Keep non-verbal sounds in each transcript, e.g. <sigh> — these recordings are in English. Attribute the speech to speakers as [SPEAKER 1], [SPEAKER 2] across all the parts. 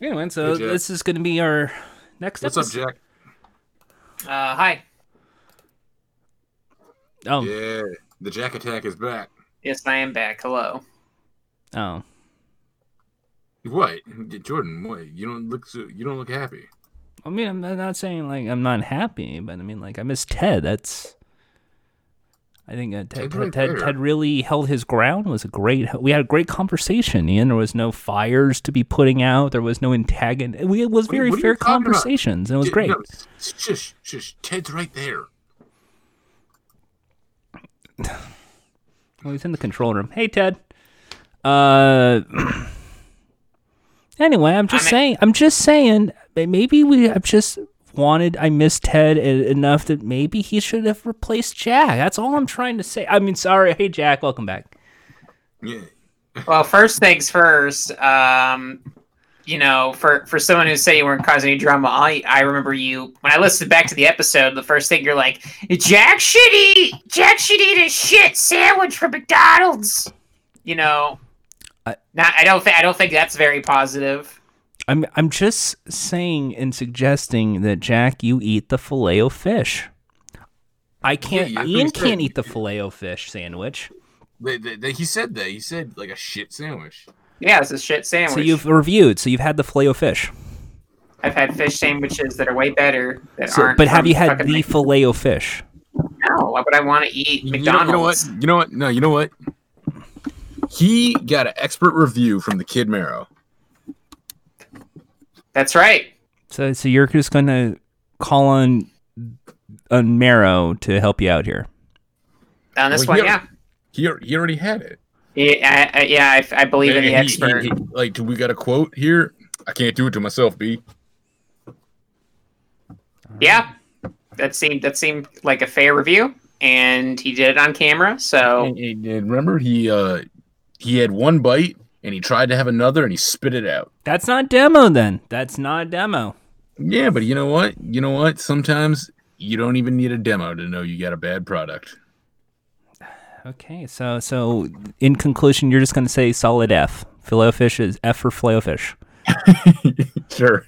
[SPEAKER 1] Anyway, so
[SPEAKER 2] Hey, Jack.
[SPEAKER 1] this is going to be our next
[SPEAKER 2] What's up,
[SPEAKER 1] episode.
[SPEAKER 2] Jack?
[SPEAKER 3] Uh, hi.
[SPEAKER 1] Oh,
[SPEAKER 2] Yeah, the Jack Attack is back.
[SPEAKER 3] Yes, I am back. Hello.
[SPEAKER 1] oh,
[SPEAKER 2] What, Jordan? What? You don't look so. You don't look happy.
[SPEAKER 1] I mean, I'm not saying like I'm not happy, but I mean like I miss Ted. That's I think uh, Ted,
[SPEAKER 2] Ted's
[SPEAKER 1] Ted,
[SPEAKER 2] right
[SPEAKER 1] Ted,
[SPEAKER 2] there.
[SPEAKER 1] Ted really held his ground. Was a great. We had a great conversation. Ian, there was no fires to be putting out. There was no antagon. We, it was
[SPEAKER 2] What-
[SPEAKER 1] very
[SPEAKER 2] what are
[SPEAKER 1] fair
[SPEAKER 2] you talking about?
[SPEAKER 1] conversations. And it was
[SPEAKER 2] Dude,
[SPEAKER 1] great.
[SPEAKER 2] no, shush, shush. Ted's right there.
[SPEAKER 1] Well, he's in the control room. Hey, Ted. Uh. <clears throat> anyway, I'm just
[SPEAKER 3] I'm in.
[SPEAKER 1] saying. I'm just saying. may- Maybe we. I've just wanted. I miss Ted e- enough that maybe he should have replaced Jack. That's all I'm trying to say. I mean, sorry. Hey, Jack. Welcome back.
[SPEAKER 2] Yeah.
[SPEAKER 3] Well, first things first. Um, you know, for for someone who said you weren't causing any drama, I I remember you when I listened back to the episode. The first thing you're like, Jack should eat. Jack should eat a shit sandwich from McDonald's. You know.
[SPEAKER 1] I-
[SPEAKER 3] not, I don't think I don't think that's very positive.
[SPEAKER 1] I'm. I'm just saying and suggesting that Jack, you eat the filet o fish. I can't.
[SPEAKER 2] yeah, that's what
[SPEAKER 1] Ian
[SPEAKER 2] he said.
[SPEAKER 1] can't eat the filet o fish sandwich.
[SPEAKER 2] They, they, they, he said that. He said like a shit sandwich.
[SPEAKER 3] Yeah, it's a shit sandwich.
[SPEAKER 1] So you've reviewed. So you've had the filet o fish.
[SPEAKER 3] I've had fish sandwiches that are way better that
[SPEAKER 1] So,
[SPEAKER 3] aren't.
[SPEAKER 1] but have
[SPEAKER 3] from
[SPEAKER 1] you had
[SPEAKER 3] fucking
[SPEAKER 1] the
[SPEAKER 3] Mc-
[SPEAKER 1] filet o fish?
[SPEAKER 3] No, why would I want to eat
[SPEAKER 2] You know, you know
[SPEAKER 3] McDonald's?
[SPEAKER 2] what? You know what? No, you know what? He got an expert review from the Kid Marrow.
[SPEAKER 3] That's right.
[SPEAKER 1] So, so you're just gonna call on on Marrow to help you out here.
[SPEAKER 3] On this
[SPEAKER 2] Well,
[SPEAKER 3] one,
[SPEAKER 2] yeah.
[SPEAKER 3] yeah.
[SPEAKER 2] He, al- he already had it.
[SPEAKER 3] Yeah, I, I, yeah, I, I believe in
[SPEAKER 2] And
[SPEAKER 3] the
[SPEAKER 2] he- he-
[SPEAKER 3] expert.
[SPEAKER 2] he- like, do we got a quote here? I can't do it to myself, B.
[SPEAKER 3] Yeah, that seemed that seemed like a fair review, and he did it on camera. So
[SPEAKER 2] And, and- and remember, he uh, he had one bite and he tried to have another and he spit it out.
[SPEAKER 1] That's not demo then. That's not demo.
[SPEAKER 2] Yeah, but you know what? You know what? Sometimes you don't even need a demo to know you got a bad product. <laughs>
[SPEAKER 1] Okay, so so in conclusion, you're just gonna say solid F. Filet fish is F for filet fish.
[SPEAKER 2] Sure.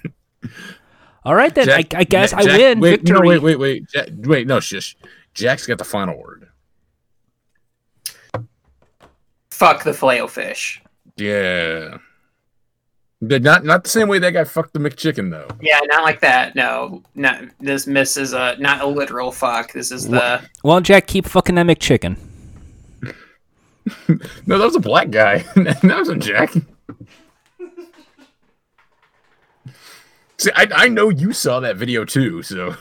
[SPEAKER 1] All right then. I, I guess I
[SPEAKER 2] Jack-
[SPEAKER 1] win.
[SPEAKER 2] Wait,
[SPEAKER 1] Victory.
[SPEAKER 2] no, wait, wait, wait, Jack, wait. No, shush. Jack's got the final word.
[SPEAKER 3] fuck the filet fish.
[SPEAKER 2] Yeah. But not not the same way that guy fucked the McChicken though.
[SPEAKER 3] Yeah, not like that. No, not this. Miss is a not a literal fuck. This is the
[SPEAKER 1] Well, Jack, keep fucking that McChicken.
[SPEAKER 2] No, that was a black guy. <laughs> that wasn't Jack. <laughs> See, I, I know you saw that video too, so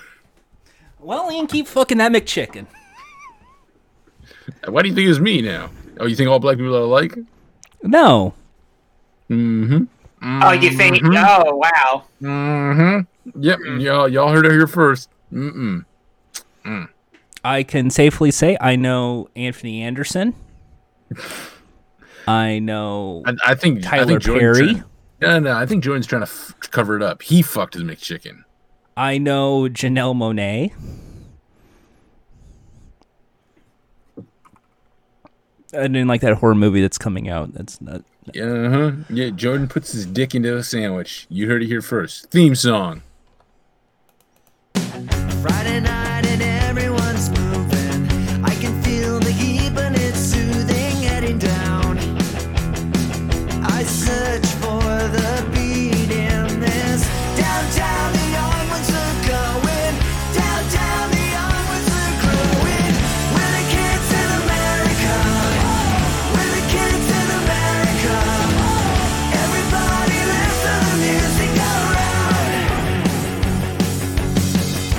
[SPEAKER 1] Well, Ian, keep fucking that McChicken.
[SPEAKER 2] why do you think it's me now? Oh, you think all black people are alike?
[SPEAKER 1] No,
[SPEAKER 2] Mm-hmm.
[SPEAKER 3] oh you think oh wow
[SPEAKER 2] Mm-hmm. Yep, y'all y'all heard it here first. Mm-mm.
[SPEAKER 1] I can safely say I know Anthony Anderson. I know
[SPEAKER 2] I, I think I
[SPEAKER 1] Tyler
[SPEAKER 2] think Jordan's
[SPEAKER 1] Perry.
[SPEAKER 2] trying- no, no, I think Jordan's trying to f- cover it up. He fucked his McChicken.
[SPEAKER 1] I know Janelle Monet. I didn't like that horror movie that's coming out. That's not.
[SPEAKER 2] Uh huh. Yeah, Jordan puts his dick into a sandwich. You heard it here first. Theme song.
[SPEAKER 4] Friday night and everyone's moving. I can feel the heat, but it's soothing heading down. I search for the beat in this downtown. The onwards are going downtown. The onwards are growing. We're the kids in America. We're the kids in America. Everybody listen to the music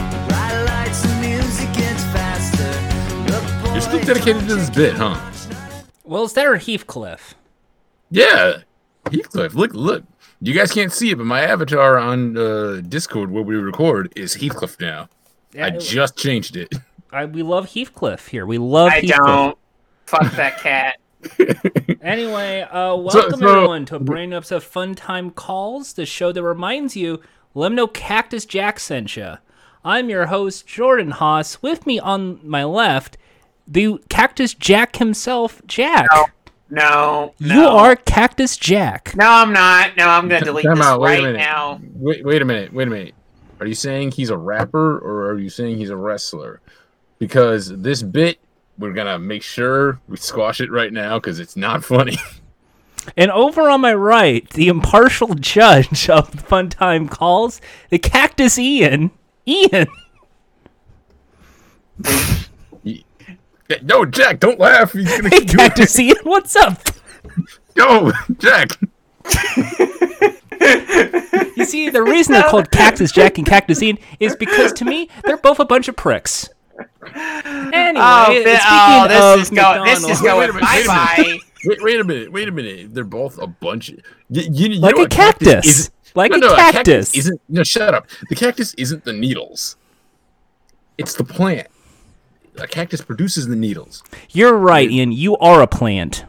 [SPEAKER 4] around. Bright lights and music gets faster.
[SPEAKER 2] You're still dedicated to this bit, huh?
[SPEAKER 1] Well, it's there Heathcliff.
[SPEAKER 2] Yeah. Heathcliff. Look, look. You guys can't see it, but my avatar on uh, Discord where we record is Heathcliff now. I just changed it. <laughs>
[SPEAKER 1] I, we love Heathcliff here. We love
[SPEAKER 3] I
[SPEAKER 1] Heathcliff.
[SPEAKER 3] don't fuck
[SPEAKER 2] <laughs>
[SPEAKER 3] that cat.
[SPEAKER 1] Anyway, uh, welcome
[SPEAKER 2] so-
[SPEAKER 1] everyone to a brand new episode of Fun Time Calls, the show that reminds you, let 'em know Cactus Jack sent ya. I'm your host, Jordan Haas. With me on my left, the Cactus Jack himself, Jack.
[SPEAKER 3] no, no.
[SPEAKER 1] You are Cactus Jack.
[SPEAKER 3] No, I'm not. No, I'm gonna <laughs> delete
[SPEAKER 2] Time
[SPEAKER 3] this
[SPEAKER 2] out, wait a
[SPEAKER 3] right
[SPEAKER 2] minute.
[SPEAKER 3] now.
[SPEAKER 2] Wait, wait a minute. Wait a minute. Are you saying he's a rapper or are you saying he's a wrestler? Because this bit, we're gonna make sure we squash it right now because it's not funny. <laughs>
[SPEAKER 1] And over on my right, the impartial <laughs> judge of Fun Time calls the Cactus Ian.
[SPEAKER 3] <laughs>
[SPEAKER 1] Ian.
[SPEAKER 2] no, Jack, don't laugh. He's
[SPEAKER 1] <laughs>
[SPEAKER 2] gonna
[SPEAKER 1] Hey,
[SPEAKER 2] keep doing it.
[SPEAKER 1] Cactus Ian, what's up?
[SPEAKER 2] Go, Jack.
[SPEAKER 1] You see, the reason they're called Cactus Jack and Cactus Ian is because to me, they're both a bunch of pricks. Anyway,
[SPEAKER 3] Oh, thi-
[SPEAKER 1] speaking
[SPEAKER 3] oh,
[SPEAKER 1] of
[SPEAKER 3] this is going. This
[SPEAKER 1] McDonald's-
[SPEAKER 3] is
[SPEAKER 2] Wait
[SPEAKER 3] going.
[SPEAKER 2] a minute,
[SPEAKER 3] Bye
[SPEAKER 2] wait a minute.
[SPEAKER 3] bye.
[SPEAKER 2] Wait, wait a minute. Wait a minute. They're both a bunch. Of, you, you, you
[SPEAKER 1] like
[SPEAKER 2] know
[SPEAKER 1] a cactus.
[SPEAKER 2] isn't-
[SPEAKER 1] like
[SPEAKER 2] no,
[SPEAKER 1] a
[SPEAKER 2] no,
[SPEAKER 1] cactus.
[SPEAKER 2] isn't. No, shut up. The cactus isn't the needles. It's the plant. A cactus produces the needles.
[SPEAKER 1] You're right, Ian. You are a plant.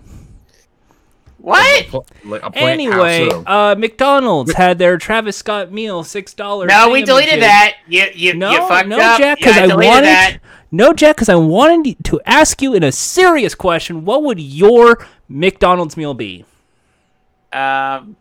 [SPEAKER 3] What?
[SPEAKER 2] Pl- like a plant
[SPEAKER 1] Anyway,
[SPEAKER 2] how so?
[SPEAKER 1] uh, McDonald's had their Travis Scott meal, six dollars.
[SPEAKER 3] No, we deleted that. You you
[SPEAKER 1] No,
[SPEAKER 3] you fucked
[SPEAKER 1] no,
[SPEAKER 3] up.
[SPEAKER 1] Jack,
[SPEAKER 3] yeah,
[SPEAKER 1] because
[SPEAKER 3] I
[SPEAKER 1] I
[SPEAKER 3] deleted
[SPEAKER 1] wanted.
[SPEAKER 3] that.
[SPEAKER 1] No, Jack, because I wanted to ask you in a serious question. What would your McDonald's meal be?
[SPEAKER 3] Um,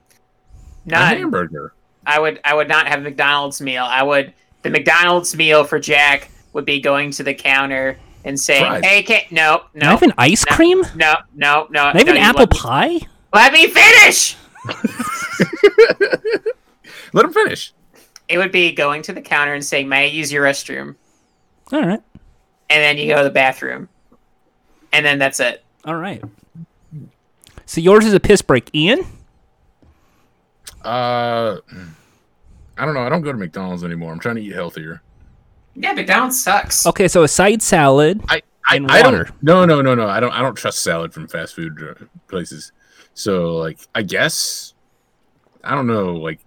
[SPEAKER 2] a
[SPEAKER 3] none.
[SPEAKER 2] hamburger.
[SPEAKER 3] I would I would not have McDonald's meal. I would the McDonald's meal for Jack would be going to the counter and saying,
[SPEAKER 2] Fries.
[SPEAKER 3] "Hey, can no, no,
[SPEAKER 1] Not even ice
[SPEAKER 3] no,
[SPEAKER 1] cream.
[SPEAKER 3] No, no, no.
[SPEAKER 1] Not even
[SPEAKER 3] no, you
[SPEAKER 1] apple
[SPEAKER 3] let me-
[SPEAKER 1] pie.
[SPEAKER 3] Let me finish.
[SPEAKER 2] Let him finish.
[SPEAKER 3] It would be going to the counter and saying, "May I use your restroom?"
[SPEAKER 1] All right,
[SPEAKER 3] And then you go to the bathroom, and then that's it.
[SPEAKER 1] all right. So yours is a piss break, Ian.
[SPEAKER 2] Uh, I don't know. I don't go to McDonald's anymore. I'm trying to eat healthier.
[SPEAKER 3] Yeah, McDonald's sucks.
[SPEAKER 1] Okay, so a side salad.
[SPEAKER 2] I I,
[SPEAKER 1] And
[SPEAKER 2] I
[SPEAKER 1] water.
[SPEAKER 2] don't. No, no, no, no. I don't. I don't trust salad from fast food uh, places. So like, I guess I don't know. Like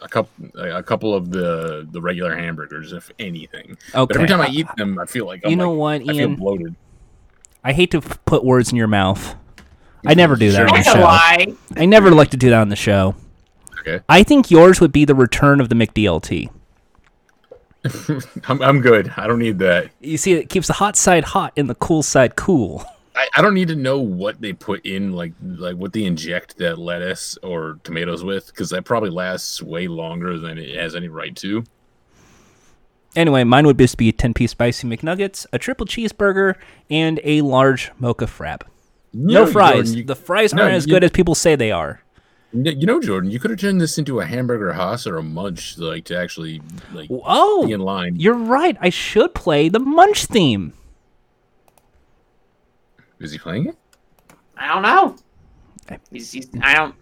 [SPEAKER 2] a couple, a couple of the the regular hamburgers, if anything. But
[SPEAKER 1] Okay.
[SPEAKER 2] every time I eat them, I feel like I'm
[SPEAKER 1] you know
[SPEAKER 2] like,
[SPEAKER 1] what,
[SPEAKER 2] I feel
[SPEAKER 1] Ian?
[SPEAKER 2] bloated.
[SPEAKER 1] I hate to f- put words in your mouth. I never do that
[SPEAKER 2] Sure.
[SPEAKER 1] on the
[SPEAKER 3] That's a
[SPEAKER 1] show.
[SPEAKER 3] lie.
[SPEAKER 1] I never like to do that on the show.
[SPEAKER 2] Okay,
[SPEAKER 1] I think yours would be the return of the McDLT.
[SPEAKER 2] I'm I'm good. I don't need that.
[SPEAKER 1] You see, it keeps the hot side hot and the cool side cool.
[SPEAKER 2] I, I don't need to know what they put in, like like what they inject that lettuce or tomatoes with, because that probably lasts way longer than it has any right to.
[SPEAKER 1] Anyway, mine would just be a 10 piece spicy McNuggets, a triple cheeseburger, and a large mocha frap. No, fries.
[SPEAKER 2] Jordan,
[SPEAKER 1] the fries
[SPEAKER 2] no,
[SPEAKER 1] aren't as
[SPEAKER 2] you-
[SPEAKER 1] good as people say they are.
[SPEAKER 2] you, you know, Jordan, you could have turned this into a hamburger Haas or a munch, like to actually like
[SPEAKER 1] Oh,
[SPEAKER 2] be in line.
[SPEAKER 1] you're right. I should play the Munch theme.
[SPEAKER 2] Is he playing it?
[SPEAKER 3] I don't know. He's, he's, I don't.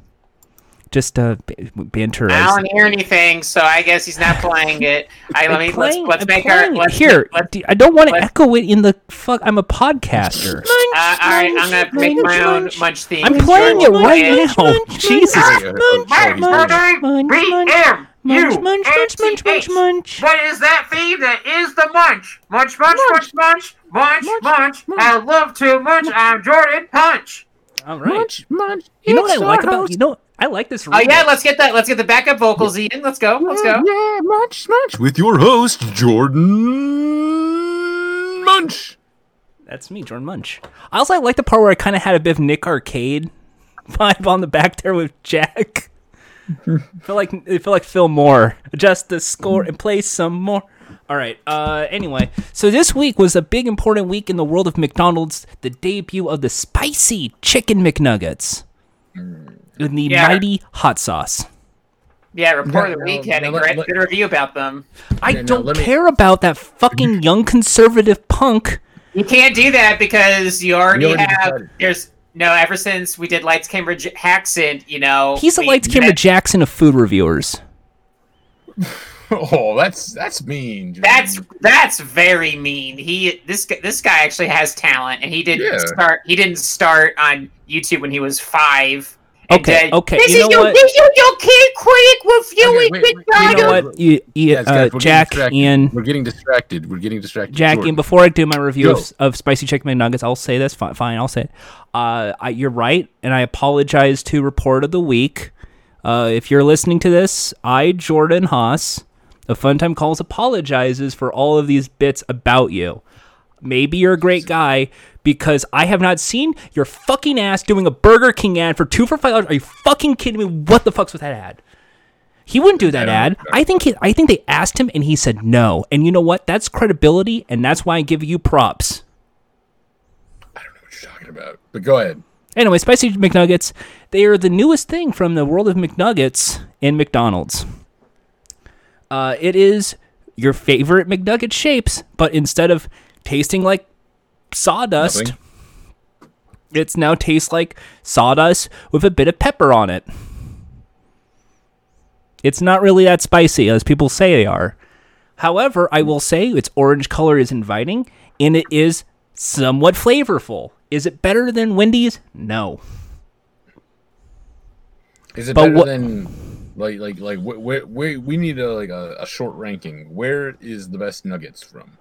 [SPEAKER 1] Just uh, b- banter.
[SPEAKER 3] I
[SPEAKER 1] as-
[SPEAKER 3] don't hear anything, so I guess he's not playing it.
[SPEAKER 1] <laughs>
[SPEAKER 3] I let me
[SPEAKER 1] Playing-
[SPEAKER 3] let's let's
[SPEAKER 1] I'm
[SPEAKER 3] make our
[SPEAKER 1] playing it.
[SPEAKER 3] let's,
[SPEAKER 1] Here,
[SPEAKER 3] Let's,
[SPEAKER 1] d- I don't want to
[SPEAKER 3] let's-
[SPEAKER 1] echo it in the fuck. I'm a podcaster.
[SPEAKER 3] uh, all right, I'm gonna make my own munch theme.
[SPEAKER 1] I'm playing it right
[SPEAKER 3] Jordan
[SPEAKER 1] now. Jesus.
[SPEAKER 2] Oh, yeah. Oh, sorry, he's playing it.
[SPEAKER 1] Munch, munch, Munch,
[SPEAKER 3] will be- M, U,
[SPEAKER 1] munch, munch, munch, munch,
[SPEAKER 3] N, T, H.
[SPEAKER 1] munch.
[SPEAKER 3] What is that theme that is the munch? Munch, munch, munch, munch, munch, munch. I love to munch. I'm Jordan Punch.
[SPEAKER 1] All right.
[SPEAKER 2] Munch, munch.
[SPEAKER 1] You know what I
[SPEAKER 2] It's
[SPEAKER 1] like
[SPEAKER 2] our
[SPEAKER 1] about
[SPEAKER 2] house.
[SPEAKER 1] you know I like this.
[SPEAKER 3] Oh yeah,
[SPEAKER 1] remix.
[SPEAKER 3] let's get that. Let's get the backup vocals in. Let's go. Let's go.
[SPEAKER 2] Yeah, munch, munch. With your host, Jordan Munch. <laughs>
[SPEAKER 1] That's me, Jordan Munch. I also like the part where I kind of had a bit of Nick Arcade <laughs> vibe on the back there with
[SPEAKER 2] <laughs>
[SPEAKER 1] Jack. feel like it felt like Phil Moore. Adjust the score and play some more. All right. Uh, anyway, so this week was a big important week in the world of McDonald's. The debut of the spicy chicken McNuggets
[SPEAKER 2] Mm.
[SPEAKER 1] with the
[SPEAKER 3] Yeah.
[SPEAKER 1] mighty hot sauce.
[SPEAKER 3] Yeah, report of the
[SPEAKER 2] No,
[SPEAKER 3] week
[SPEAKER 2] no,
[SPEAKER 3] had a
[SPEAKER 2] no,
[SPEAKER 3] great
[SPEAKER 2] let-
[SPEAKER 3] good review about them.
[SPEAKER 1] I
[SPEAKER 2] now
[SPEAKER 1] don't
[SPEAKER 2] let me-
[SPEAKER 1] care about that
[SPEAKER 2] <laughs>
[SPEAKER 1] fucking young conservative punk.
[SPEAKER 3] You can't do that because you already,
[SPEAKER 2] already
[SPEAKER 3] have.
[SPEAKER 2] decided.
[SPEAKER 3] There's no. Ever since we did Lights Camera J- Jackson, you know
[SPEAKER 1] He's a
[SPEAKER 3] we-
[SPEAKER 1] lights camera Jackson of food reviewers.
[SPEAKER 2] Oh, that's that's mean. Jordan.
[SPEAKER 3] That's that's very mean. He this gu- this guy actually has talent, and he didn't
[SPEAKER 2] Yeah.
[SPEAKER 3] start. He didn't start on YouTube when he was five. and
[SPEAKER 1] Okay,
[SPEAKER 3] then-
[SPEAKER 1] okay,
[SPEAKER 3] This
[SPEAKER 1] you
[SPEAKER 3] is
[SPEAKER 1] know
[SPEAKER 3] your
[SPEAKER 1] what?
[SPEAKER 3] this is your kid critic
[SPEAKER 2] Okay,
[SPEAKER 3] reviewing
[SPEAKER 2] wait, wait,
[SPEAKER 1] You know
[SPEAKER 3] McDonald's.
[SPEAKER 1] what? You, you,
[SPEAKER 2] Guys, guys,
[SPEAKER 1] uh,
[SPEAKER 2] we're
[SPEAKER 1] Jack,
[SPEAKER 2] getting distracted.
[SPEAKER 1] Ian,
[SPEAKER 2] We're getting distracted. We're getting distracted.
[SPEAKER 1] Jack,
[SPEAKER 2] Jordan.
[SPEAKER 1] Ian. Before I do my review
[SPEAKER 2] Go.
[SPEAKER 1] of, of spicy chicken McNuggets, I'll say this. Fine, fine I'll say it. Uh, I, you're right, and I apologize to report of the week. Uh, if you're listening to this, I, Jordan Haas, of Funtime Calls, apologizes for all of these bits about you. Maybe you're a great guy because I have not seen your fucking ass doing a Burger King ad for two for five dollars. Are you fucking kidding me? What the fuck's with that ad? He wouldn't do that
[SPEAKER 2] I
[SPEAKER 1] ad.
[SPEAKER 2] don't
[SPEAKER 1] I think he, I think they asked him and he said no. And you know what? That's credibility, and that's why I give you props.
[SPEAKER 2] I don't know what you're talking about, but go ahead.
[SPEAKER 1] Anyway, spicy McNuggets, they are the newest thing from the world of McNuggets in McDonald's. Uh, it is your favorite McNugget shapes, but instead of tasting like sawdust,
[SPEAKER 2] Nothing.
[SPEAKER 1] it's now tastes like sawdust with a bit of pepper on it. It's not really that spicy as people say they are. However, I will say its orange color is inviting and it is somewhat flavorful. Is it better than Wendy's? No.
[SPEAKER 2] Is it
[SPEAKER 1] But
[SPEAKER 2] better
[SPEAKER 1] what-
[SPEAKER 2] than like like like where we we need a like a, a short ranking? Where is the best nuggets from?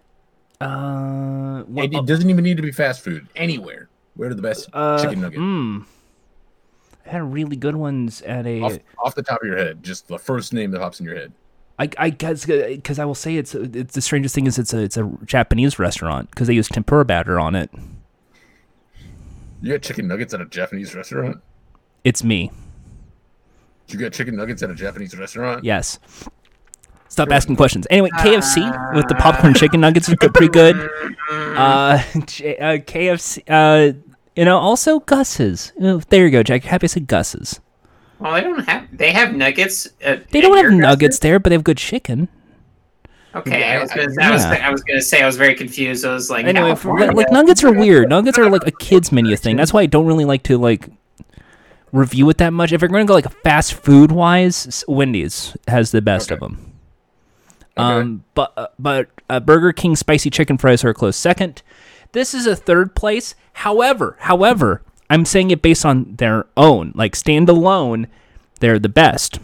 [SPEAKER 1] Uh, Uh, wha-
[SPEAKER 2] It, it doesn't even need to be fast food. Anywhere. Where are the best chicken nuggets?
[SPEAKER 1] hmm. I had really good ones at a.
[SPEAKER 2] Off, off the top of your head, just the first name that pops in your head.
[SPEAKER 1] I, I guess because I will say it's, it's the strangest thing is it's a it's a Japanese restaurant because they use tempura batter on it.
[SPEAKER 2] You got chicken nuggets at a Japanese restaurant.
[SPEAKER 1] Mm-hmm. It's me.
[SPEAKER 2] You got chicken nuggets at a Japanese restaurant.
[SPEAKER 1] Yes. Stop asking questions. Anyway, KFC with the popcorn chicken nuggets is good- pretty good. Uh, J- uh KFC. Uh, you know, also Gus's. Oh, there you go, Jack. You're happy I said Gus's.
[SPEAKER 3] Well, they don't have. They have nuggets. At,
[SPEAKER 1] They
[SPEAKER 3] at
[SPEAKER 1] don't
[SPEAKER 3] your
[SPEAKER 1] have
[SPEAKER 3] restaurant?
[SPEAKER 1] nuggets there, but they have good chicken.
[SPEAKER 3] Okay, I was gonna. I,
[SPEAKER 1] Yeah.
[SPEAKER 3] was, I was gonna say. I was very confused. I was like,
[SPEAKER 1] Anyway, for,
[SPEAKER 3] California.
[SPEAKER 1] like, like nuggets are weird. Nuggets are like a kids menu thing. That's why I don't really like to like review it that much. If you're going to go like fast food wise, s- Wendy's has the best of them. Um, but uh, but uh, Burger King spicy chicken fries are a close second. This is a third place. However, however, I'm saying it based on their own, like standalone, they're the best.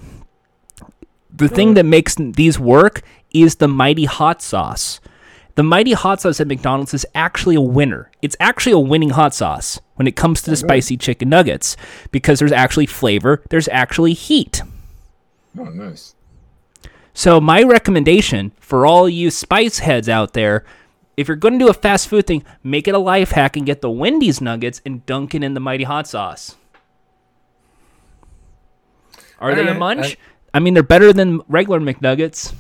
[SPEAKER 1] The thing that makes these work is the mighty hot sauce. The mighty hot sauce at McDonald's is actually a winner. It's actually a winning hot sauce when it comes to the spicy chicken nuggets because there's actually flavor, there's actually heat.
[SPEAKER 2] Oh, nice.
[SPEAKER 1] So my recommendation for all you spice heads out there, if you're going to do a fast food thing, make it a life hack and get the Wendy's nuggets and dunk it in the mighty hot sauce. Are they a
[SPEAKER 2] Alright,
[SPEAKER 1] munch? I mean, they're better than regular McNuggets.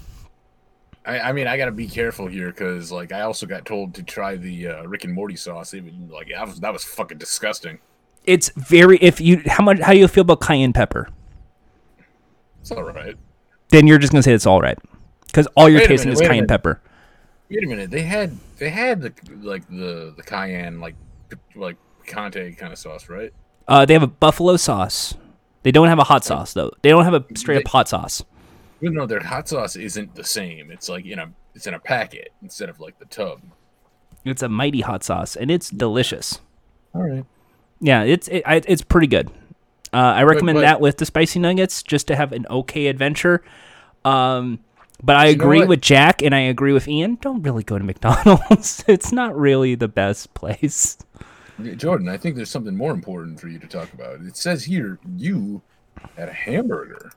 [SPEAKER 2] I, I mean, I gotta be careful here because, like, I also got told to try the uh, Rick and Morty sauce. Even like, I was, that was fucking disgusting.
[SPEAKER 1] It's very if you how much how do you feel about cayenne pepper?
[SPEAKER 2] It's all right.
[SPEAKER 1] Then you're just gonna say it's all right because all you're
[SPEAKER 2] Wait a
[SPEAKER 1] tasting
[SPEAKER 2] minute,
[SPEAKER 1] is
[SPEAKER 2] wait a
[SPEAKER 1] cayenne
[SPEAKER 2] minute.
[SPEAKER 1] pepper.
[SPEAKER 2] Wait a minute. They had they had the like the the cayenne like p- like picante kind of sauce, right?
[SPEAKER 1] Uh, they have a buffalo sauce. They don't have a hot sauce though. They don't have a straight up
[SPEAKER 2] They-
[SPEAKER 1] hot sauce.
[SPEAKER 2] Even though their hot sauce isn't the same. It's like in a it's in a packet instead of like the tub.
[SPEAKER 1] It's a mighty hot sauce, and it's delicious.
[SPEAKER 2] All right.
[SPEAKER 1] Yeah, it's it, I, it's pretty good. Uh, I recommend
[SPEAKER 2] but-
[SPEAKER 1] that with the spicy nuggets just to have an okay adventure. Um, but I
[SPEAKER 2] know
[SPEAKER 1] agree
[SPEAKER 2] what?
[SPEAKER 1] with Jack and I agree with Ian. Don't really go to McDonald's. <laughs> it's not really the best place.
[SPEAKER 2] Jordan, I think there's something more important for you to talk about. It says here you had a hamburger.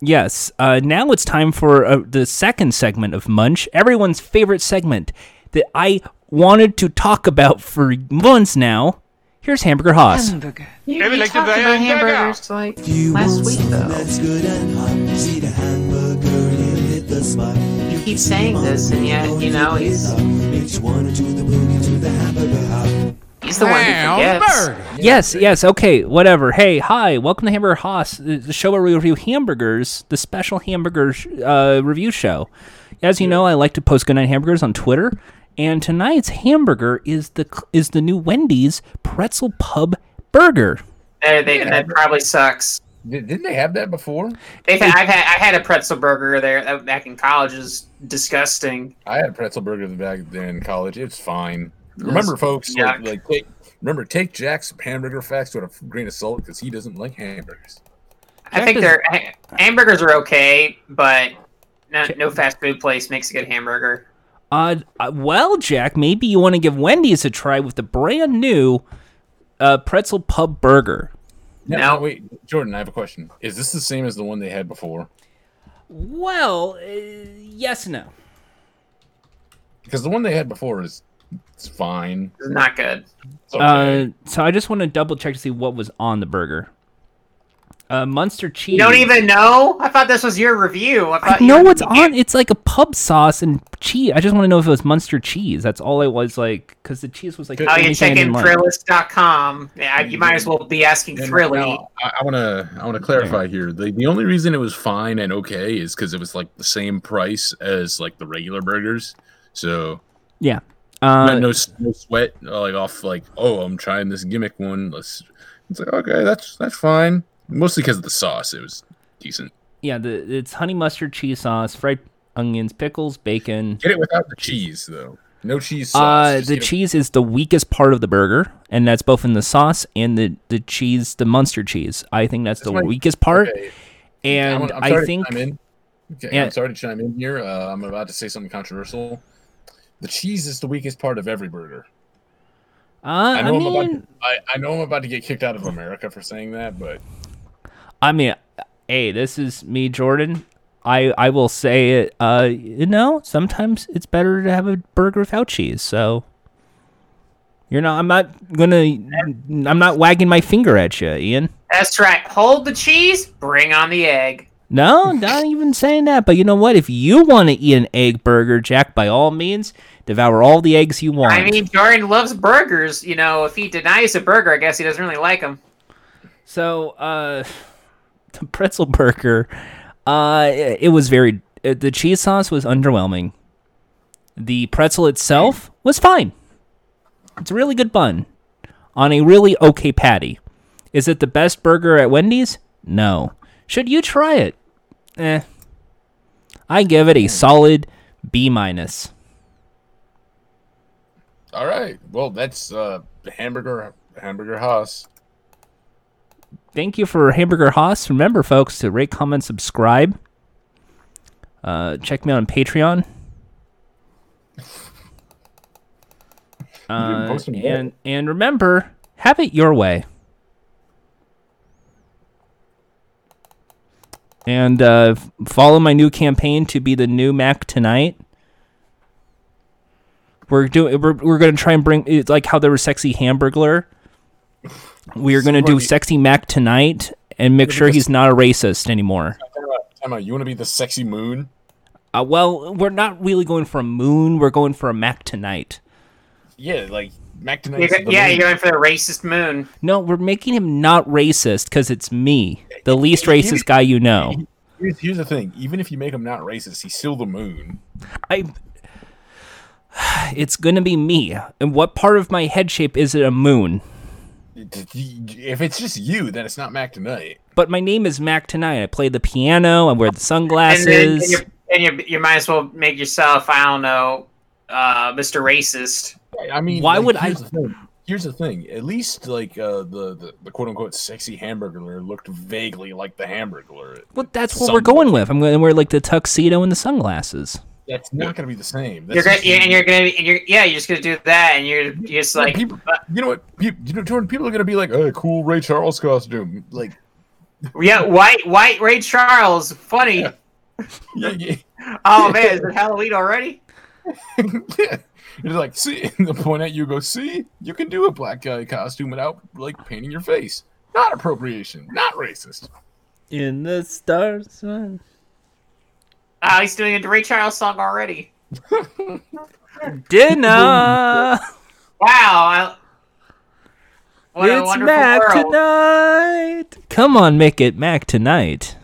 [SPEAKER 1] Yes. Uh, now it's time for uh, the second segment of Munch, everyone's favorite segment that I wanted to talk about for months now. Here's Hamburger Haas.
[SPEAKER 3] You,
[SPEAKER 5] Maybe
[SPEAKER 3] you
[SPEAKER 5] like the
[SPEAKER 3] talked about
[SPEAKER 5] Bayern Burger.
[SPEAKER 3] hamburgers like last week though.
[SPEAKER 4] That's good and hot. See the hamburger and hit the spot. You
[SPEAKER 3] Keep saying this, and yet you know he's
[SPEAKER 4] Makes you wanna do the boogie to the hamburger hop.
[SPEAKER 3] he's the one who forgets.
[SPEAKER 1] Yes, yes, okay, whatever. Hey, hi, welcome to Hamburger Haas, the the show where we review hamburgers, the special hamburger sh- uh, review show. As you know, I like to post Goodnight Hamburgers on Twitter, and tonight's hamburger is the cl- is the new Wendy's Pretzel Pub Burger.
[SPEAKER 3] They, they, That probably sucks.
[SPEAKER 2] Did, didn't they have that before?
[SPEAKER 3] They've had, I've had I had a pretzel burger there uh, back in college. It was disgusting.
[SPEAKER 2] I had a pretzel burger back then in college. It's fine. Remember, folks, like,
[SPEAKER 3] yuck.
[SPEAKER 2] like take, remember take Jack's hamburger facts with a grain of salt because he doesn't like hamburgers.
[SPEAKER 3] I think
[SPEAKER 1] is-
[SPEAKER 3] they're ha- hamburgers are okay, but no, no fast food place makes a good hamburger.
[SPEAKER 1] Uh, uh, well, Jack, maybe you want to give Wendy's a try with the brand new uh, Pretzel Pub Burger.
[SPEAKER 2] No,
[SPEAKER 3] Now-
[SPEAKER 2] wait, Jordan, I have a question. Is this the same as the one they had before?
[SPEAKER 1] Well, uh, yes and no.
[SPEAKER 2] Because the one they had before is It's fine.
[SPEAKER 3] It's not good.
[SPEAKER 2] It's okay.
[SPEAKER 1] Uh, so I just want to double check to see what was on the burger. Uh, Munster cheese.
[SPEAKER 3] You don't even know? I thought this was your review. I,
[SPEAKER 1] I
[SPEAKER 3] thought
[SPEAKER 1] know
[SPEAKER 3] you-
[SPEAKER 1] what's on. It's like a pub sauce and cheese. I just want to know if it was Munster cheese. That's all I was like, because the cheese was like. the
[SPEAKER 3] Oh, you're
[SPEAKER 1] only thing I
[SPEAKER 3] checking
[SPEAKER 1] didn't learn.
[SPEAKER 3] Thrillist.com. Yeah, you might as well be asking
[SPEAKER 2] And
[SPEAKER 3] Thrilly.
[SPEAKER 2] now, I, I wanna I wanna clarify here. The the only reason it was fine and okay is because it was like the same price as like the regular burgers. So
[SPEAKER 1] Yeah. Uh,
[SPEAKER 2] not no s- no sweat uh, like off like oh I'm trying this gimmick one. Let's it's like okay that's that's fine. Mostly because of the sauce. It was decent.
[SPEAKER 1] yeah. The, it's honey mustard cheese sauce, fried onions, pickles, bacon.
[SPEAKER 2] Get it without the cheese though. No cheese sauce.
[SPEAKER 1] Uh,
[SPEAKER 2] just
[SPEAKER 1] the
[SPEAKER 2] get it-
[SPEAKER 1] cheese is the weakest part of the burger, and that's both in the sauce and the, the cheese, the Munster cheese. I think that's, the
[SPEAKER 2] my-
[SPEAKER 1] weakest part,
[SPEAKER 2] okay. I'm-
[SPEAKER 1] and
[SPEAKER 2] I'm
[SPEAKER 1] i
[SPEAKER 2] sorry to
[SPEAKER 1] think
[SPEAKER 2] chime in. Okay,
[SPEAKER 1] Yeah.
[SPEAKER 2] I'm sorry to chime in here. Uh, I'm about to say something controversial. The cheese is the weakest part of every burger.
[SPEAKER 1] uh, I,
[SPEAKER 2] I know I am
[SPEAKER 1] mean,
[SPEAKER 2] about, I, I know I'm about to get kicked out of America for saying that, but
[SPEAKER 1] I mean, hey, this is me, Jordan. I I will say it. Uh, you know, sometimes it's better to have a burger without cheese. So you're not. I'm not gonna. I'm not wagging my finger at you, Ian.
[SPEAKER 3] That's right. Hold the cheese, bring on the egg. <laughs>
[SPEAKER 1] No, not even saying that. But you know what? If you want to eat an egg burger, Jack, by all means, devour all the eggs you want.
[SPEAKER 3] I mean, Jordan loves burgers. You know, if he denies a burger, I guess he doesn't really like them.
[SPEAKER 1] so, uh, <laughs> the pretzel burger, uh, it, it was very. Uh, the cheese sauce was underwhelming. The pretzel itself was fine. It's a really good bun on a really okay patty. Is it the best burger at Wendy's? No. Should you try it? Eh. I give it a solid B minus.
[SPEAKER 2] all right. Well, that's uh, hamburger hamburger Haas.
[SPEAKER 1] thank you for Hamburger Haas. Remember, folks, to rate, comment, subscribe. Uh, check me out on Patreon.
[SPEAKER 2] didn't
[SPEAKER 1] Uh,
[SPEAKER 2] post them yet.
[SPEAKER 1] and and remember, have it your way. And uh, f- follow my new campaign to be the new Mac tonight. We're doing. We're, we're gonna try and bring it's like how there was sexy Hamburglar. We are gonna do
[SPEAKER 2] Somebody-
[SPEAKER 1] sexy Mac tonight and make sure he's not a racist anymore.
[SPEAKER 2] Time out, time out. You want to be the sexy moon?
[SPEAKER 1] Uh, well, we're not really going for a moon. We're going for a Mac tonight.
[SPEAKER 2] Yeah, like Mac
[SPEAKER 3] You're
[SPEAKER 2] tonight's
[SPEAKER 3] go-
[SPEAKER 2] the
[SPEAKER 3] yeah,
[SPEAKER 2] moon.
[SPEAKER 3] you're going for the racist moon.
[SPEAKER 1] No, we're making him not racist because it's me, the least
[SPEAKER 2] Give
[SPEAKER 1] racist
[SPEAKER 2] it-
[SPEAKER 1] guy you know.
[SPEAKER 2] Here's, here's the thing. Even if you make him not racist, he's still the moon.
[SPEAKER 1] I. It's gonna be me. And what part of my head shape is it a moon?
[SPEAKER 2] If it's just you, then it's not Mac tonight.
[SPEAKER 1] But my name is Mac tonight. I play the piano. I wear the
[SPEAKER 3] And,
[SPEAKER 1] sunglasses.
[SPEAKER 3] then, and, you're, and you're, you might as well make yourself, I don't know, uh, Mr. Racist.
[SPEAKER 2] I- I mean,
[SPEAKER 1] Why
[SPEAKER 2] like,
[SPEAKER 1] would I-
[SPEAKER 2] Here's the, thing. here's the thing. At least, like uh, the, the the quote unquote sexy hamburger looked vaguely like the hamburger.
[SPEAKER 1] well, that's what we're going with. I'm gonna wear like the tuxedo and the sunglasses.
[SPEAKER 2] That's not going to be the same. That's
[SPEAKER 3] You're gonna,
[SPEAKER 2] just-
[SPEAKER 3] yeah, and you're gonna, and you're, yeah, you're just gonna do that, and you're you're just like,
[SPEAKER 2] people, <laughs> you know what? Pe- You know, Jordan, people are going to be like, "Oh, cool Ray Charles costume." Like,
[SPEAKER 3] yeah, white, white Ray Charles, funny.
[SPEAKER 2] yeah, yeah.
[SPEAKER 3] Oh man, is it Halloween already?
[SPEAKER 2] yeah. You're like, see, <laughs> and they'll point at you, go, see, you can do a black guy costume without like painting your face. Not appropriation. Not racist.
[SPEAKER 1] In the stars.
[SPEAKER 3] Oh, he's doing a Ray Charles song already.
[SPEAKER 1] <laughs> Dinner.
[SPEAKER 3] Wow, I, what a
[SPEAKER 1] it's
[SPEAKER 3] wonderful
[SPEAKER 1] Mac
[SPEAKER 3] world.
[SPEAKER 1] tonight. Come on, make it Mac tonight.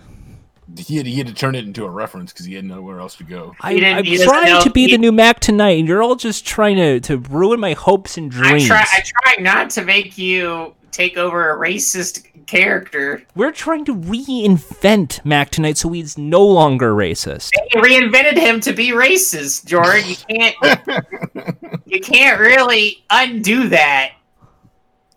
[SPEAKER 2] He had, he had to turn it into a reference because he had nowhere else to go.
[SPEAKER 1] I,
[SPEAKER 3] He didn't-
[SPEAKER 1] I'm
[SPEAKER 3] he doesn't
[SPEAKER 1] trying
[SPEAKER 3] know-
[SPEAKER 1] to be
[SPEAKER 3] he-
[SPEAKER 1] the new Mac tonight, and you're all just trying to, to ruin my hopes and
[SPEAKER 3] I
[SPEAKER 1] dreams.
[SPEAKER 3] try, I try not to make you take over a racist character.
[SPEAKER 1] We're trying to reinvent Mac tonight so he's no longer racist.
[SPEAKER 3] They reinvented him to be racist, Jordan. You can't,
[SPEAKER 2] <laughs>
[SPEAKER 3] you can't really undo that.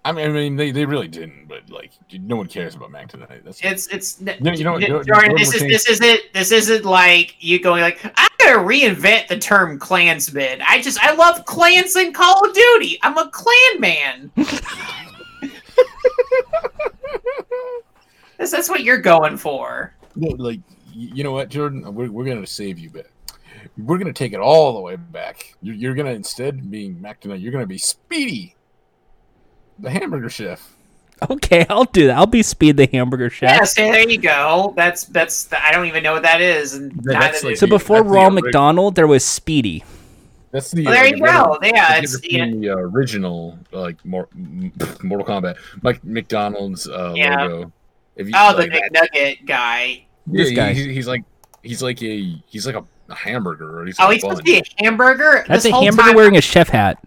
[SPEAKER 2] I mean, I mean, they, they really didn't, but like, no one cares about Mac tonight. That's
[SPEAKER 3] It's it's
[SPEAKER 2] you know- you know- you know-
[SPEAKER 3] Jordan, this
[SPEAKER 2] we're
[SPEAKER 3] is
[SPEAKER 2] saying-
[SPEAKER 3] this isn't this isn't like you going like I'm gonna reinvent the term Klansman. I just I love clans in Call of Duty. I'm a clan man. that's, that's what you're going for.
[SPEAKER 2] No, like, y- you know what, Jordan, we're, we're gonna save you, but We're gonna take it all the way back. You're, you're gonna instead being Mac tonight. You're gonna be Speedy, the Hamburger Chef.
[SPEAKER 1] Okay, I'll do that. I'll be Speed the Hamburger Chef.
[SPEAKER 3] Yeah, so there you go. That's that's. I don't even know what that is. And
[SPEAKER 2] Yeah,
[SPEAKER 3] neither
[SPEAKER 2] that's
[SPEAKER 3] do
[SPEAKER 2] like-
[SPEAKER 1] So
[SPEAKER 2] Yeah,
[SPEAKER 1] before
[SPEAKER 2] that's the
[SPEAKER 1] Ronald
[SPEAKER 2] orig-
[SPEAKER 1] McDonald, there was Speedy.
[SPEAKER 2] That's the.
[SPEAKER 3] Well, there
[SPEAKER 2] like,
[SPEAKER 3] you go. Yeah,
[SPEAKER 2] Like,
[SPEAKER 3] it's
[SPEAKER 2] it's the original like Mor- m- Mortal Kombat, Mike McDonald's uh,
[SPEAKER 3] Yeah.
[SPEAKER 2] logo. If you,
[SPEAKER 3] oh the
[SPEAKER 2] like,
[SPEAKER 3] McNugget guy.
[SPEAKER 2] yeah,
[SPEAKER 1] This guy.
[SPEAKER 2] He's, he's like he's like a he's like a, a hamburger. Or he's
[SPEAKER 3] Oh,
[SPEAKER 2] like
[SPEAKER 3] he's
[SPEAKER 2] a
[SPEAKER 3] supposed to
[SPEAKER 2] bun.
[SPEAKER 3] be a hamburger.
[SPEAKER 1] That's
[SPEAKER 3] this
[SPEAKER 1] a
[SPEAKER 3] whole
[SPEAKER 1] hamburger
[SPEAKER 3] time,
[SPEAKER 1] wearing a chef hat.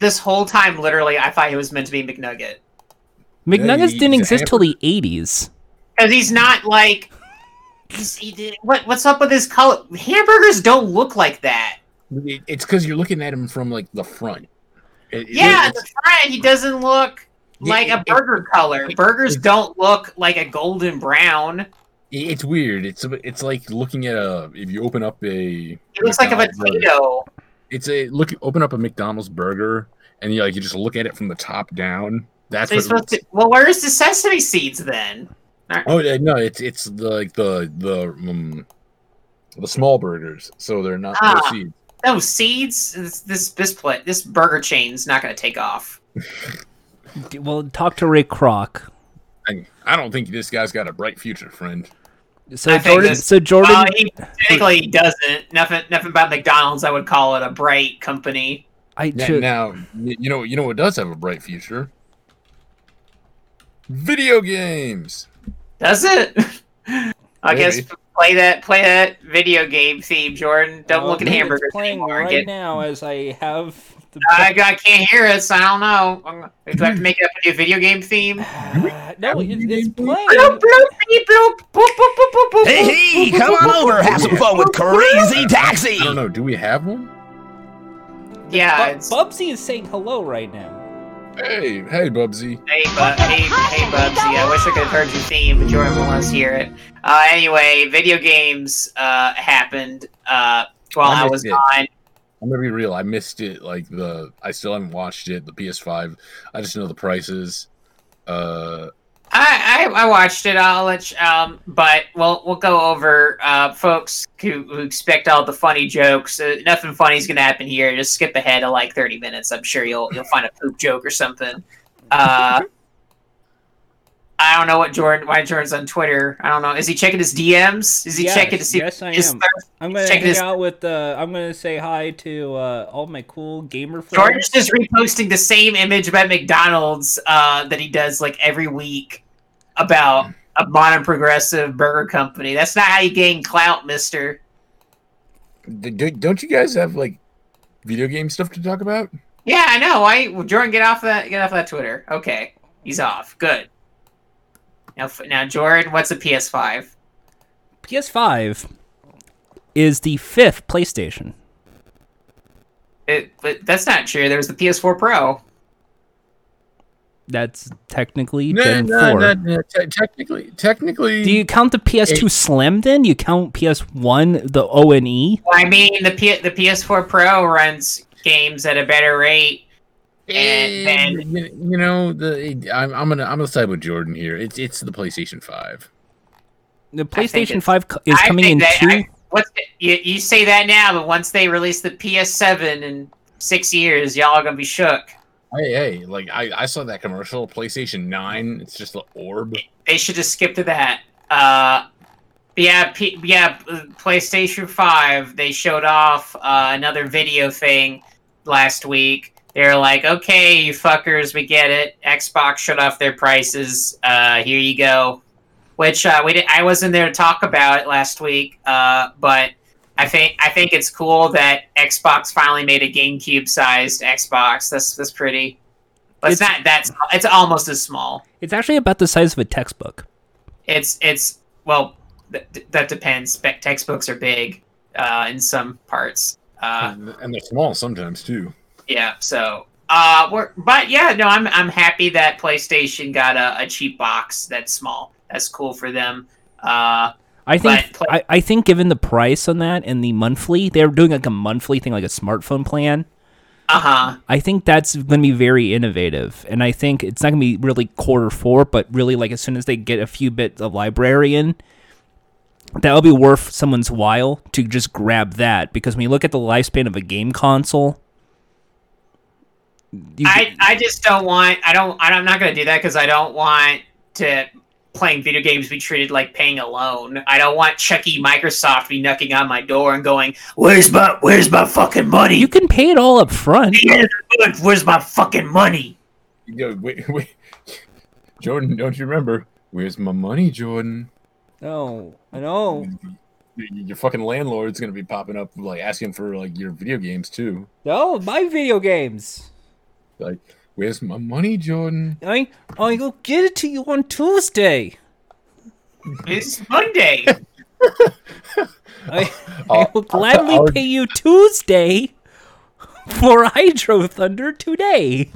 [SPEAKER 3] This whole time, literally, I thought he was meant to be McNugget
[SPEAKER 2] he-
[SPEAKER 1] McNuggets
[SPEAKER 2] he's
[SPEAKER 1] didn't
[SPEAKER 2] a
[SPEAKER 1] exist till the '80s.
[SPEAKER 3] because he's not like. He's, he did, what what's up with his color? Hamburgers don't look like that.
[SPEAKER 2] It- It's because you're looking at him from like the front. It- it-
[SPEAKER 3] Yeah, the
[SPEAKER 2] it's-
[SPEAKER 3] front he doesn't look
[SPEAKER 2] Yeah,
[SPEAKER 3] like
[SPEAKER 2] it-
[SPEAKER 3] a
[SPEAKER 2] it-
[SPEAKER 3] burger color. Burgers don't look like a golden brown. It
[SPEAKER 2] it- it's weird. It's it's like looking at a if you open up a.
[SPEAKER 3] looks like a
[SPEAKER 2] McDonald's burger,
[SPEAKER 3] potato.
[SPEAKER 2] It's a look. Open up a McDonald's burger and you like you just look at it from the top down. That's what
[SPEAKER 3] So he's
[SPEAKER 2] it
[SPEAKER 3] supposed to. Well, where's the sesame seeds then?
[SPEAKER 2] Oh yeah, no, it's it's the, like the the um, the small burgers, so they're not
[SPEAKER 3] Ah.
[SPEAKER 2] they're seeds.
[SPEAKER 3] No seeds. This this this, pla this burger chain's not going to take off.
[SPEAKER 1] D- Well, talk to Ray Kroc.
[SPEAKER 2] I, I don't think this guy's got a bright future, friend.
[SPEAKER 1] So
[SPEAKER 3] I think
[SPEAKER 1] Jordan,
[SPEAKER 3] this-
[SPEAKER 1] so Jordan,
[SPEAKER 3] Well, Uh, he technically he doesn't. Nothing nothing about McDonald's. I would call it a bright company.
[SPEAKER 1] I
[SPEAKER 2] Now,
[SPEAKER 1] should-
[SPEAKER 2] now y- you know you know what does have a bright future. Video games.
[SPEAKER 3] Does it? <laughs> I guess
[SPEAKER 2] Maybe.
[SPEAKER 3] play that play that video game theme, Jordan. Don't
[SPEAKER 1] Uh,
[SPEAKER 3] look at
[SPEAKER 1] dude, it's
[SPEAKER 3] hamburgers
[SPEAKER 1] playing
[SPEAKER 3] anymore.
[SPEAKER 1] right
[SPEAKER 3] Get-
[SPEAKER 1] now as I have. The...
[SPEAKER 3] I, I can't hear us. I don't know. I'm- Do I have to make it up a new video game theme?
[SPEAKER 1] no, it, it's
[SPEAKER 3] Bloop,
[SPEAKER 1] playing.
[SPEAKER 3] bloop, beep, bloop, boop, boop, boop, boop, boop, boop.
[SPEAKER 5] Hey, hey, come on over, have some fun with Crazy Taxi.
[SPEAKER 2] I don't know. Do we have one?
[SPEAKER 3] Yeah,
[SPEAKER 1] Bu-
[SPEAKER 3] it's
[SPEAKER 1] Bubsy is saying hello right now.
[SPEAKER 2] Hey, hey, Bubsy.
[SPEAKER 3] Hey, bu- hey, hey, Bubsy. I wish I could have heard your theme, but Jordan will us hear it. Uh, anyway, video games uh, happened uh, while
[SPEAKER 2] I
[SPEAKER 3] I,
[SPEAKER 2] missed
[SPEAKER 3] was
[SPEAKER 2] it.
[SPEAKER 3] gone.
[SPEAKER 2] I'm gonna be real. I missed it. Like the I still haven't watched it. The PS5. I just know the prices. Uh,
[SPEAKER 3] I, I, I watched it. I'll let you, um, but we'll we'll go over uh, folks who, who expect all the funny jokes. Uh, nothing funny is gonna happen here. Just skip ahead to like thirty minutes. I'm sure you'll you'll find a poop joke or something. Uh, I don't know what Jordan. Why Jordan's on Twitter? I don't know. Is he checking his DMs? Is he
[SPEAKER 1] Yes,
[SPEAKER 3] checking to see
[SPEAKER 1] yes, I
[SPEAKER 3] his
[SPEAKER 1] am.
[SPEAKER 3] third
[SPEAKER 1] I'm gonna
[SPEAKER 3] Check
[SPEAKER 1] hang
[SPEAKER 3] this-
[SPEAKER 1] out with. Uh, I'm gonna say hi to uh, all my cool gamer
[SPEAKER 3] Jordan's
[SPEAKER 1] friends.
[SPEAKER 3] just reposting the same image about McDonald's uh, that he does like every week about a modern progressive burger company. That's not how you gain clout, mister.
[SPEAKER 2] d- d- don't you guys have like video game stuff to talk about?
[SPEAKER 3] Yeah, I know. Why well, Jordan get off that get off that Twitter. Okay. He's off. Good. Now f- now Jordan, what's a PS5?
[SPEAKER 1] PS5 is the fifth PlayStation.
[SPEAKER 3] It, but that's not true. There was the PS4 Pro.
[SPEAKER 1] That's technically
[SPEAKER 2] No,
[SPEAKER 1] Gen
[SPEAKER 2] no,
[SPEAKER 1] four.
[SPEAKER 2] no, no. Te- technically, technically,
[SPEAKER 1] Do you count the PS2 Slim then? You count PS1, the O and E?
[SPEAKER 3] Well, I mean, the P- the PS4 Pro runs games at a better rate. and
[SPEAKER 2] eh,
[SPEAKER 3] then-
[SPEAKER 2] you, you know, the I'm, I'm gonna I'm gonna side with Jordan here. It's it's the PlayStation Five.
[SPEAKER 1] The
[SPEAKER 3] think
[SPEAKER 1] PlayStation
[SPEAKER 3] it's-
[SPEAKER 1] 5 co- is
[SPEAKER 3] I
[SPEAKER 1] coming in
[SPEAKER 3] think that-
[SPEAKER 1] two.
[SPEAKER 3] I- what's the- you, you say that now, but once they release the PS7 in six years, y'all are gonna be shook.
[SPEAKER 2] Hey, hey, like I, I saw that commercial PlayStation Nine. It's just the orb.
[SPEAKER 3] They should just skip to that. Uh, yeah, P- yeah. uh, PlayStation Five. They showed off uh, another video thing last week. They're like, okay, you fuckers, we get it. Xbox shut off their prices. Uh, here you go. Which uh, we did, I wasn't there to talk about it last week, uh, but I think I think it's cool that Xbox finally made a GameCube sized Xbox. That's that's pretty. But it's,
[SPEAKER 1] It's-
[SPEAKER 3] not that. Small. It's almost as small.
[SPEAKER 1] It's actually about the size of a textbook.
[SPEAKER 3] It's it's well th- that depends. Spec textbooks are big uh, in some parts. Uh,
[SPEAKER 2] and and they're small sometimes too.
[SPEAKER 3] yeah so uh we're but yeah no i'm i'm happy that playstation got a, a cheap box that's small that's cool for them uh
[SPEAKER 1] I think
[SPEAKER 3] But-
[SPEAKER 1] I, I think given the price on that and the monthly, they're doing like a monthly thing, like a smartphone plan.
[SPEAKER 3] uh-huh
[SPEAKER 1] I think that's going to be very innovative, and I think it's not going to be really quarter four, but really like as soon as they get a few bits of library in, that'll be worth someone's while to just grab that because when you look at the lifespan of a game console, you,
[SPEAKER 3] I, I just don't want I don't I'm not gonna do that because I don't want to playing video games be treated like paying a loan. I don't want Chucky Microsoft be knocking on my door and going, "Where's my Where's my fucking money?
[SPEAKER 1] you can pay it all up front.
[SPEAKER 3] Where's my fucking money?"
[SPEAKER 2] Yo, wait, <laughs> wait. Jordan, don't you remember? Where's my money, Jordan?
[SPEAKER 1] No, I know.
[SPEAKER 2] Your, your fucking landlord's gonna be popping up, like asking for like your video games too.
[SPEAKER 1] No, my video games.
[SPEAKER 2] Like, where's my money, Jordan?
[SPEAKER 1] I I will get it to you on Tuesday.
[SPEAKER 3] It's Monday.
[SPEAKER 1] I, I
[SPEAKER 3] Uh,
[SPEAKER 2] I'll-
[SPEAKER 3] <laughs>
[SPEAKER 1] will
[SPEAKER 2] I'll-
[SPEAKER 1] gladly
[SPEAKER 2] I'll-
[SPEAKER 1] pay you Tuesday <laughs> for Hydro Thunder today.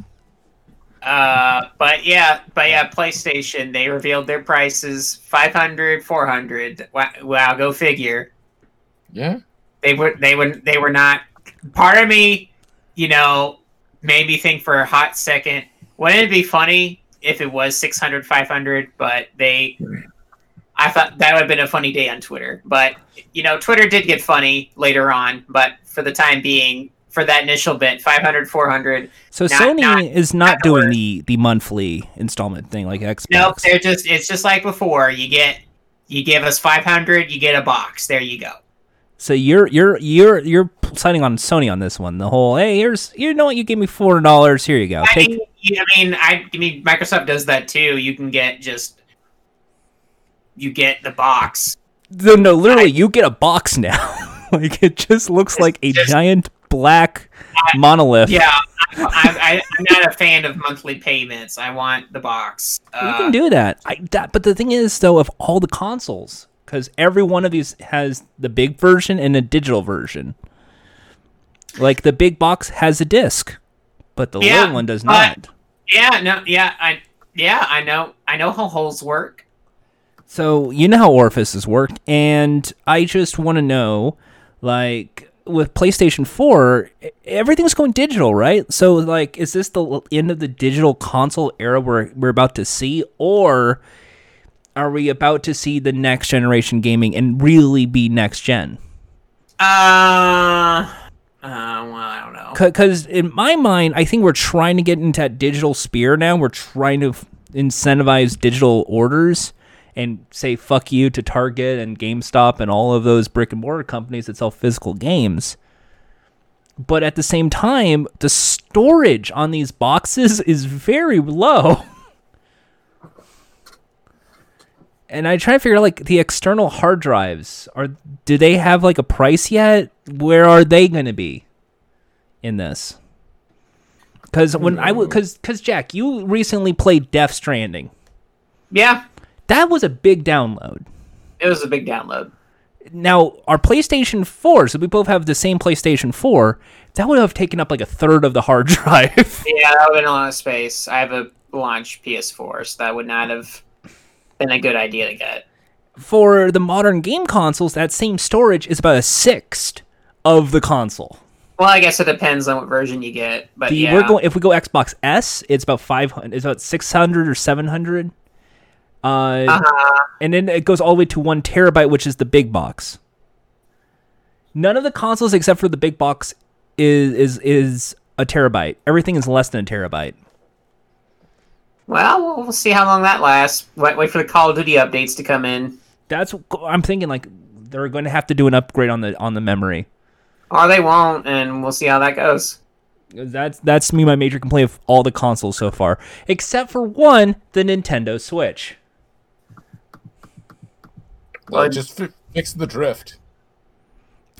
[SPEAKER 3] Uh, but yeah, but yeah, PlayStation, they revealed their prices 500, 400. Wow, wow go figure.
[SPEAKER 2] Yeah.
[SPEAKER 3] They were they were they were not part of me, you know, made me think for a hot second, wouldn't it be funny if it was 600, 500, but they I thought that would have been a funny day on Twitter. But you know, Twitter did get funny later on, but for the time being, for that initial bit, 500, 400
[SPEAKER 1] So
[SPEAKER 3] Not-
[SPEAKER 1] Sony
[SPEAKER 3] not-
[SPEAKER 1] is
[SPEAKER 3] not
[SPEAKER 1] not doing
[SPEAKER 3] worth-
[SPEAKER 1] the the monthly installment thing like Xbox.
[SPEAKER 3] Nope, they're just it's just like before. You get you give us five hundred, you get a box. There you go.
[SPEAKER 1] So you're you're you're you're p- signing on Sony on this one. The whole hey, here's you know what you gave me four hundred dollars. Here you go.
[SPEAKER 3] I
[SPEAKER 1] Take
[SPEAKER 3] mean, you- I mean, I, I mean, Microsoft does that too. You can get just you get the box.
[SPEAKER 1] no, no literally you get a box now. <laughs> like it just looks like a
[SPEAKER 3] just-
[SPEAKER 1] giant black monolith.
[SPEAKER 3] Yeah, I, I, I, I'm not a fan of monthly payments. I want the box.
[SPEAKER 1] you
[SPEAKER 3] Uh,
[SPEAKER 1] can do that. I that but the thing is though of all the consoles because every one of these has the big version and a digital version. Like the big box has a disc, but the
[SPEAKER 3] Yeah,
[SPEAKER 1] little one does
[SPEAKER 3] but-
[SPEAKER 1] not.
[SPEAKER 3] yeah, no, yeah, I yeah, I know, I know how holes work.
[SPEAKER 1] So you know how Orifice has worked, and I just want to know, like with PlayStation Four, e- everything's going digital, right? So like, is this the l- end of the digital console era we're we're about to see, or are we about to see the next generation gaming and really be next gen?
[SPEAKER 3] Uh, uh, well, I don't know.
[SPEAKER 1] Because in my mind, I think we're trying to get into that digital sphere now. We're trying to f- incentivize digital orders and say fuck you to Target and GameStop and all of those brick and mortar companies that sell physical games. But at the same time, the storage on these boxes is very low. <laughs> And I try to figure out like the external hard drives are do they have like a price yet? Where are they going to be? in this. Because when I would, because because Jack, you recently played Death Stranding.
[SPEAKER 3] Yeah,
[SPEAKER 1] That was a big download.
[SPEAKER 3] it was a big download.
[SPEAKER 1] Now our PlayStation Four, so we both have the same PlayStation Four. That would have taken up like a third of the hard <laughs> drive.
[SPEAKER 3] Yeah, that would have been a lot of space. I have a launch PS4, so that would not have been a good idea to get.
[SPEAKER 1] For the modern game consoles, that same storage is about a sixth of the console.
[SPEAKER 3] Well, I guess it depends on what version you get, but
[SPEAKER 1] The,
[SPEAKER 3] yeah,
[SPEAKER 1] we're going, if we go Xbox S, it's about five hundred. It's about six hundred or seven hundred. Uh, and then it goes all the way to one terabyte, which is the big box. None of the consoles except for the big box is is is a terabyte. Everything is less than a terabyte.
[SPEAKER 3] well, we'll- we'll see how long that lasts. Wait, wait for the Call of Duty updates to come in.
[SPEAKER 1] That's I'm thinking like they're going to have to do an upgrade on the on the memory.
[SPEAKER 3] Or they won't, and we'll see how that goes.
[SPEAKER 1] That's that's me my major complaint of all the consoles so far, except for one, the Nintendo Switch.
[SPEAKER 2] Like, just fi- fix the drift.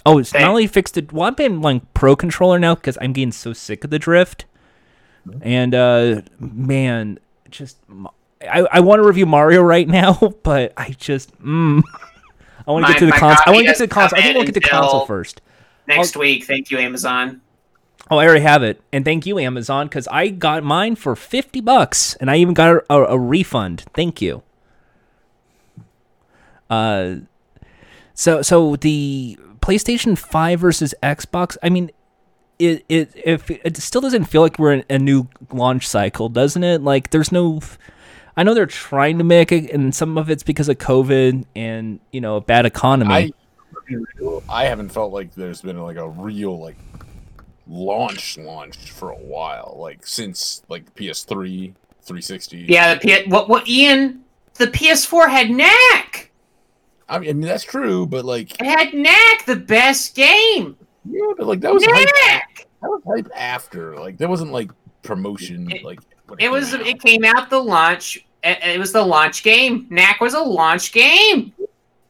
[SPEAKER 1] Oh, it's
[SPEAKER 3] Thank-
[SPEAKER 1] not only fixed it. Well, I've been like pro controller now because I'm getting so sick of the drift.
[SPEAKER 3] Mm-hmm.
[SPEAKER 1] And uh man, just m- I, I want to review Mario right now, <laughs> but I just mm, <laughs> I want to get
[SPEAKER 3] My-
[SPEAKER 1] to the
[SPEAKER 3] my
[SPEAKER 1] console. I
[SPEAKER 3] copy
[SPEAKER 1] want to get to the
[SPEAKER 3] doesn't come
[SPEAKER 1] console. I think
[SPEAKER 3] in
[SPEAKER 1] we'll get to the
[SPEAKER 3] until-
[SPEAKER 1] console first.
[SPEAKER 3] Next week, thank you, Amazon.
[SPEAKER 1] Oh, I already have it, and thank you Amazon because I got mine for fifty bucks, and I even got a, a refund. Thank you. Uh, so so the PlayStation Five versus Xbox. I mean, it it if it still doesn't feel like we're in a new launch cycle, doesn't it? Like there's no. I know they're trying to make it, and some of it's because of COVID and you know a bad economy.
[SPEAKER 2] I I haven't felt like there's been like a real like launch launch for a while, like since like PS3, 360.
[SPEAKER 3] Yeah, the P- what what Ian, the PS4 had knack.
[SPEAKER 2] I mean that's true, but like
[SPEAKER 3] It had knack, the best game.
[SPEAKER 2] yeah, but like that was hype, that
[SPEAKER 3] Knack.
[SPEAKER 2] was hype after. Like there wasn't like promotion. Like when
[SPEAKER 3] It was
[SPEAKER 2] came out.
[SPEAKER 3] it came out the launch. It it was the launch game. Knack was a launch game.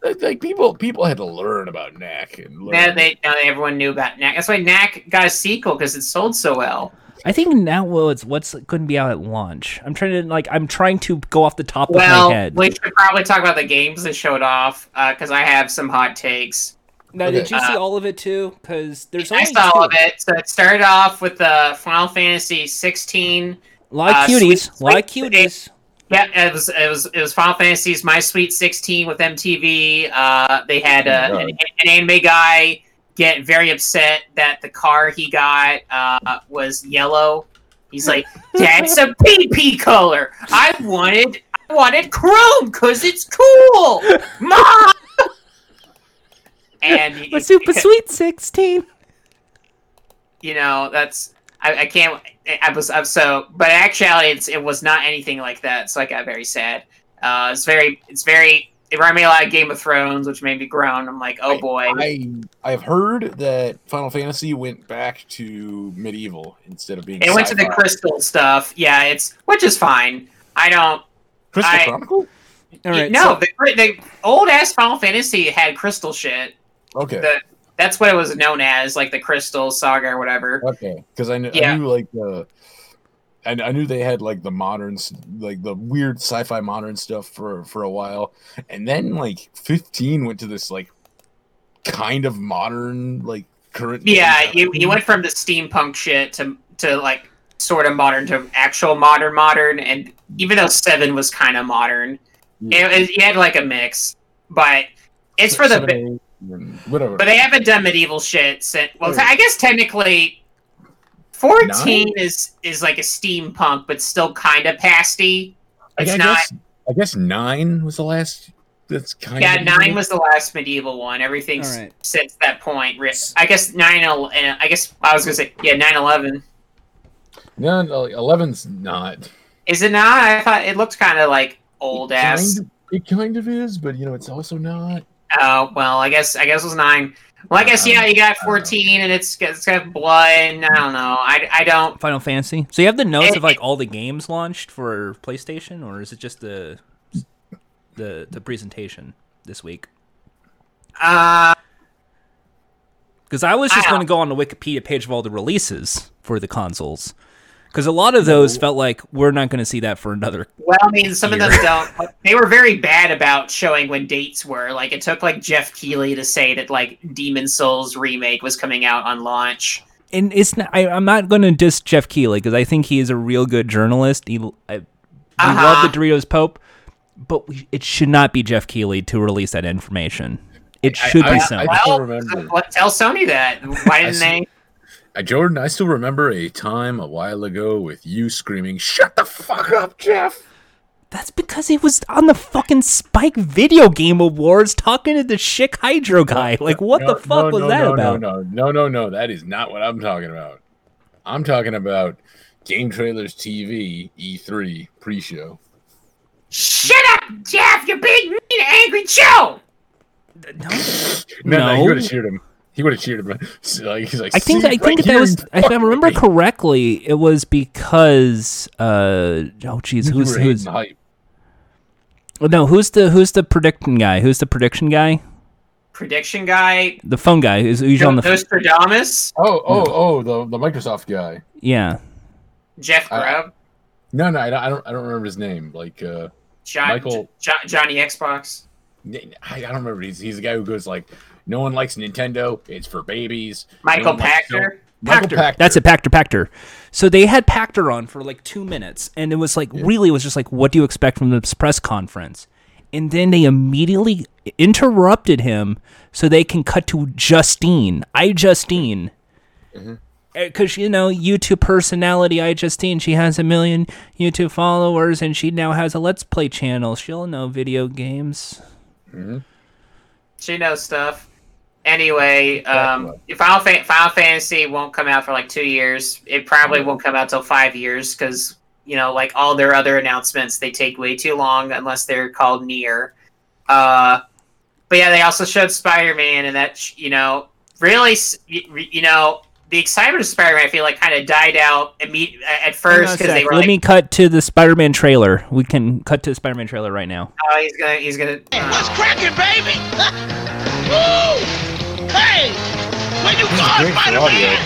[SPEAKER 2] like, like, people people had to learn about Knack and learn.
[SPEAKER 3] Now they now everyone knew about Knack. That's why Knack got a sequel because it sold so well.
[SPEAKER 1] I think now, well, it's what's couldn't be out at launch. I'm trying to like, I'm trying to go off the top of my
[SPEAKER 3] Well,
[SPEAKER 1] head.
[SPEAKER 3] we should probably talk about the games that showed off because I have some hot takes.
[SPEAKER 1] now,
[SPEAKER 2] okay.
[SPEAKER 1] did you see all of it too? Because there's
[SPEAKER 3] I
[SPEAKER 1] only
[SPEAKER 3] saw
[SPEAKER 1] two.
[SPEAKER 3] all of it. So it started off with uh, Final Fantasy 16.
[SPEAKER 1] A lot of
[SPEAKER 3] Uh,
[SPEAKER 1] cuties,
[SPEAKER 3] Sweet-
[SPEAKER 1] a lot of
[SPEAKER 3] Sweet-
[SPEAKER 1] cuties.
[SPEAKER 3] Yeah, it was it was it was Final Fantasy's My Sweet 16 with MTV. Uh, they had
[SPEAKER 2] Oh
[SPEAKER 3] uh,
[SPEAKER 2] my
[SPEAKER 3] an, an anime guy get very upset that the car he got uh, was yellow. He's like, "That's a PP color. I wanted I wanted chrome because it's cool, mom." and he- <laughs>
[SPEAKER 1] The super sweet sixteen.
[SPEAKER 3] you know that's I, I can't I was I'm so but in actuality it's it was not anything like that so I got very sad uh it's very it's very it reminded me a lot of Game of Thrones which made me groan I'm like oh boy
[SPEAKER 2] I I've heard that Final Fantasy went back to medieval instead of being.
[SPEAKER 3] it went to the
[SPEAKER 2] sci-fi.
[SPEAKER 3] crystal stuff yeah it's which is fine I don't
[SPEAKER 2] Crystal
[SPEAKER 3] I-
[SPEAKER 2] Chronicle.
[SPEAKER 1] All right,
[SPEAKER 3] no
[SPEAKER 1] so-
[SPEAKER 3] the, the old ass Final Fantasy had crystal shit
[SPEAKER 2] Okay.
[SPEAKER 3] the- that's what it was known as like the crystal saga or whatever
[SPEAKER 2] Okay, because I, kn-
[SPEAKER 3] Yeah.
[SPEAKER 2] I knew like the, I, I knew they had like the modern, s- like the weird sci-fi modern stuff for for a while, and then like fifteen went to this like kind of modern like current. day
[SPEAKER 3] Yeah,
[SPEAKER 2] now.
[SPEAKER 3] you,
[SPEAKER 2] <laughs>
[SPEAKER 3] you went from the steampunk shit to to like sort of modern to actual modern modern, and even though Seven was kind of modern,
[SPEAKER 2] Yeah.
[SPEAKER 3] it, was you had like a mix. But it's for the bi-
[SPEAKER 2] Seven, eight, Hmm. and whatever.
[SPEAKER 3] but they haven't done medieval shit since. Well,
[SPEAKER 2] Sure.
[SPEAKER 3] I guess technically, fourteen is is like a steampunk, but still kind of pasty.
[SPEAKER 2] Like,
[SPEAKER 3] It's
[SPEAKER 2] I
[SPEAKER 3] not.
[SPEAKER 2] guess I guess nine was the last. That's kind
[SPEAKER 3] Yeah,
[SPEAKER 2] of
[SPEAKER 3] nine was the last medieval one. Everything's
[SPEAKER 1] All right.
[SPEAKER 3] since that point. ri- I guess nine. el- and I guess I was gonna say yeah, nine eleven.
[SPEAKER 2] no, no, like, eleven's not.
[SPEAKER 3] Is it not? I thought it looked kind of like old
[SPEAKER 2] It
[SPEAKER 3] ass.
[SPEAKER 2] kind of- it kind of is, but you know, it's also not.
[SPEAKER 3] Oh well, I guess I guess it was nine. Well, I guess yeah, you got fourteen, and it's it's got blood. And I don't know. I, I don't.
[SPEAKER 1] Final Fantasy. So you have the notes
[SPEAKER 3] It-
[SPEAKER 1] of like all the games launched for PlayStation, or is it just the the the presentation this week?
[SPEAKER 3] Uh,
[SPEAKER 1] Because I was just
[SPEAKER 3] I-
[SPEAKER 1] going to go on the Wikipedia page of all the releases for the consoles. Because a lot of those felt like we're not going to see that for another.
[SPEAKER 3] well, I mean, some of them
[SPEAKER 1] Here.
[SPEAKER 3] don't. but They were very bad about showing when dates were. Like it took like Jeff Keighley to say that like Demon Souls remake was coming out on launch.
[SPEAKER 1] And it's not, I, I'm not going to diss Jeff Keighley because I think he is a real good journalist. He, I, we
[SPEAKER 3] Uh-huh.
[SPEAKER 1] love the Doritos Pope, but we, it should not be Jeff Keighley to release that information. It
[SPEAKER 2] I-
[SPEAKER 1] should
[SPEAKER 2] I-
[SPEAKER 1] be
[SPEAKER 2] I-
[SPEAKER 1] someone.
[SPEAKER 2] I
[SPEAKER 3] Well,
[SPEAKER 2] don't remember.
[SPEAKER 3] what- tell Sony that. Why didn't
[SPEAKER 2] see.
[SPEAKER 3] they?
[SPEAKER 2] Uh, Jordan, I still remember a time a while ago with you screaming, "Shut the fuck up, Jeff!"
[SPEAKER 1] That's because he was on the fucking Spike Video Game Awards talking to the Chick Hydro guy. Like, what
[SPEAKER 2] No,
[SPEAKER 1] the fuck
[SPEAKER 2] no,
[SPEAKER 1] was
[SPEAKER 2] no,
[SPEAKER 1] that
[SPEAKER 2] no,
[SPEAKER 1] about?
[SPEAKER 2] No, no, no, no, no. That is not what I'm talking about. I'm talking about Game Trailers TV E3 pre-show.
[SPEAKER 3] Shut up, Jeff! You're being mean, to angry Joe.
[SPEAKER 2] No, no,
[SPEAKER 1] No.
[SPEAKER 2] he would have cheered him. He would have cheered him. <laughs> So, like, he's like,
[SPEAKER 1] I think
[SPEAKER 2] "See,
[SPEAKER 1] I think
[SPEAKER 2] right
[SPEAKER 1] that,
[SPEAKER 2] here
[SPEAKER 1] was
[SPEAKER 2] you
[SPEAKER 1] if I
[SPEAKER 2] fucking
[SPEAKER 1] remember
[SPEAKER 2] hate me."
[SPEAKER 1] correctly, it was because uh oh jeez,
[SPEAKER 2] You
[SPEAKER 1] who's
[SPEAKER 2] were hating
[SPEAKER 1] who's
[SPEAKER 2] the hype.
[SPEAKER 1] no who's the who's the prediction guy? Who's the prediction guy?
[SPEAKER 3] Prediction guy.
[SPEAKER 1] The phone guy who's usually on the f-
[SPEAKER 3] Nostradamus.
[SPEAKER 2] Oh, oh, oh, the the Microsoft guy.
[SPEAKER 1] yeah.
[SPEAKER 3] Jeff
[SPEAKER 2] I-
[SPEAKER 3] Grubb.
[SPEAKER 2] No, no, I don't, I don't, I don't remember his name. Like, uh,
[SPEAKER 3] John,
[SPEAKER 2] Michael-
[SPEAKER 3] Jo- Johnny Xbox.
[SPEAKER 2] I, I don't remember. He's he's the guy who goes like, "No one likes Nintendo. It's for babies." No
[SPEAKER 3] Michael
[SPEAKER 2] one likes-
[SPEAKER 3] Pachter.
[SPEAKER 2] Michael Pachter.
[SPEAKER 1] That's it, Pactor Pactor. So they had Pactor on for like two minutes, and it was like really it was just like, what do you expect from this press conference? And then they immediately
[SPEAKER 3] Mm-hmm.
[SPEAKER 1] interrupted him so they can cut to Justine, I Justine, because Eh, you know YouTube personality I Justine she has a million YouTube followers and she now has a Let's Play channel. She'll know video games.
[SPEAKER 3] She knows stuff. Anyway, um, Final, Fa- Final Fantasy won't come out for like two years. It
[SPEAKER 2] Mm.
[SPEAKER 3] probably won't come out till five years because you know, like all their other announcements, they take way too long unless they're called near. Uh, but yeah, they also showed Spider Man, and that sh- you know, really, s- y- y- you know, the excitement of Spider Man, I feel like, kind of died out imme- at
[SPEAKER 1] Hang on a
[SPEAKER 3] first because
[SPEAKER 1] sec.
[SPEAKER 3] they were
[SPEAKER 1] Let
[SPEAKER 3] like,
[SPEAKER 1] me cut to the Spider-Man trailer. We can cut to the Spider-Man trailer right now.
[SPEAKER 3] "Oh, he's gonna, he's gonna." uh,
[SPEAKER 6] What's cracking, baby? <laughs> Woo! Hey! Where you going, Spider-Man?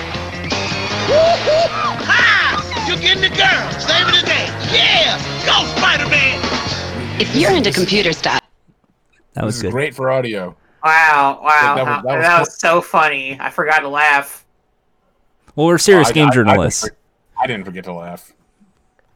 [SPEAKER 6] Woo-hoo! Ha! You're getting the girl. Saving the day. Yeah! Go, Spider-Man!
[SPEAKER 7] If you're into computer stuff,
[SPEAKER 1] That
[SPEAKER 2] This
[SPEAKER 1] was
[SPEAKER 2] is
[SPEAKER 1] good.
[SPEAKER 2] great for audio.
[SPEAKER 3] Wow!
[SPEAKER 2] That-
[SPEAKER 3] Wow!
[SPEAKER 2] that was-
[SPEAKER 3] how-
[SPEAKER 2] that was
[SPEAKER 3] that
[SPEAKER 2] cool.
[SPEAKER 3] was so funny. I forgot to laugh.
[SPEAKER 1] Well, we're serious
[SPEAKER 2] I-
[SPEAKER 1] game
[SPEAKER 2] I- I-
[SPEAKER 1] journalists.
[SPEAKER 2] I didn't forget to laugh.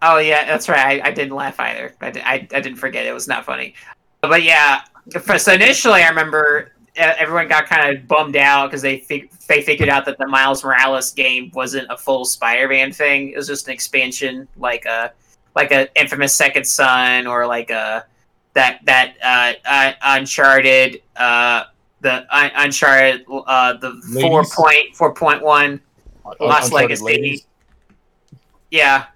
[SPEAKER 3] Oh yeah, that's right. I, I didn't laugh either. I, di- I, I didn't forget. It was not funny. But yeah, for- so initially I remember e- everyone got kind of bummed out because they fig- they figured out that the Miles Morales game wasn't a full Spider-Man thing. It was just an expansion, like a like a infamous Second Son or like a that that uh, uh, Uncharted uh, the Un- Uncharted uh, the
[SPEAKER 2] Ladies.
[SPEAKER 3] four point four point one.
[SPEAKER 2] Lost
[SPEAKER 3] Lost Legacy. Yeah,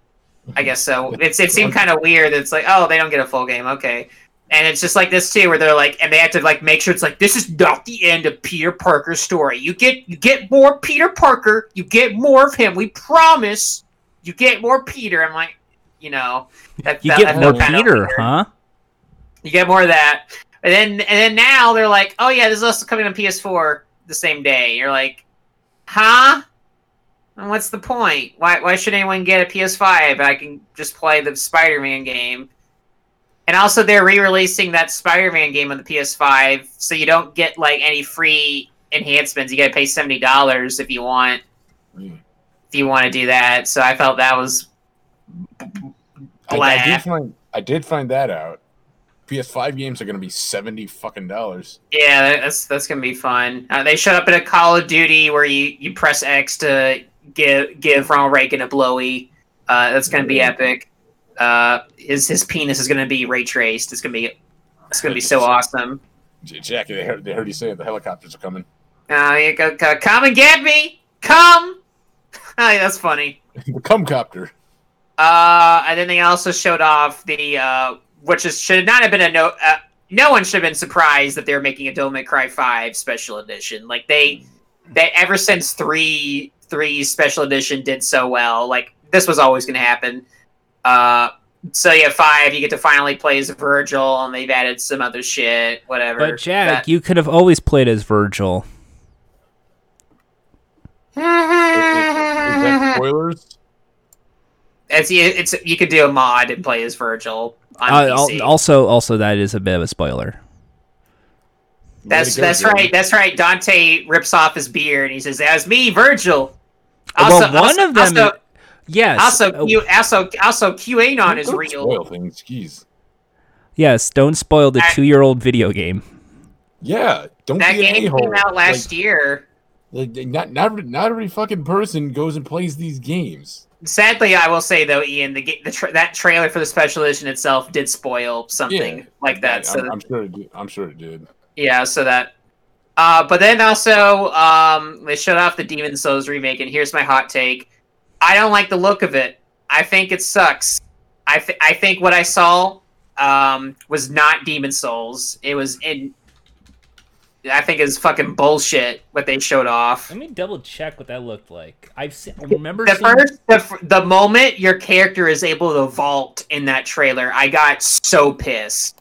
[SPEAKER 3] I
[SPEAKER 1] <laughs>
[SPEAKER 3] guess so. It's it seemed kind of weird. It's like, oh, they don't get a full game, okay. And it's just like this too, where they're like, and they have to like make sure it's like this is not the end of Peter Parker's story. You get you get more Peter Parker. You get more of him. We promise. You get more Peter. I'm like, you know, that,
[SPEAKER 1] You
[SPEAKER 3] that-
[SPEAKER 1] get
[SPEAKER 3] that's
[SPEAKER 1] more
[SPEAKER 3] kinda
[SPEAKER 1] Peter,
[SPEAKER 3] weird.
[SPEAKER 1] huh?
[SPEAKER 3] You get more of that. And then and then now they're like, oh yeah, this is also coming on PS4 the same day. You're like, huh? And what's the point? Why why should anyone get a PS5? I can just play the Spider-Man game. And also they're re-releasing that Spider-Man game on the PS5, so you don't get like any free enhancements. You gotta pay seventy dollars if you want if you want to do that. So I felt that was
[SPEAKER 2] I, I
[SPEAKER 3] Blah.
[SPEAKER 2] did find I did find that out. PS5 games are going to be seventy fucking dollars.
[SPEAKER 3] Yeah, that- that's that's gonna be fun. Uh, they showed up in a Call of Duty where you, you press X to give give Ronald Reagan a blowy. Uh, that's gonna be epic. Uh, his his penis is gonna be ray traced. It's gonna be it's gonna be so awesome.
[SPEAKER 2] J- Jackie, they heard, they heard you say it. The helicopters are coming. <laughs>
[SPEAKER 3] Uh, you go, go, come and get me. Come. <laughs> Oh, yeah, that's funny.
[SPEAKER 2] the cumcopter.
[SPEAKER 3] Uh, and then they also showed off the uh, which is should not have been a no. Uh, no one should have been surprised that they were making a Devil May Cry Five Special Edition. Like they, they ever since three three Special Edition did so well, like this was always going to happen. Uh, so yeah, five you get to finally play as Virgil, and they've added some other shit, whatever.
[SPEAKER 1] But Jack,
[SPEAKER 3] That-
[SPEAKER 1] you could have always played as Virgil.
[SPEAKER 2] Is, is- is that spoilers?
[SPEAKER 3] it's it's you could do a mod and play as Virgil on
[SPEAKER 1] Uh,
[SPEAKER 3] PC.
[SPEAKER 1] al- also, also that is a bit of a spoiler.
[SPEAKER 2] Way
[SPEAKER 3] That's
[SPEAKER 2] to go,
[SPEAKER 3] that's
[SPEAKER 2] Jeremy.
[SPEAKER 3] right. That's right. Dante rips off his beard and he says, "As me, Virgil."
[SPEAKER 1] well, one of them.
[SPEAKER 3] Also,
[SPEAKER 1] yes.
[SPEAKER 3] also,
[SPEAKER 1] uh,
[SPEAKER 3] you also also QAnon is
[SPEAKER 2] Don't
[SPEAKER 3] real.
[SPEAKER 2] Spoil things. Jeez.
[SPEAKER 1] yes. Don't spoil the
[SPEAKER 3] I-
[SPEAKER 1] two-year-old video game.
[SPEAKER 2] Yeah. Don't
[SPEAKER 3] That
[SPEAKER 2] be an
[SPEAKER 3] game
[SPEAKER 2] a-hole.
[SPEAKER 3] came out last year.
[SPEAKER 2] Like, like not not every- not every fucking person goes and plays these games.
[SPEAKER 3] Sadly, I will say though, Ian, the, ga- the tra- that trailer for the special edition itself did spoil something
[SPEAKER 2] Yeah.
[SPEAKER 3] like that.
[SPEAKER 2] I,
[SPEAKER 3] so
[SPEAKER 2] am sure it did. I'm sure it did.
[SPEAKER 3] Yeah, so that. Uh, but then also, um, they showed off the Demon Souls remake, and here's my hot take: I don't like the look of it. I think it sucks. I th- I think what I saw um, was not Demon Souls. It was in. I think it's fucking bullshit what they showed off.
[SPEAKER 1] me double check what that looked like. I've seen, remember
[SPEAKER 3] The first, the, f- the moment your character is able to vault in that trailer, I got so pissed.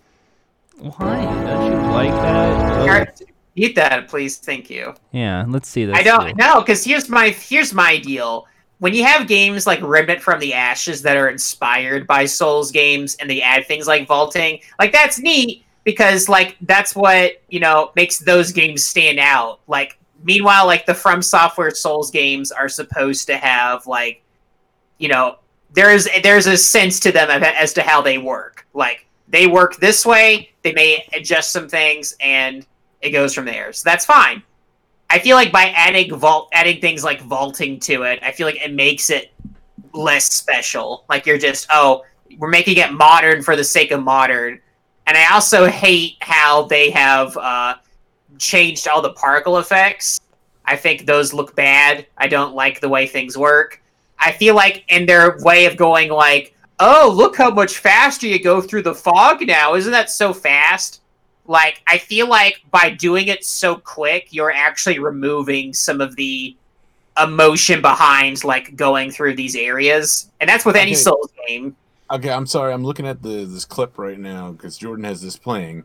[SPEAKER 1] Why don't you like that?
[SPEAKER 3] Eric, Mute that, please. Thank you.
[SPEAKER 1] Yeah. Let's see this.
[SPEAKER 3] I
[SPEAKER 1] here.
[SPEAKER 3] don't know because here's my here's my deal. When you have games like Remnant from the Ashes that are inspired by Souls games and they add things like vaulting, like that's neat because like that's what you know makes those games stand out. Like meanwhile, like the From Software Souls games are supposed to have like you know there's there's a sense to them of- as to how they work. Like they work this way, they may adjust some things, and it goes from there. So that's fine I feel like by adding vault, adding things like vaulting to it, I feel like it makes it less special. Like you're just, oh, we're making it modern for the sake of modern. And I also hate how they have uh, changed all the particle effects. I think those look bad. I don't like the way things work. I feel like in their way of going, like, oh, look how much faster you go through the fog now. Isn't that so fast? Like, I feel like by doing it so quick, you're actually removing some of the emotion behind, like, going through these areas. And that's with any
[SPEAKER 2] Okay.
[SPEAKER 3] Souls game.
[SPEAKER 2] Okay, I'm sorry. I'm looking at the this clip right now because Jordan has this playing.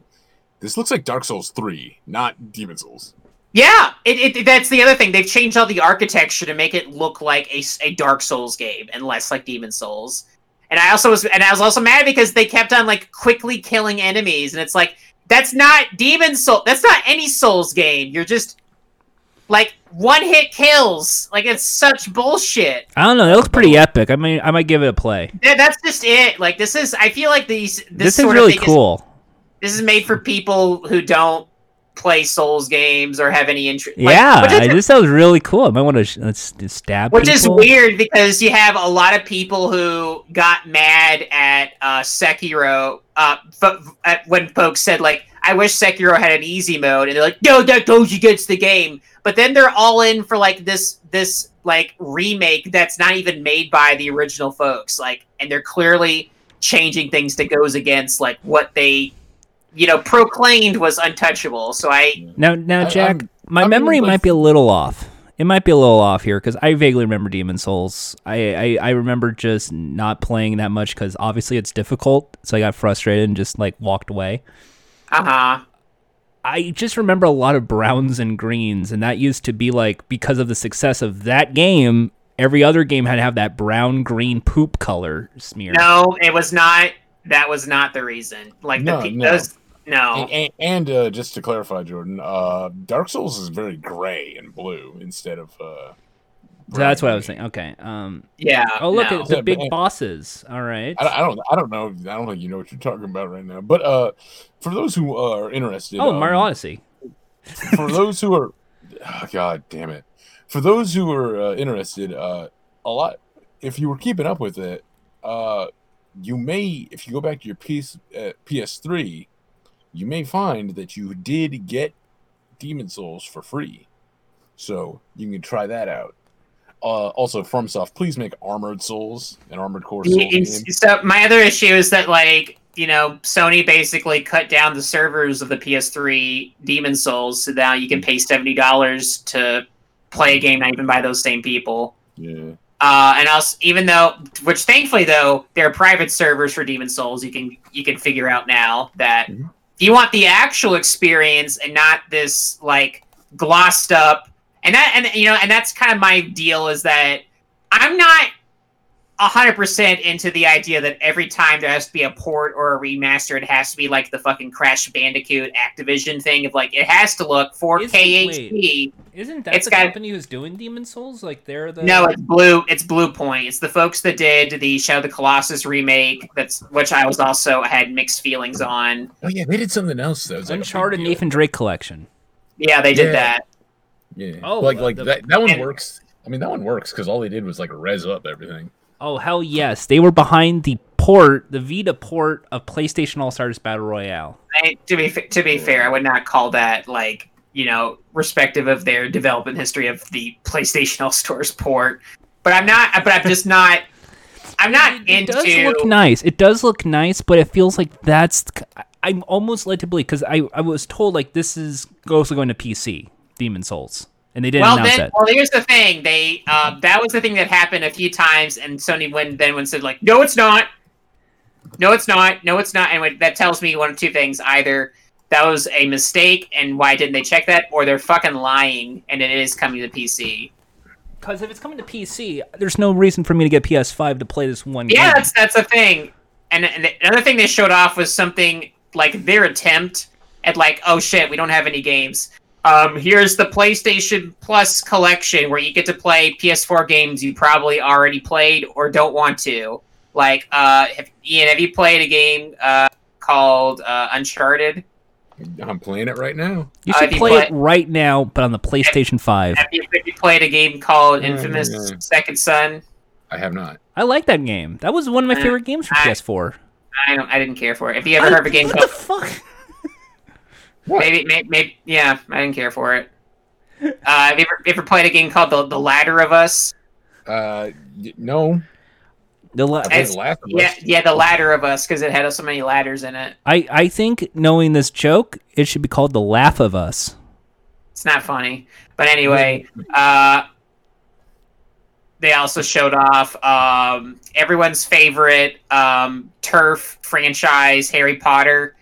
[SPEAKER 2] This looks like Dark Souls three, not Demon Souls.
[SPEAKER 3] Yeah, it, it, that's the other thing. They've changed all the architecture to make it look like a, s- a Dark Souls game and less like Demon Souls. And I also was and I was also mad because they kept on like quickly killing enemies, and it's like that's not Demon Soul. That's not any Souls game. You're just like one hit kills. Like it's such bullshit.
[SPEAKER 1] I don't know. That looks pretty epic. I mean, I might give it a play.
[SPEAKER 3] That, that's just it. Like this is. I feel like these. This,
[SPEAKER 1] This, is
[SPEAKER 3] sort
[SPEAKER 1] really
[SPEAKER 3] of thing is-
[SPEAKER 1] cool.
[SPEAKER 3] this is made for people who don't play Souls games or have any interest.
[SPEAKER 1] yeah,
[SPEAKER 3] which is
[SPEAKER 1] I- this sounds really cool. I might want to let's, let's stab.
[SPEAKER 3] Which is
[SPEAKER 1] people.
[SPEAKER 3] weird because you have a lot of people who got mad at uh, Sekiro uh, fo- at when folks said like, "I wish Sekiro had an easy mode," and they're like, "No, that goes against the game." But then they're all in for like this this like remake that's not even made by the original folks, like, and they're clearly changing things that goes against like what they you know proclaimed was untouchable. So I
[SPEAKER 1] Now, now,
[SPEAKER 2] I-
[SPEAKER 1] Jack,
[SPEAKER 2] I'm-
[SPEAKER 1] my
[SPEAKER 2] I'm
[SPEAKER 1] memory
[SPEAKER 2] gonna go
[SPEAKER 1] might
[SPEAKER 2] f-
[SPEAKER 1] be a little off. It might be a little off here because I vaguely remember Demon Souls. I, I, I remember just not playing that much because obviously it's difficult. So I got frustrated and just like walked away.
[SPEAKER 3] uh huh
[SPEAKER 1] I just remember a lot of browns and greens, and that used to be like because of the success of that game, every other game had to have that brown green poop color smear.
[SPEAKER 3] no, it was not. That was not the reason. Like
[SPEAKER 2] No,
[SPEAKER 3] the pe-
[SPEAKER 2] no.
[SPEAKER 3] those. No,
[SPEAKER 2] And, and, and, uh, just to clarify, Jordan, uh, Dark Souls is very gray and blue instead of. Uh,
[SPEAKER 1] So that's what I
[SPEAKER 2] brown.
[SPEAKER 1] was thinking. Okay. Um,
[SPEAKER 3] Yeah.
[SPEAKER 1] oh, look
[SPEAKER 3] Uh, no.
[SPEAKER 1] at the
[SPEAKER 2] Yeah,
[SPEAKER 1] big
[SPEAKER 2] but-
[SPEAKER 1] bosses. All right.
[SPEAKER 2] I, I don't. I don't know. I don't think you know what you're talking about right now. But uh, for those who are interested,
[SPEAKER 1] Oh,
[SPEAKER 2] um,
[SPEAKER 1] Mario Odyssey.
[SPEAKER 2] for those who are, <sighs> oh, God damn it, for those who are uh, interested, uh, a lot. If you were keeping up with it, uh, you may, if you go back to your PS, uh, PS3, you may find that you did get Demon Souls for free, so you can try that out. Uh, also, FromSoft, please make Armored Souls and Armored Core Souls.
[SPEAKER 3] Yeah, and
[SPEAKER 2] game.
[SPEAKER 3] s- so my other issue is that like you know Sony basically cut down the servers of the PS3 Demon Souls, so now you can
[SPEAKER 1] Mm.
[SPEAKER 3] pay seventy dollars to play a game not even by those same people.
[SPEAKER 2] Yeah.
[SPEAKER 3] Uh, and also, even though, which thankfully though, there are private servers for Demon Souls, you can you can figure out now that
[SPEAKER 2] Mhm.
[SPEAKER 3] you want the actual experience and not this like glossed up and that and you know and that's kind of my deal is that I'm not hundred percent into the idea that every time there has to be a port or a remaster, it has to be like the fucking Crash Bandicoot Activision thing of like it has to look 4K
[SPEAKER 1] Isn't-
[SPEAKER 3] HD.
[SPEAKER 1] Isn't
[SPEAKER 3] that it's the got- company
[SPEAKER 1] who's doing Demon Souls? Like they're the
[SPEAKER 3] No, it's Blue. It's Blue Point. It's the folks that did the Shadow of the Colossus remake. That's which I was also had mixed feelings on.
[SPEAKER 2] Oh yeah, they did something else though.
[SPEAKER 1] Uncharted Nathan Drake collection.
[SPEAKER 3] Yeah, they did
[SPEAKER 2] Yeah.
[SPEAKER 3] that.
[SPEAKER 2] Yeah.
[SPEAKER 1] Oh,
[SPEAKER 2] Oh, like
[SPEAKER 1] uh,
[SPEAKER 2] like
[SPEAKER 1] the-
[SPEAKER 2] that, that one
[SPEAKER 3] and-
[SPEAKER 2] works. I mean, that one works because all they did was like res up everything.
[SPEAKER 1] Oh hell yes, they were behind the port, the Vita port of PlayStation All Stars Battle Royale.
[SPEAKER 3] I, to be fa- to be fair, I would not call that like you know respective of their development history of the PlayStation All Stores port. But I'm not. But I'm just not. I'm not
[SPEAKER 1] It
[SPEAKER 3] into.
[SPEAKER 1] does look nice. It does look nice, but it feels like that's. I- I'm almost led to believe because I, I was told like this is also going to PC Demon Souls, and they didn't
[SPEAKER 3] well,
[SPEAKER 1] announce
[SPEAKER 3] then,
[SPEAKER 1] that.
[SPEAKER 3] well, here's the thing. They uh, that was the thing that happened a few times, and Sony when then when said like, no, it's not. No, it's not. No, it's not. And what- that tells me one of two things: either that was a mistake, and why didn't they check that, or they're fucking lying, and it is coming to PC.
[SPEAKER 1] Because if it's coming to PC, there's no reason for me to get PS5 to play this one.
[SPEAKER 3] Yeah,
[SPEAKER 1] game.
[SPEAKER 3] that's that's a thing. And, and another thing they showed off was something like their attempt at like, oh shit, we don't have any games. Um, here's the PlayStation Plus collection where you get to play PS4 games you probably already played or don't want to. Like, uh, have, Ian, have you played a game uh, called uh, Uncharted?
[SPEAKER 2] I'm playing it right now.
[SPEAKER 1] You
[SPEAKER 3] Uh,
[SPEAKER 1] should
[SPEAKER 3] if you
[SPEAKER 1] play
[SPEAKER 3] play-
[SPEAKER 1] it right now, but on the PlayStation 5.
[SPEAKER 3] Have you, have you played a game called Infamous
[SPEAKER 2] Mm.
[SPEAKER 3] Second Son?
[SPEAKER 2] I have not.
[SPEAKER 1] I like that game. That was one of my
[SPEAKER 3] Uh,
[SPEAKER 1] favorite games from
[SPEAKER 3] I-
[SPEAKER 1] PS4.
[SPEAKER 3] I don't. I didn't care for it. Have you ever heard of a game
[SPEAKER 1] what the
[SPEAKER 3] called?
[SPEAKER 1] fuck?
[SPEAKER 3] Maybe, maybe, maybe. Yeah, I didn't care for it. Uh, have you ever, ever played a game called the, the Ladder of Us?
[SPEAKER 2] Uh, y- no.
[SPEAKER 1] The la-
[SPEAKER 2] I played
[SPEAKER 3] As-
[SPEAKER 2] the last of
[SPEAKER 3] Yeah,
[SPEAKER 2] us.
[SPEAKER 3] yeah, the Ladder of Us because it had so many ladders in it.
[SPEAKER 1] I, I think knowing this joke, it should be called the laugh of us.
[SPEAKER 3] It's not funny. But anyway, uh, they also showed off um, everyone's favorite um, turf franchise, Harry Potter.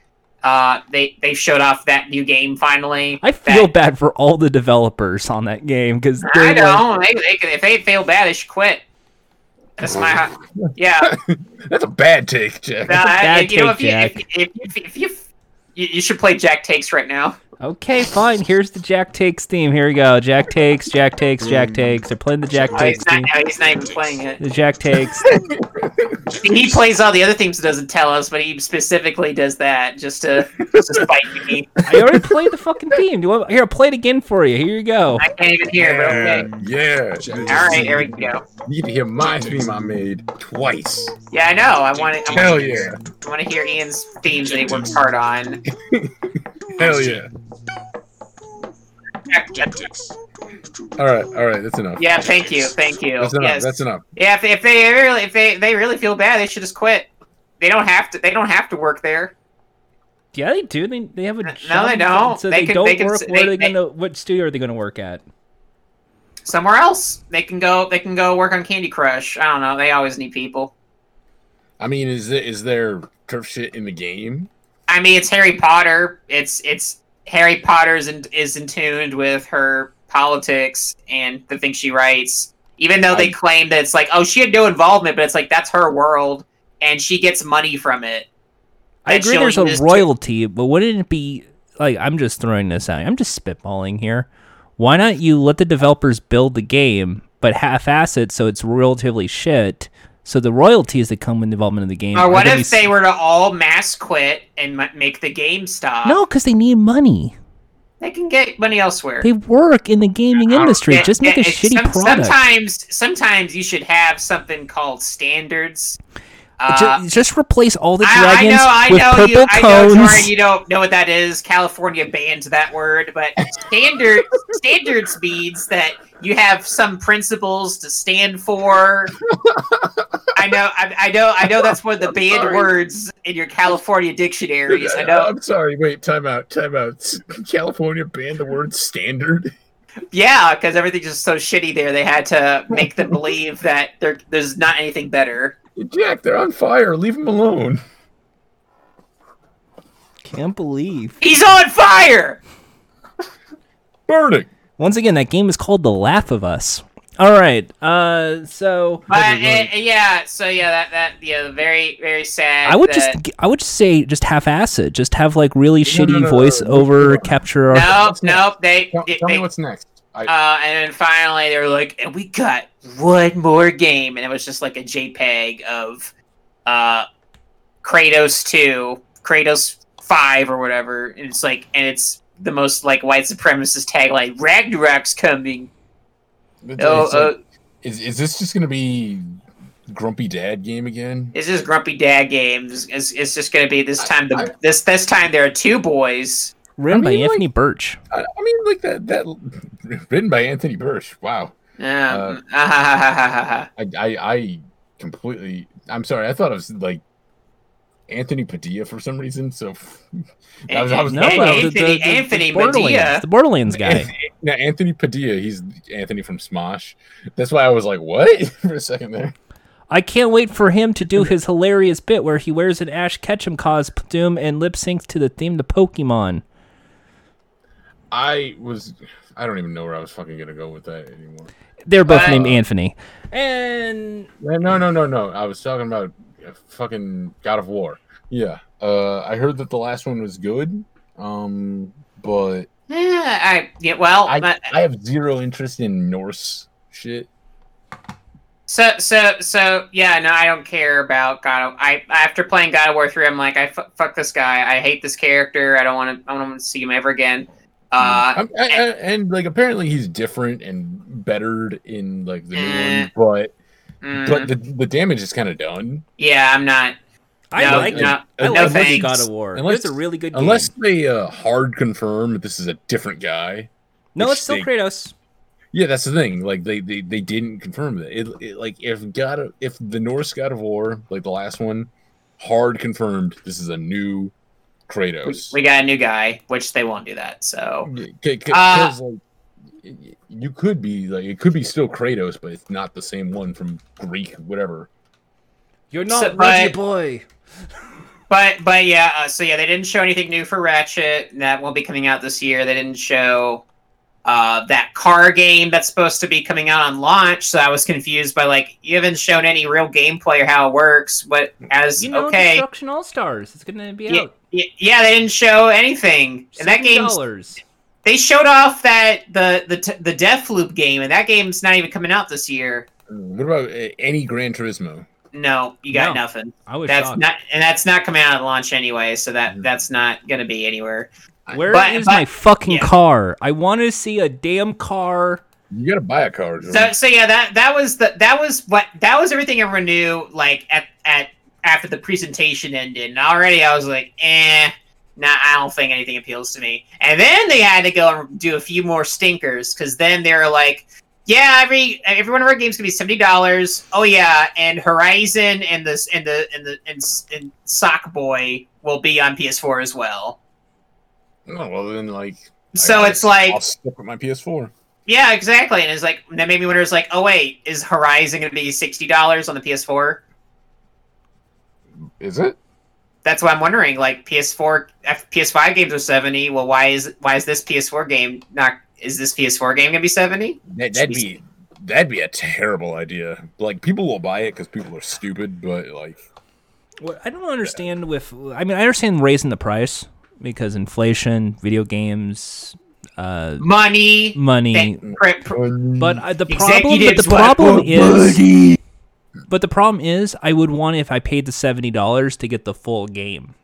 [SPEAKER 3] Uh, they they showed off that new game finally.
[SPEAKER 1] I
[SPEAKER 3] That-
[SPEAKER 1] feel bad for all the developers on that game because
[SPEAKER 3] I know. They, they, could- if they feel bad, they should quit. That's my hot. Yeah.
[SPEAKER 2] That's a bad take, Jack.
[SPEAKER 1] <laughs>
[SPEAKER 3] Nah,
[SPEAKER 1] bad
[SPEAKER 3] if, you know, if
[SPEAKER 1] take,
[SPEAKER 3] you, if, if, if, if you, you you should play Jack Takes right now.
[SPEAKER 1] Okay, fine. Here's the Jack Takes theme. Here we go. Jack Takes, Jack Takes, Jack Takes. They're playing the Jack
[SPEAKER 3] Oh,
[SPEAKER 1] Takes
[SPEAKER 3] he's not,
[SPEAKER 1] theme.
[SPEAKER 3] no, he's not even playing it.
[SPEAKER 1] The Jack Takes.
[SPEAKER 3] he plays all the other themes and doesn't tell us, but he specifically does that just to just to spite me.
[SPEAKER 1] I already played the fucking theme. Do you want, here, I'll play it again for you. Here you go.
[SPEAKER 3] I can't even hear, but okay.
[SPEAKER 2] Yeah.
[SPEAKER 3] All right, here we go.
[SPEAKER 2] Need to hear my theme I made twice.
[SPEAKER 3] Yeah, I know. I want to.
[SPEAKER 2] Hell yeah.
[SPEAKER 3] I want to hear Ian's themes that he works hard on.
[SPEAKER 2] Hell yeah. All right. All right. That's enough.
[SPEAKER 3] Yeah, thank you, thank you.
[SPEAKER 2] That's enough.
[SPEAKER 3] yes.
[SPEAKER 2] That's enough.
[SPEAKER 3] yeah, if, if they really, if they, they really feel bad, they should just quit. They don't have to. They don't have to work there.
[SPEAKER 1] Yeah, they do. They, they have a
[SPEAKER 3] No,
[SPEAKER 1] job.
[SPEAKER 3] they don't.
[SPEAKER 1] So
[SPEAKER 3] They
[SPEAKER 1] they,
[SPEAKER 3] can-
[SPEAKER 1] don't
[SPEAKER 3] they can
[SPEAKER 1] work.
[SPEAKER 3] s-
[SPEAKER 1] where
[SPEAKER 3] they-
[SPEAKER 1] are they
[SPEAKER 3] they-
[SPEAKER 1] gonna? What studio are they gonna work at?
[SPEAKER 3] Somewhere else, they can go. They can go work on Candy Crush. I don't know. They always need people.
[SPEAKER 2] I mean, is there, is there turf shit in the game?
[SPEAKER 3] I mean, it's Harry Potter. It's it's Harry Potter's in, is in tuned with her politics and the things she writes. Even though they
[SPEAKER 2] I-
[SPEAKER 3] claim that it's like, oh, she had no involvement, but it's like that's her world, and she gets money from it.
[SPEAKER 1] I
[SPEAKER 3] And
[SPEAKER 1] agree.
[SPEAKER 3] she'll
[SPEAKER 1] There's a
[SPEAKER 3] use to-
[SPEAKER 1] royalty, but wouldn't it be like? I'm just throwing this out. I'm just spitballing here. Why not you let the developers build the game, but half-ass it so it's relatively shit. So the royalties that come with development of the game.
[SPEAKER 3] Or
[SPEAKER 1] are
[SPEAKER 3] what
[SPEAKER 1] gonna
[SPEAKER 3] if
[SPEAKER 1] be s-
[SPEAKER 3] they were to all mass quit and m- make the game stop?
[SPEAKER 1] No, because they need money.
[SPEAKER 3] they can get money elsewhere.
[SPEAKER 1] They work in the gaming
[SPEAKER 3] Oh,
[SPEAKER 2] I don't-
[SPEAKER 1] industry.
[SPEAKER 3] Yeah,
[SPEAKER 1] Just make
[SPEAKER 3] yeah,
[SPEAKER 1] a
[SPEAKER 3] it's
[SPEAKER 1] shitty
[SPEAKER 3] some-
[SPEAKER 1] product.
[SPEAKER 3] Sometimes, sometimes you should have something called standards. Uh,
[SPEAKER 1] Ju- just replace all the
[SPEAKER 3] I-
[SPEAKER 1] dragons
[SPEAKER 3] I, know,
[SPEAKER 1] with
[SPEAKER 3] I know
[SPEAKER 1] purple
[SPEAKER 3] you, I know,
[SPEAKER 1] cones.
[SPEAKER 3] Jordan, you don't know what that is. California banned that word, but standard standards means that you have some principles to stand for. I know, I, I know, I know. That's
[SPEAKER 2] <laughs>
[SPEAKER 3] one of the banned
[SPEAKER 2] sorry.
[SPEAKER 3] words in your California dictionaries.
[SPEAKER 2] <laughs>
[SPEAKER 3] I know.
[SPEAKER 2] I'm sorry. Wait. Time out. Time out. <laughs> California banned the word standard.
[SPEAKER 3] Yeah, because everything's just so shitty there. They had to make them believe that there, there's not anything better.
[SPEAKER 2] Jack, they're on fire. Leave them alone.
[SPEAKER 1] Can't believe.
[SPEAKER 3] He's on fire.
[SPEAKER 2] Burning.
[SPEAKER 1] Once again, that game is called The Laugh of Us. All right. Uh, so
[SPEAKER 3] But uh, yeah, so yeah, that that yeah, very very sad.
[SPEAKER 1] I would
[SPEAKER 3] that-
[SPEAKER 1] just, I would just say, just half acid, just have like really
[SPEAKER 2] no,
[SPEAKER 1] shitty
[SPEAKER 2] no, no, no.
[SPEAKER 1] voiceover capture. Or,
[SPEAKER 3] Nope,
[SPEAKER 2] What's
[SPEAKER 3] nope. They,
[SPEAKER 2] Tell,
[SPEAKER 3] they,
[SPEAKER 2] tell me
[SPEAKER 3] they-
[SPEAKER 2] what's next. I,
[SPEAKER 3] uh, and then finally they were like, and we got one more game, and it was just like a JPEG of uh, Kratos two, Kratos five or whatever, and it's like, and it's the most like white supremacist tagline, Ragnarok's coming. Oh,
[SPEAKER 2] it's like-
[SPEAKER 3] uh,
[SPEAKER 2] is is this just gonna be grumpy dad game again?
[SPEAKER 3] it's just grumpy dad games. It's, it's just gonna be this time. The,
[SPEAKER 2] I-
[SPEAKER 3] this this time there are two boys.
[SPEAKER 1] written
[SPEAKER 2] I
[SPEAKER 1] by
[SPEAKER 2] mean, like-
[SPEAKER 1] Anthony Birch.
[SPEAKER 2] I, I mean, like that that written by Anthony Birch. Wow.
[SPEAKER 3] Um, <laughs> ah,
[SPEAKER 2] I, I I completely. I'm sorry. I thought it was like Anthony Padilla for some reason. So <laughs> I was, I was,
[SPEAKER 3] No,
[SPEAKER 2] that's what I was-
[SPEAKER 3] Anthony- Anthony Padilla.
[SPEAKER 1] Borderlands, the Borderlands guy.
[SPEAKER 2] Anthony, now Anthony Padilla, he's Anthony from Smosh. That's why I was like, what <laughs> for a second there.
[SPEAKER 1] I can't wait for him to do his hilarious bit where he wears an Ash Ketchum costume and lip syncs to the theme to Pokemon.
[SPEAKER 2] I was, I don't even know where I was fucking gonna go with that anymore.
[SPEAKER 1] They're both
[SPEAKER 3] Uh,
[SPEAKER 1] named Anthony. And
[SPEAKER 2] No, no, no, no, no. I was talking about uh, fucking God of War. Yeah, uh, I heard that the last one was good, um, but
[SPEAKER 3] yeah, I yeah. Well,
[SPEAKER 2] I
[SPEAKER 3] my-
[SPEAKER 2] I have zero interest in Norse shit.
[SPEAKER 3] So so so yeah. No, I don't care about God. Of, I after playing God of War three, I'm like, I f- fuck this guy. I hate this character. I don't want to. I don't want to see him ever again. Uh,
[SPEAKER 2] I, I, I, and like apparently he's different and bettered in like the new
[SPEAKER 3] Eh.
[SPEAKER 2] one, but
[SPEAKER 3] mm,
[SPEAKER 2] but the, the damage is kind of done.
[SPEAKER 3] yeah, I'm not.
[SPEAKER 1] I
[SPEAKER 3] no,
[SPEAKER 1] like
[SPEAKER 3] no,
[SPEAKER 1] it. I
[SPEAKER 3] no
[SPEAKER 1] like
[SPEAKER 3] thanks.
[SPEAKER 1] God of War.
[SPEAKER 2] Unless-
[SPEAKER 1] it's a really good game.
[SPEAKER 2] Unless they uh, hard confirm that this is a different guy.
[SPEAKER 1] no, it's still
[SPEAKER 2] they-
[SPEAKER 1] Kratos.
[SPEAKER 2] Yeah, that's the thing. Like they they, they didn't confirm that. It, it like if God of, if the Norse God of War like the last one, hard confirmed this is a new
[SPEAKER 3] We,
[SPEAKER 2] Kratos.
[SPEAKER 3] we got a new guy, which they won't do that. So
[SPEAKER 2] Yeah, c- c-
[SPEAKER 3] Ah.
[SPEAKER 2] 'cause, like, y- y- you could be like it could be still Kratos, but it's not the same one from Greek whatever.
[SPEAKER 1] You're not
[SPEAKER 3] So-
[SPEAKER 1] ready,
[SPEAKER 3] but-
[SPEAKER 1] boy.
[SPEAKER 3] But but yeah, uh, so yeah, they didn't show anything new for Ratchet. and That won't be coming out this year. They didn't show uh, that car game that's supposed to be coming out on launch. So I was confused by like you haven't shown any real gameplay or how it works. But as
[SPEAKER 1] You know,
[SPEAKER 3] okay,
[SPEAKER 1] Destruction All Stars. It's gonna be
[SPEAKER 3] yeah,
[SPEAKER 1] out.
[SPEAKER 3] yeah, yeah, they didn't show anything. And that game,
[SPEAKER 1] dollars.
[SPEAKER 3] they showed off that the the t- the Deathloop game, and that game's not even coming out this year.
[SPEAKER 2] What about uh, any Gran Turismo?
[SPEAKER 3] No, you got
[SPEAKER 1] No.
[SPEAKER 3] nothing.
[SPEAKER 1] I was
[SPEAKER 3] That's
[SPEAKER 1] shocked.
[SPEAKER 3] not, and that's not coming out at launch anyway. So that
[SPEAKER 2] Mhm.
[SPEAKER 3] that's not going to be anywhere.
[SPEAKER 1] Where is
[SPEAKER 3] but- but-
[SPEAKER 1] my fucking
[SPEAKER 3] yeah.
[SPEAKER 1] car? I want to see a damn car.
[SPEAKER 2] You gotta buy a car.
[SPEAKER 3] So so yeah, that that was the that was what that was everything everyone knew like at at after the presentation ended. And already I was like, eh, nah, I don't think anything appeals to me. And then they had to go and do a few more stinkers because then they were like, yeah, every every one of our games gonna be seventy dollars. Oh yeah, and Horizon and this and the and the and, S- and Sock Boy will be on PS4 as well.
[SPEAKER 2] No, Oh, well then like. I
[SPEAKER 3] So
[SPEAKER 2] gotta-
[SPEAKER 3] it's like
[SPEAKER 2] I'll stick with my PS4.
[SPEAKER 3] Yeah, exactly. And it's like that made me wonder. It's like, oh wait, is Horizon going to be sixty dollars on the PS4?
[SPEAKER 2] Is it?
[SPEAKER 3] That's what I'm wondering. Like PS4, F- PS5 games are seventy. Well, why is why is this PS4 game not? Is this PS4 game going to be seventy?
[SPEAKER 2] That, that'd be that'd be a terrible idea. Like people will buy it because people are stupid, but like
[SPEAKER 1] What I don't understand with. I mean, I understand raising the price because inflation, video games, uh,
[SPEAKER 3] Money.
[SPEAKER 1] money.
[SPEAKER 3] That- pr- pr-
[SPEAKER 1] But I, the problem, but the
[SPEAKER 3] Executives want
[SPEAKER 1] problem is, but the problem is, I would want if I paid the seventy dollars to get the full game,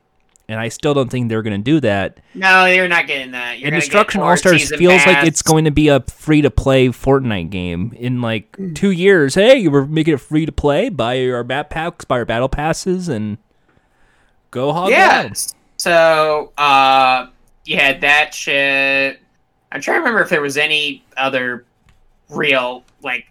[SPEAKER 1] and I still don't think they're going to do that.
[SPEAKER 3] no, you're not getting that. You're
[SPEAKER 1] and
[SPEAKER 3] gonna get
[SPEAKER 1] Destruction
[SPEAKER 3] more
[SPEAKER 1] All Stars
[SPEAKER 3] season
[SPEAKER 1] feels like
[SPEAKER 3] pass.
[SPEAKER 1] it's going to be a free to play Fortnite game in like two years. Hey, you were making it free to play. Buy our map packs, buy our battle passes, and go hog
[SPEAKER 3] Yeah.
[SPEAKER 1] wild.
[SPEAKER 3] So uh, you had that shit. I'm trying to remember if there was any other real like.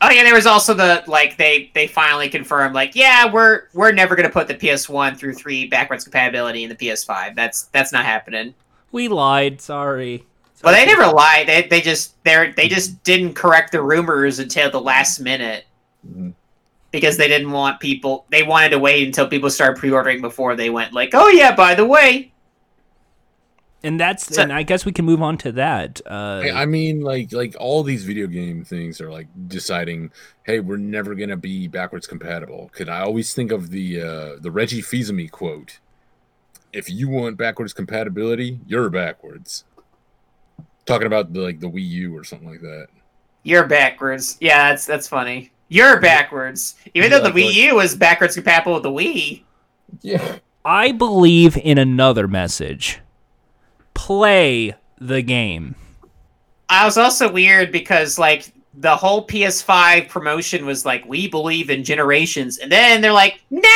[SPEAKER 3] Oh yeah, there was also the like they they finally confirmed like yeah we're we're never gonna put the PS1 through three backwards compatibility in the PS5. That's that's not happening.
[SPEAKER 1] We lied. Sorry.
[SPEAKER 3] Well, they never lie. They they just they they just didn't correct the rumors until the last minute
[SPEAKER 2] Mhm.
[SPEAKER 3] because they didn't want people. They wanted to wait until people started pre-ordering before they went like oh yeah by the way
[SPEAKER 1] And that's
[SPEAKER 3] So-
[SPEAKER 1] and I guess we can move on to that. Uh,
[SPEAKER 2] I, I mean, like like all these video game things are like deciding, hey, we're never gonna be backwards compatible. Could I always think of the uh, the Reggie Fils-Aimé quote? If you want backwards compatibility, you're backwards. Talking about the, like the Wii U or something like that.
[SPEAKER 3] You're backwards. Yeah, that's that's funny. You're backwards. Even
[SPEAKER 2] Yeah,
[SPEAKER 3] though the
[SPEAKER 2] I feel
[SPEAKER 3] Wii
[SPEAKER 2] like-
[SPEAKER 3] U was backwards compatible with the Wii.
[SPEAKER 2] Yeah.
[SPEAKER 1] I believe in another message. Play the game.
[SPEAKER 3] I was also weird because like the whole PS5 promotion was like we believe in generations, and then they're like, no,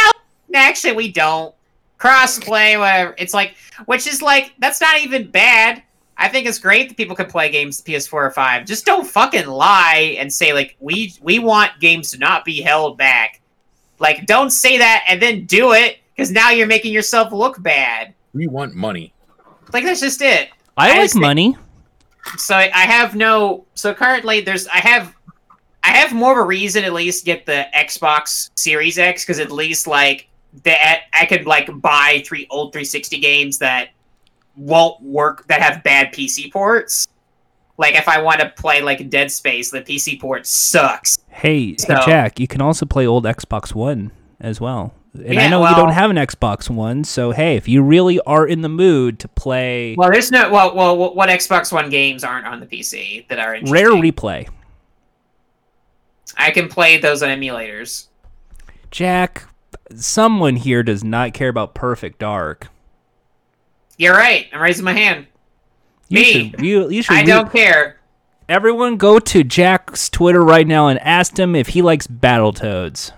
[SPEAKER 3] actually we don't crossplay. Whatever. It's like, which is like that's not even bad. I think it's great that people can play games PS4 or 5. Just don't fucking lie and say like we we want games to not be held back. Like don't say that and then do it because now you're making yourself look bad.
[SPEAKER 2] We want money.
[SPEAKER 3] Like that's just it
[SPEAKER 1] I,
[SPEAKER 3] I
[SPEAKER 1] like
[SPEAKER 3] just think-
[SPEAKER 1] money.
[SPEAKER 3] so I, I have no so currently there's i have i have more of a reason at least get the xbox series x because at least like that i could like buy three old 360 games that won't work that have bad pc ports like if i want to play like dead space the pc port sucks
[SPEAKER 1] Hey,
[SPEAKER 3] So-
[SPEAKER 1] hey, Jack, you can also play old Xbox One as well. And I
[SPEAKER 3] Yeah,
[SPEAKER 1] know you
[SPEAKER 3] well-
[SPEAKER 1] don't have an Xbox One, so hey, if you really are in the mood to play
[SPEAKER 3] well there's no well well what- what xbox one games aren't on the pc that are interesting?
[SPEAKER 1] Rare Replay,
[SPEAKER 3] I can play those on emulators.
[SPEAKER 1] Jack, someone here does not care about Perfect Dark.
[SPEAKER 3] You're right. I'm raising my hand.
[SPEAKER 1] You
[SPEAKER 3] Me.
[SPEAKER 1] should, you, you should
[SPEAKER 3] I
[SPEAKER 1] re-
[SPEAKER 3] don't care.
[SPEAKER 1] Everyone go to Jack's Twitter right now and ask him if he likes Battletoads.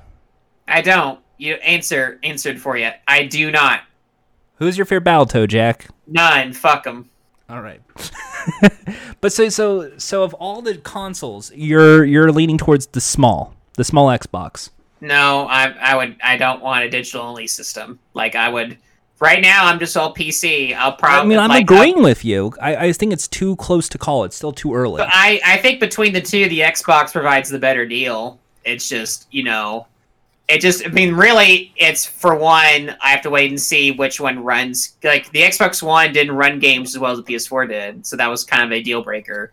[SPEAKER 3] I don't. You answer answered for you. I do not.
[SPEAKER 1] Who's your favorite Battletoad, Jack?
[SPEAKER 3] None. Fuck them.
[SPEAKER 1] All right. <laughs> but so so so of all the consoles, you're you're leaning towards the small, the small Xbox.
[SPEAKER 3] No, I I would I don't want a digital only system. Like I would. Right now, I'm just all PC. I'll
[SPEAKER 1] I
[SPEAKER 3] probably.
[SPEAKER 1] mean, I'm
[SPEAKER 3] like,
[SPEAKER 1] agreeing with you. I, I think it's too close to call. It's still too early.
[SPEAKER 3] But I, I think between the two, the Xbox provides the better deal. It's just, you know, it just, I mean, really, it's for one, I have to wait and see which one runs. Like, the Xbox One didn't run games as well as the PS4 did, so that was kind of a deal breaker.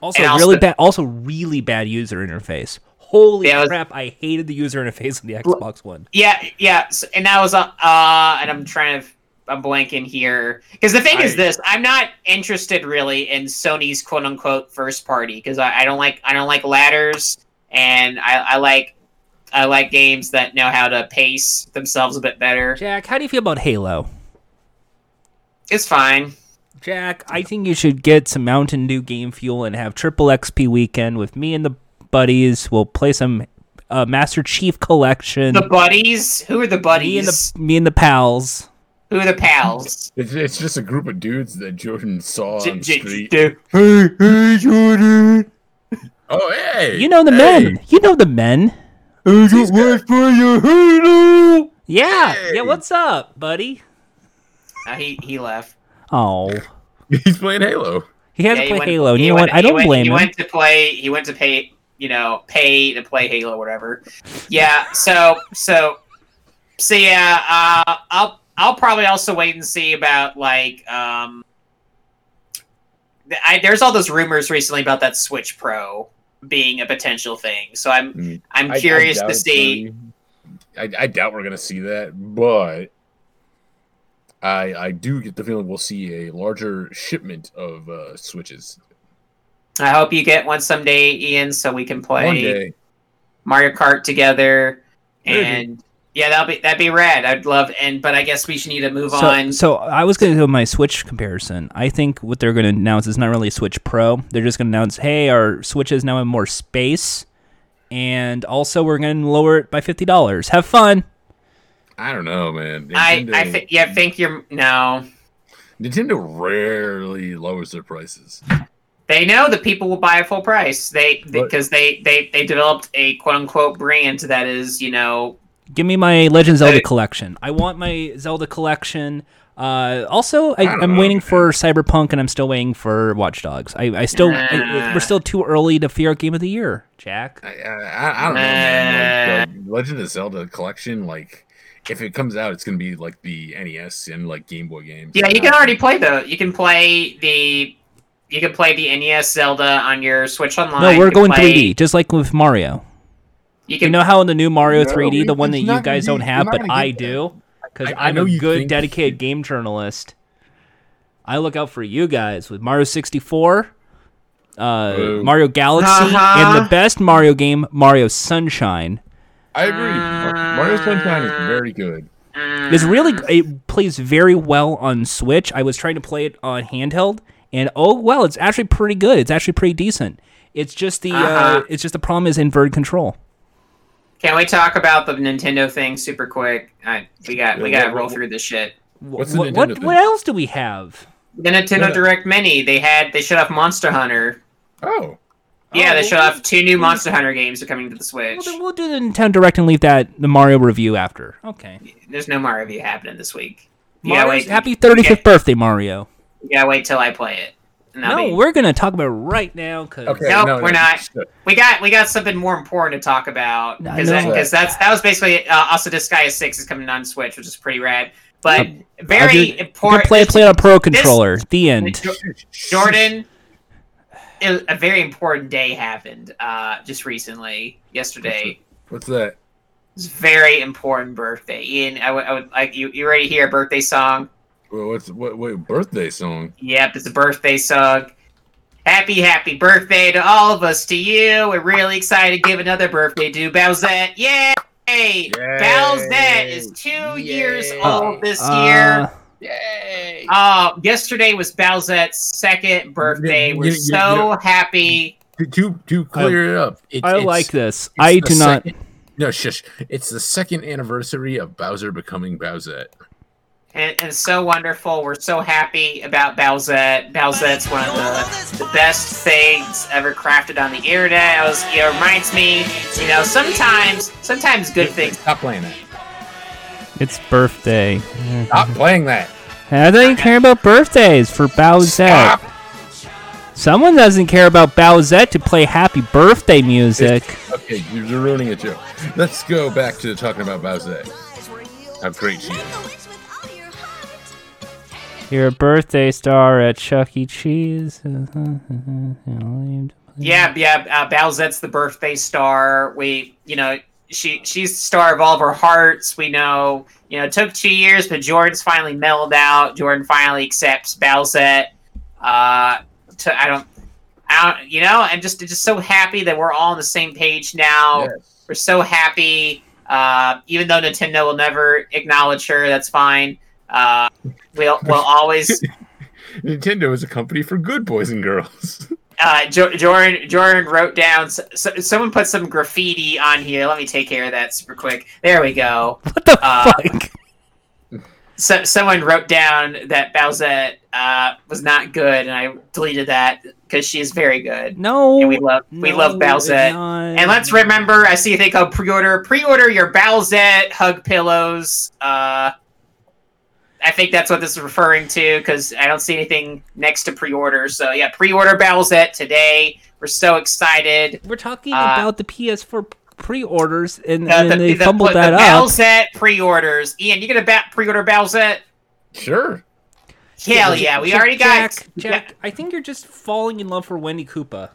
[SPEAKER 1] also,
[SPEAKER 3] and I'll
[SPEAKER 1] really
[SPEAKER 3] sp-
[SPEAKER 1] bad. Also, really bad user interface. Holy
[SPEAKER 3] Yeah, I was-
[SPEAKER 1] crap! I hated the user interface of the Xbox One.
[SPEAKER 3] Yeah, yeah, so, and that was, uh, uh, and I'm trying to, I'm blanking here. Because the thing is
[SPEAKER 2] I-
[SPEAKER 3] this, I'm not interested really in Sony's quote unquote first party, because I, I don't like, I don't like ladders. and I, I like I like games that know how to pace themselves a bit better.
[SPEAKER 1] Jack, how do you feel about Halo?
[SPEAKER 3] It's fine.
[SPEAKER 1] Jack, I think you should get some Mountain Dew game fuel and have triple XP weekend with me and the buddies. We'll play some uh, Master Chief Collection.
[SPEAKER 3] The buddies, who are the
[SPEAKER 1] me and
[SPEAKER 3] buddies?
[SPEAKER 1] the me and the pals.
[SPEAKER 3] Who are the pals?
[SPEAKER 2] It's, it's just a group of dudes that Jordan saw
[SPEAKER 3] J-
[SPEAKER 2] on the
[SPEAKER 3] j-
[SPEAKER 2] street.
[SPEAKER 1] <laughs>
[SPEAKER 3] j-
[SPEAKER 2] oh, hey!
[SPEAKER 1] You know the
[SPEAKER 2] hey.
[SPEAKER 1] men. You know the men. Yeah.
[SPEAKER 2] Hey.
[SPEAKER 1] Yeah. What's up, buddy?
[SPEAKER 3] Uh, he he left.
[SPEAKER 1] Oh,
[SPEAKER 2] He's playing Halo.
[SPEAKER 1] he had to
[SPEAKER 3] Yeah, he
[SPEAKER 1] play
[SPEAKER 3] went-
[SPEAKER 1] Halo. And
[SPEAKER 3] he
[SPEAKER 1] you know
[SPEAKER 3] went-
[SPEAKER 1] what? I
[SPEAKER 3] he
[SPEAKER 1] don't
[SPEAKER 3] went-
[SPEAKER 1] blame
[SPEAKER 3] He
[SPEAKER 1] him.
[SPEAKER 3] went to play. He went to pay. You know, pay to play Halo, whatever. Yeah. So so so yeah. Uh, I'll I'll probably also wait and see about like um. th- I, there's all those rumors recently about that Switch Pro being a potential thing. So I'm
[SPEAKER 2] Mm.
[SPEAKER 3] I'm
[SPEAKER 2] I- I
[SPEAKER 3] curious
[SPEAKER 2] doubt
[SPEAKER 3] to see.
[SPEAKER 2] we- I, I doubt we're gonna see that, but I I do get the feeling we'll see a larger shipment of uh, switches
[SPEAKER 3] I hope you get one someday, Ian, so we can play.
[SPEAKER 2] one day.
[SPEAKER 3] Mario Kart together,
[SPEAKER 2] Maybe.
[SPEAKER 3] and yeah, that'll be that'd be rad. I'd love and but I guess we should need to move
[SPEAKER 1] So,
[SPEAKER 3] on.
[SPEAKER 1] so I was going to do my Switch comparison. I think what they're going to announce is not really Switch Pro. They're just going to announce, hey, our Switch is now in more space, and also we're going to lower it by fifty dollars. Have fun.
[SPEAKER 2] I don't know, man.
[SPEAKER 3] I
[SPEAKER 2] Nintendo,
[SPEAKER 3] I thi- yeah I think you're no.
[SPEAKER 2] Nintendo rarely lowers their prices.
[SPEAKER 3] They know that people will buy at full price. They
[SPEAKER 2] But-
[SPEAKER 3] because they they they developed a quote unquote brand that is you know
[SPEAKER 1] Give me my Legend Zelda
[SPEAKER 2] Hey.
[SPEAKER 1] collection. I want my Zelda collection. Uh, also, I,
[SPEAKER 2] I don't
[SPEAKER 1] I'm
[SPEAKER 2] know,
[SPEAKER 1] waiting
[SPEAKER 2] man.
[SPEAKER 1] for Cyberpunk, and I'm still waiting for Watch Dogs. I, I still, I- I-
[SPEAKER 3] Nah.
[SPEAKER 1] we're still too early to fear Game of the Year, Jack.
[SPEAKER 2] I I, I, I don't know, man. Like, the Legend of Zelda collection, like if it comes out, it's gonna be like the NES and like Game Boy games.
[SPEAKER 3] yeah you can already play though. You can play the you can play the NES Zelda on your Switch Online.
[SPEAKER 1] No,
[SPEAKER 3] You
[SPEAKER 1] we're
[SPEAKER 3] can
[SPEAKER 1] going
[SPEAKER 3] play-
[SPEAKER 1] 3D, just like with Mario.
[SPEAKER 3] You
[SPEAKER 1] You
[SPEAKER 3] can
[SPEAKER 1] know how in the new Mario 3D, the
[SPEAKER 2] it's
[SPEAKER 1] one that you
[SPEAKER 2] not
[SPEAKER 1] guys
[SPEAKER 2] gonna
[SPEAKER 1] don't
[SPEAKER 2] be-
[SPEAKER 1] have,
[SPEAKER 2] you're not
[SPEAKER 1] but
[SPEAKER 2] gonna
[SPEAKER 1] I
[SPEAKER 2] get that.
[SPEAKER 1] do, because
[SPEAKER 2] I- I
[SPEAKER 1] I'm
[SPEAKER 2] know
[SPEAKER 1] a
[SPEAKER 2] you
[SPEAKER 1] good,
[SPEAKER 2] think-
[SPEAKER 1] dedicated game journalist. I look out for you guys with Mario 64, uh,
[SPEAKER 2] Boo.
[SPEAKER 1] Mario Galaxy,
[SPEAKER 3] Uh-huh.
[SPEAKER 1] and the best Mario game, Mario Sunshine.
[SPEAKER 2] I agree. Mar- Mario Sunshine is very good.
[SPEAKER 1] It's really it plays very well on Switch. I was trying to play it on handheld, and oh well, it's actually pretty good. It's actually pretty decent. It's just the uh,
[SPEAKER 3] Uh-huh.
[SPEAKER 1] it's just the problem is inverted control.
[SPEAKER 3] Can we talk about the Nintendo thing super quick? I, we got we
[SPEAKER 2] Yeah,
[SPEAKER 3] got to
[SPEAKER 2] what-
[SPEAKER 3] roll through this shit.
[SPEAKER 2] What's the
[SPEAKER 1] what,
[SPEAKER 2] Nintendo
[SPEAKER 1] what,
[SPEAKER 2] thing?
[SPEAKER 1] what else do we have?
[SPEAKER 3] The Nintendo
[SPEAKER 2] Yeah.
[SPEAKER 3] Direct Mini, they had they shut off Monster Hunter.
[SPEAKER 2] Oh,
[SPEAKER 3] yeah, they
[SPEAKER 1] well,
[SPEAKER 3] shut
[SPEAKER 1] we-
[SPEAKER 3] off two new Monster Hunter games are coming to the
[SPEAKER 1] Well,
[SPEAKER 3] Switch.
[SPEAKER 1] then we'll do the Nintendo Direct and leave that the Mario review after. Okay.
[SPEAKER 3] There's no Mario View happening this week. You gotta
[SPEAKER 1] Mario's-
[SPEAKER 3] wait.
[SPEAKER 1] happy 35th
[SPEAKER 3] Okay.
[SPEAKER 1] birthday, Mario.
[SPEAKER 3] You gotta wait till I play it. And that'll
[SPEAKER 1] No,
[SPEAKER 3] be-
[SPEAKER 1] we're gonna talk about it right now because
[SPEAKER 2] okay.
[SPEAKER 3] Nope,
[SPEAKER 2] no,
[SPEAKER 3] we're
[SPEAKER 2] no,
[SPEAKER 3] not.
[SPEAKER 2] shut-
[SPEAKER 3] we got we got something more important to talk about
[SPEAKER 1] No,
[SPEAKER 3] because
[SPEAKER 1] no.
[SPEAKER 3] that's that was basically uh, also Disgaea Six is coming on Switch, which is pretty rad. But very
[SPEAKER 1] you
[SPEAKER 3] important.
[SPEAKER 1] play play on a pro controller. the end.
[SPEAKER 3] Jordan, a a very important day happened uh, just recently, yesterday.
[SPEAKER 2] What's that?
[SPEAKER 3] It's a very important birthday. Ian, I would, I would like you. You ready to hear a birthday song?
[SPEAKER 2] Well, what's what? Wait, birthday song?
[SPEAKER 3] Yep, it's a birthday song. Happy, happy birthday to all of us, to you. We're really excited to give another birthday to Bowsette. Yay! Bowsette is two years
[SPEAKER 6] Yay.
[SPEAKER 3] old this
[SPEAKER 1] Uh,
[SPEAKER 3] year.
[SPEAKER 6] Yay!
[SPEAKER 3] Uh, yesterday was Bowsette's second birthday.
[SPEAKER 2] Yeah,
[SPEAKER 3] We're
[SPEAKER 2] yeah, yeah,
[SPEAKER 3] so happy.
[SPEAKER 2] To to, to clear it up, Um, it,
[SPEAKER 1] I
[SPEAKER 2] it's-
[SPEAKER 1] like this.
[SPEAKER 2] it's
[SPEAKER 1] I
[SPEAKER 2] the
[SPEAKER 1] do not.
[SPEAKER 2] second- No, shush. It's the second anniversary of Bowser becoming Bowsette.
[SPEAKER 3] and, and so wonderful. We're so happy about Bowsette. Bowsette's one of the, the best things ever crafted on the internet. I was, you know, reminds me, you know, sometimes sometimes good things.
[SPEAKER 2] Stop playing that.
[SPEAKER 1] It's birthday.
[SPEAKER 2] Stop playing that.
[SPEAKER 1] I don't care about birthdays for Bowsette.
[SPEAKER 2] Stop.
[SPEAKER 1] Someone doesn't care about Bowsette to play happy birthday music.
[SPEAKER 2] Okay, you're ruining it, Joe. Let's go back to talking about Bowsette. How great she is.
[SPEAKER 1] You're a birthday star at Chuck E. <laughs> Cheese. That's
[SPEAKER 3] Yeah, yeah. Uh, Bowsette's the birthday star. We, you know, she she's the star of all of our hearts. We know, you know, it took two years, but Jordan's finally mellowed out. Jordan finally accepts Bowsette. Uh, to I don't, I don't, you know, I'm just just so happy that we're all on the same page now. We're so happy. Uh, even though Nintendo will never acknowledge her, that's fine. Uh, we'll we'll always
[SPEAKER 2] Nintendo is a company for good boys and girls. <laughs>
[SPEAKER 3] uh, Jo- Jordan Jordan wrote down. So, someone put some graffiti on here. Let me take care of that super quick. There we go. <laughs> What the
[SPEAKER 1] fuck?
[SPEAKER 3] So, someone wrote down that Bowsette uh, was not good, and I deleted that because she is very good,
[SPEAKER 1] No.
[SPEAKER 3] and we love we
[SPEAKER 1] no,
[SPEAKER 3] love
[SPEAKER 1] it's
[SPEAKER 3] Bowsette.
[SPEAKER 1] not.
[SPEAKER 3] And let's remember. I see a thing called pre-order. Pre-order your Bowsette hug pillows. Uh, I think that's what this is referring to because I don't see anything next to pre-order. So yeah, pre-order Bowsette today. We're so excited.
[SPEAKER 1] We're talking
[SPEAKER 3] uh,
[SPEAKER 1] about the PS4 pre-orders, and,
[SPEAKER 3] Uh,
[SPEAKER 1] and they fumbled
[SPEAKER 3] the,
[SPEAKER 1] that
[SPEAKER 3] the
[SPEAKER 1] up.
[SPEAKER 3] Bowsette pre-orders. Ian, you gonna bat pre-order Bowsette?
[SPEAKER 2] Sure.
[SPEAKER 3] Hell yeah, we
[SPEAKER 1] Jack-
[SPEAKER 3] already got.
[SPEAKER 1] Jack, Jack, I think you're just falling in love for Wendy Koopa.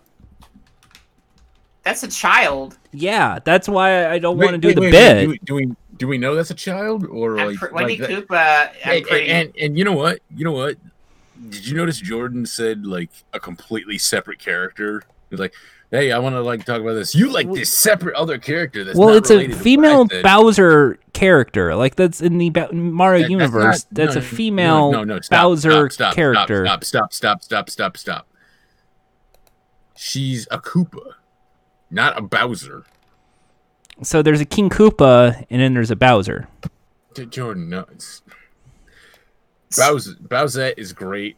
[SPEAKER 3] That's a child.
[SPEAKER 1] Yeah, that's why I don't want to
[SPEAKER 2] Wait,
[SPEAKER 1] do
[SPEAKER 2] wait,
[SPEAKER 1] the
[SPEAKER 2] wait, wait,
[SPEAKER 1] bit.
[SPEAKER 2] Do we, do we do we know that's a child or
[SPEAKER 3] I'm
[SPEAKER 2] like,
[SPEAKER 3] pr-
[SPEAKER 2] like
[SPEAKER 3] Wendy
[SPEAKER 2] that-
[SPEAKER 3] Koopa. I'm
[SPEAKER 2] and,
[SPEAKER 3] pretty.
[SPEAKER 2] and and you know what? You know what? Did you notice Jordan said like a completely separate character? He's like, "Hey, I want to like talk about this. You like this separate other character that's
[SPEAKER 1] well,
[SPEAKER 2] not
[SPEAKER 1] it's a
[SPEAKER 2] related to what I
[SPEAKER 1] female
[SPEAKER 2] said."
[SPEAKER 1] Bowser character. Like that's in the ba- Mario
[SPEAKER 2] That- that's not-
[SPEAKER 1] universe. That's,
[SPEAKER 2] no,
[SPEAKER 1] a
[SPEAKER 2] no, no,
[SPEAKER 1] female
[SPEAKER 2] no, no, stop,
[SPEAKER 1] Bowser
[SPEAKER 2] stop, stop,
[SPEAKER 1] character.
[SPEAKER 2] Stop, stop, stop, stop, stop, stop. She's a Koopa, not a Bowser.
[SPEAKER 1] So there's a King Koopa, and then there's a Bowser.
[SPEAKER 2] J- Jordan, no. It's... Bowser, Bowsette is great.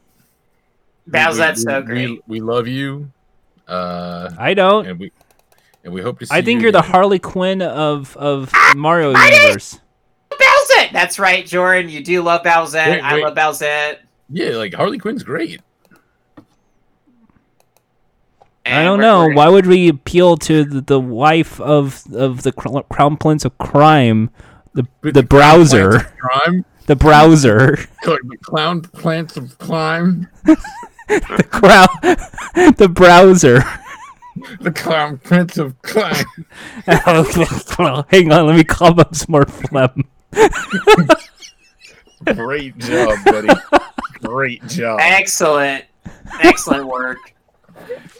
[SPEAKER 2] We- we-
[SPEAKER 3] Bowsette's so
[SPEAKER 2] we-
[SPEAKER 3] great.
[SPEAKER 2] We, we love you. Uh,
[SPEAKER 1] I don't.
[SPEAKER 2] and we and we hope to see.
[SPEAKER 1] I think
[SPEAKER 2] you
[SPEAKER 1] you're the
[SPEAKER 2] again.
[SPEAKER 1] Harley Quinn of of Mario universe.
[SPEAKER 3] Bowsette. That's right, Jordan. You do love Bowsette.
[SPEAKER 2] Wait,
[SPEAKER 3] I
[SPEAKER 2] wait.
[SPEAKER 3] love Bowsette.
[SPEAKER 2] Yeah, like Harley Quinn's great.
[SPEAKER 1] I don't know. Why would we appeal to the, the wife of of the cr- Crown Prince of Crime, the
[SPEAKER 2] But
[SPEAKER 1] the
[SPEAKER 2] Plants
[SPEAKER 1] browser,
[SPEAKER 2] of crime,
[SPEAKER 1] the browser, <laughs>
[SPEAKER 2] Could be clown plants of crime,
[SPEAKER 1] the crown, <laughs> the <laughs> browser?
[SPEAKER 2] the clown prince of crime.
[SPEAKER 1] Hang on, let me call up some more phlegm.
[SPEAKER 2] Great job, <laughs> buddy. Great job.
[SPEAKER 3] Excellent. Excellent work.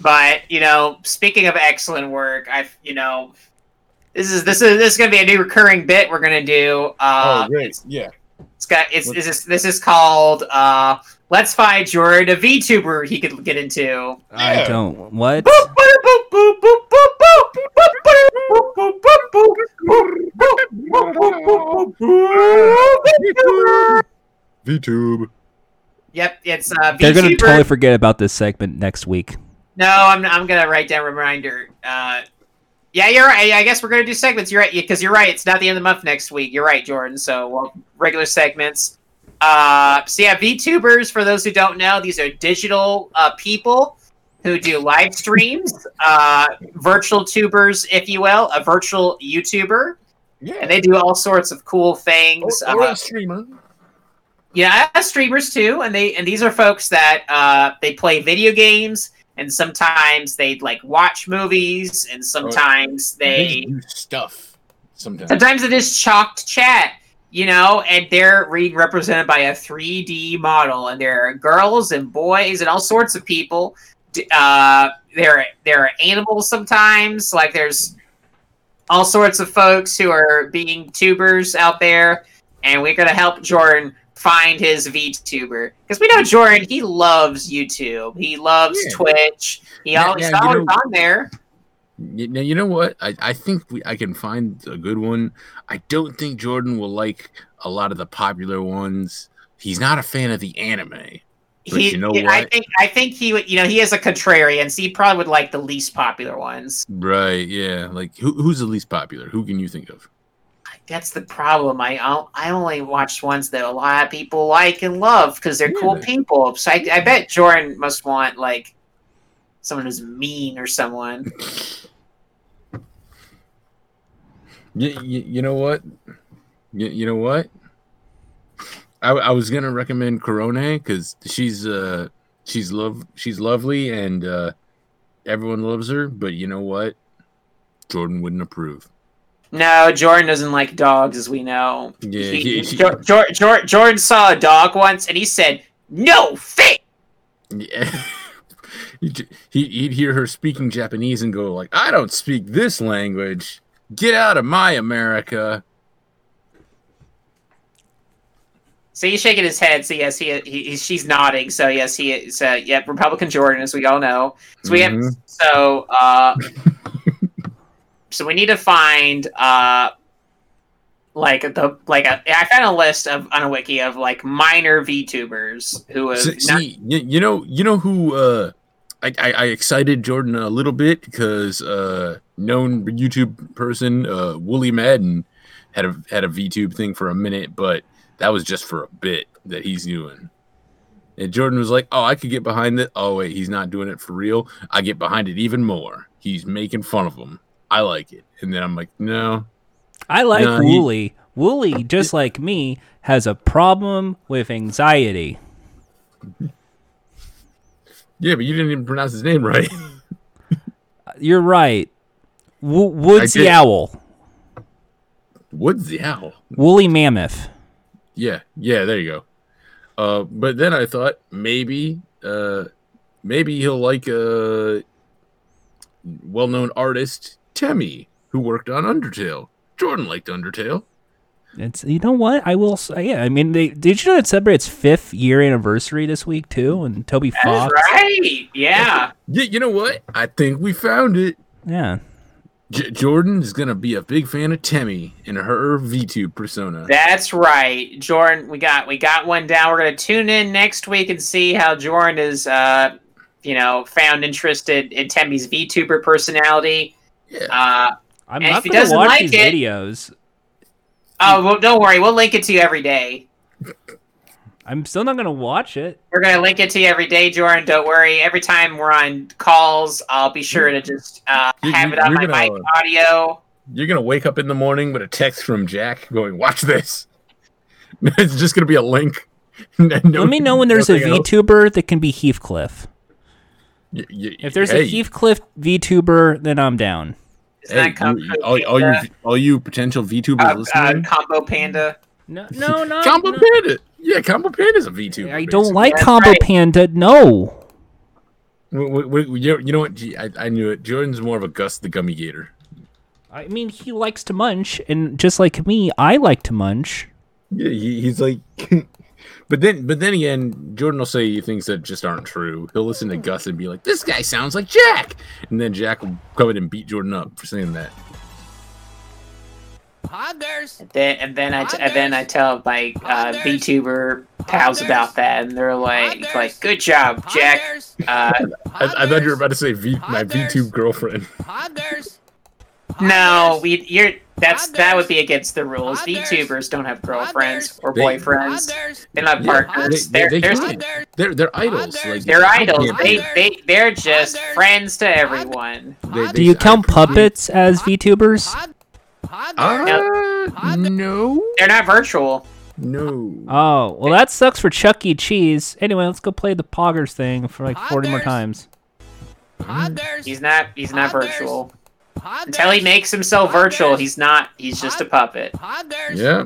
[SPEAKER 3] But, you know, speaking of excellent work, I you know this is this is this is gonna be a new recurring bit we're gonna do. Uh
[SPEAKER 2] oh, great. Yeah.
[SPEAKER 3] it's got it's this is this is called uh Let's Find Jordan a VTuber he could get into.
[SPEAKER 1] I don't. What?
[SPEAKER 2] VTube.
[SPEAKER 3] Yep, it's uh
[SPEAKER 1] They're gonna
[SPEAKER 3] VTuber.
[SPEAKER 1] totally forget about this segment next week.
[SPEAKER 3] No, I'm I'm gonna write down reminder. Uh, yeah, you're right. I guess we're gonna do segments. You're right because you're right. It's not the end of the month next week. You're right, Jordan. So well, regular segments. Uh, so yeah, VTubers. For those who don't know, these are digital uh, people who do live streams, uh, virtual tubers, if you will, a virtual YouTuber,
[SPEAKER 2] Yeah.
[SPEAKER 3] and they do all sorts of cool
[SPEAKER 2] Or,
[SPEAKER 3] things.
[SPEAKER 2] or
[SPEAKER 3] Uh,
[SPEAKER 2] a streamer.
[SPEAKER 3] yeah, streamers too, and they and these are folks that uh, they play video games, and sometimes they like watch movies, and sometimes
[SPEAKER 2] They
[SPEAKER 3] they
[SPEAKER 2] do stuff sometimes.
[SPEAKER 3] sometimes it is chalked chat, you know, and they're re- represented by a 3D model, and there are girls and boys and all sorts of people. d- uh, there there are animals sometimes. Like there's all sorts of folks who are being tubers out there, and we're gonna help Jordan find his VTuber because we know Jordan. He loves YouTube. He loves
[SPEAKER 2] Yeah.
[SPEAKER 3] Twitch. He
[SPEAKER 2] Yeah,
[SPEAKER 3] always
[SPEAKER 2] yeah, you
[SPEAKER 3] always
[SPEAKER 2] know-
[SPEAKER 3] on there.
[SPEAKER 2] Y- Now you know what? I, I think we, I can find a good one. I don't think Jordan will like a lot of the popular ones. He's not a fan of the anime. But
[SPEAKER 3] He,
[SPEAKER 2] you know
[SPEAKER 3] I
[SPEAKER 2] what?
[SPEAKER 3] think I think he would. You know, he is a contrarian, so he probably would like the least popular ones.
[SPEAKER 2] Right? Yeah. Like who, who's the least popular? Who can you think of?
[SPEAKER 3] That's the problem. I o- I only watched ones that a lot of people like and love because they're cool
[SPEAKER 2] Really?
[SPEAKER 3] people. So I, I bet Jordan must want like someone who's mean or someone.
[SPEAKER 2] You, you, you know what? You, you know what? I, I was gonna recommend Corona because she's uh she's love she's lovely and uh, everyone loves her. But you know what? Jordan wouldn't approve. <laughs>
[SPEAKER 3] No, Jordan doesn't like dogs, as we know.
[SPEAKER 2] Yeah,
[SPEAKER 3] He-
[SPEAKER 2] he-
[SPEAKER 3] he-
[SPEAKER 2] he-
[SPEAKER 3] Jor- Jor- Jor- Jordan saw a dog once and he said, "No fit."
[SPEAKER 2] Yeah. He'd ju- he- he'd hear her speaking Japanese and go like, "I don't speak this language. Get out of my America."
[SPEAKER 3] So he's shaking his head. So yes, he, he, he she's nodding. So yes, he is. Uh, yep, Republican Jordan, as we all know. So we have.
[SPEAKER 2] Mhm.
[SPEAKER 3] So uh, <laughs> so we need to find uh, like the like a, I found a list of on a wiki of like minor VTubers who have
[SPEAKER 2] See,
[SPEAKER 3] not,
[SPEAKER 2] see, y- you know, you know who uh, I, I, I excited Jordan a little bit because uh, known YouTube person uh, Wooly Madden had a had a VTube thing for a minute, but that was just for a bit that he's doing. And Jordan was like, "Oh, I could get behind it." Oh wait, he's not doing it for real. I get behind it even more. He's making fun of him. I like it, and then I'm like, "No,
[SPEAKER 1] I like
[SPEAKER 2] No, he-
[SPEAKER 1] Wooly. Wooly, just like me, has a problem with anxiety.
[SPEAKER 2] yeah, but you didn't even pronounce his name right." <laughs>
[SPEAKER 1] You're right. W- Woods
[SPEAKER 2] I did-
[SPEAKER 1] Yowl.
[SPEAKER 2] What's the owl?
[SPEAKER 1] Woolly Mammoth.
[SPEAKER 2] Yeah, yeah, there you go. Uh, but then I thought maybe, uh, maybe he'll like a well-known artist, Temmie, who worked on Undertale. Jordan liked Undertale.
[SPEAKER 1] It's you know what I will say. Yeah, I mean, they, did you know it celebrates fifth year anniversary this week too? And Toby
[SPEAKER 3] That's
[SPEAKER 1] Fox.
[SPEAKER 3] right. Yeah.
[SPEAKER 2] Yeah, you know what? I think we found it.
[SPEAKER 1] Yeah,
[SPEAKER 2] J- Jordan is gonna be a big fan of Temmie and her VTube persona.
[SPEAKER 3] That's right, Jordan. We got we got one down. We're gonna tune in next week and see how Jordan is, uh, you know, found interested in Temmie's VTuber personality.
[SPEAKER 2] Yeah.
[SPEAKER 3] Uh,
[SPEAKER 1] I'm
[SPEAKER 3] And if
[SPEAKER 1] not
[SPEAKER 3] he
[SPEAKER 1] gonna
[SPEAKER 3] doesn't
[SPEAKER 1] watch
[SPEAKER 3] like
[SPEAKER 1] these
[SPEAKER 3] it-
[SPEAKER 1] videos.
[SPEAKER 3] oh, well, don't worry, we'll link it to you every day.
[SPEAKER 1] I'm still not gonna watch it.
[SPEAKER 3] We're gonna link it to you every day, Jordan. Don't worry. Every time we're on calls, I'll be sure to just uh,
[SPEAKER 2] You-
[SPEAKER 3] have
[SPEAKER 2] you-
[SPEAKER 3] it on my
[SPEAKER 2] you're
[SPEAKER 3] mic
[SPEAKER 2] gonna-
[SPEAKER 3] audio.
[SPEAKER 2] You're gonna wake up in the morning with a text from Jack going, "Watch this." <laughs> it's just gonna be a link. <laughs>
[SPEAKER 1] Let me know when there's a VTuber that can be Heathcliff. If there's a Heathcliff VTuber, then I'm down.
[SPEAKER 3] Is
[SPEAKER 2] Hey,
[SPEAKER 3] that combo?
[SPEAKER 2] you, all, all you,
[SPEAKER 3] panda?
[SPEAKER 2] all you potential VTubers
[SPEAKER 3] Uh, uh,
[SPEAKER 2] listening,
[SPEAKER 3] combo panda.
[SPEAKER 1] No,
[SPEAKER 2] <laughs>
[SPEAKER 1] no, no.
[SPEAKER 2] Combo
[SPEAKER 1] no.
[SPEAKER 2] Panda. Yeah, Combo Panda's a VTuber.
[SPEAKER 1] I don't like
[SPEAKER 3] That's
[SPEAKER 1] Combo
[SPEAKER 3] right.
[SPEAKER 1] Panda. No.
[SPEAKER 2] basically. W- w- w- you you know what? Gee, I, I knew it. Jordan's more of a Gus the Gummy Gator.
[SPEAKER 1] I mean, he likes to munch, and just like me, I like to munch.
[SPEAKER 2] Yeah, he, he's like. <laughs> but then, but then again, Jordan will say things that just aren't true. He'll listen to Gus and be like, "This guy sounds like Jack," and then Jack will come in and beat Jordan up for saying that.
[SPEAKER 5] Poggers.
[SPEAKER 3] Then and then I t- and then I tell my uh, VTuber pals about that, and they're like, like, good job, Jack.
[SPEAKER 5] Poggers.
[SPEAKER 3] Uh,
[SPEAKER 2] I, I thought you were about to say v- my VTube
[SPEAKER 3] <laughs>
[SPEAKER 2] girlfriend.
[SPEAKER 5] Poggers.
[SPEAKER 3] no, we you're that's that would be against the rules. VTubers don't have girlfriends or
[SPEAKER 2] They-
[SPEAKER 3] boyfriends. They don't have
[SPEAKER 2] Yeah,
[SPEAKER 3] partners.
[SPEAKER 2] they-
[SPEAKER 3] They're
[SPEAKER 2] they-
[SPEAKER 3] they're,
[SPEAKER 2] they can't. They're they're idols. Like,
[SPEAKER 3] they're
[SPEAKER 2] I
[SPEAKER 3] idols.
[SPEAKER 2] can't
[SPEAKER 3] They
[SPEAKER 2] believe-
[SPEAKER 3] they they're just friends to everyone.
[SPEAKER 2] they- they-
[SPEAKER 1] Do you
[SPEAKER 2] I-
[SPEAKER 1] count puppets as VTubers?
[SPEAKER 2] Uh, no,
[SPEAKER 3] They're not virtual.
[SPEAKER 2] no.
[SPEAKER 1] Oh, well, that sucks for Chuck E. Cheese. Anyway, let's go play the Poggers thing for like 40 more times.
[SPEAKER 3] He's not he's not virtual. Until he makes himself virtual, he's not. He's just a puppet.
[SPEAKER 2] Yeah.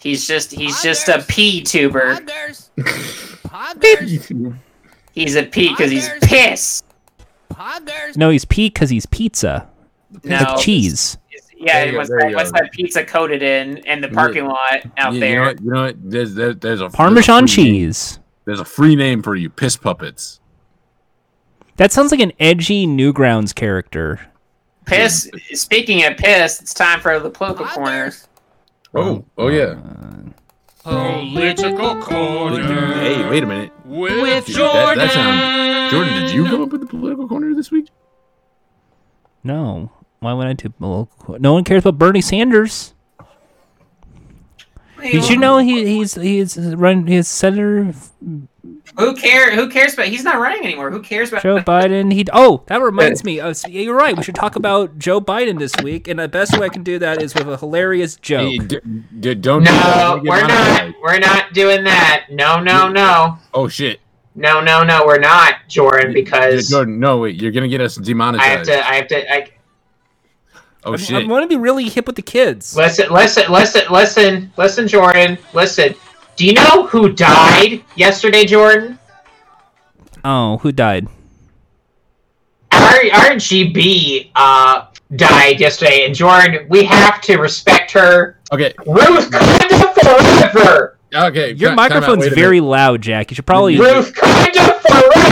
[SPEAKER 3] He's just he's just a P tuber.
[SPEAKER 2] You-
[SPEAKER 3] He's a P because he's pissed.
[SPEAKER 6] Poggers.
[SPEAKER 1] No, he's P because he's pizza.
[SPEAKER 3] No,
[SPEAKER 1] Like cheese.
[SPEAKER 3] yeah,
[SPEAKER 2] There you
[SPEAKER 3] what's,
[SPEAKER 2] go, there
[SPEAKER 3] that,
[SPEAKER 2] you
[SPEAKER 3] what's
[SPEAKER 2] go.
[SPEAKER 3] that pizza coated in and the parking lot out
[SPEAKER 2] you,
[SPEAKER 3] there?
[SPEAKER 2] You know what? You know what? There's, there, there's a
[SPEAKER 1] Parmesan
[SPEAKER 2] there's a free name-
[SPEAKER 1] cheese.
[SPEAKER 2] There's a free name for you, piss puppets.
[SPEAKER 1] That sounds like an edgy Newgrounds character.
[SPEAKER 3] Piss. Speaking of piss, it's time for the political corner.
[SPEAKER 2] Oh, oh yeah.
[SPEAKER 6] Political corner.
[SPEAKER 2] Hey, wait a minute.
[SPEAKER 6] With
[SPEAKER 2] Dude, that- that's on- Jordan, did you come up with the political corner this week?
[SPEAKER 1] No. Why would I do No one cares about Bernie Sanders. Did you know he, he's he's run he's senator
[SPEAKER 3] Who cares? Who cares about? He's not running anymore. Who cares about?
[SPEAKER 1] Joe Biden? He oh that reminds me. Of, yeah, you're right. We should talk about Joe Biden this week, and the best way I can do that is with a hilarious joke.
[SPEAKER 2] Hey, oh, d- d- don't. do that.
[SPEAKER 3] No,
[SPEAKER 2] Don't get
[SPEAKER 3] we're not.
[SPEAKER 2] monetized.
[SPEAKER 3] We're not doing that. No, no, no,
[SPEAKER 2] Oh shit,
[SPEAKER 3] no, no, no. We're not, Jordan,
[SPEAKER 2] Yeah,
[SPEAKER 3] because
[SPEAKER 2] Jordan. No, wait. You're gonna get us
[SPEAKER 3] I have
[SPEAKER 2] demonetized.
[SPEAKER 3] to. I have to. I,
[SPEAKER 2] oh
[SPEAKER 1] I,
[SPEAKER 2] shit.
[SPEAKER 1] want to be really hip with the kids.
[SPEAKER 3] listen, listen, listen, listen, listen, Jordan. Listen. Do you know who died yesterday, Jordan?
[SPEAKER 1] Oh, who died?
[SPEAKER 3] R- RGB uh, died yesterday, and Jordan, we have to respect her.
[SPEAKER 2] Okay.
[SPEAKER 3] Ruth Conda forever.
[SPEAKER 2] Okay.
[SPEAKER 1] Your
[SPEAKER 2] ti- time out,
[SPEAKER 1] microphone's
[SPEAKER 2] wait a
[SPEAKER 1] very loud, Jack. You should probably.
[SPEAKER 3] Ruth Conda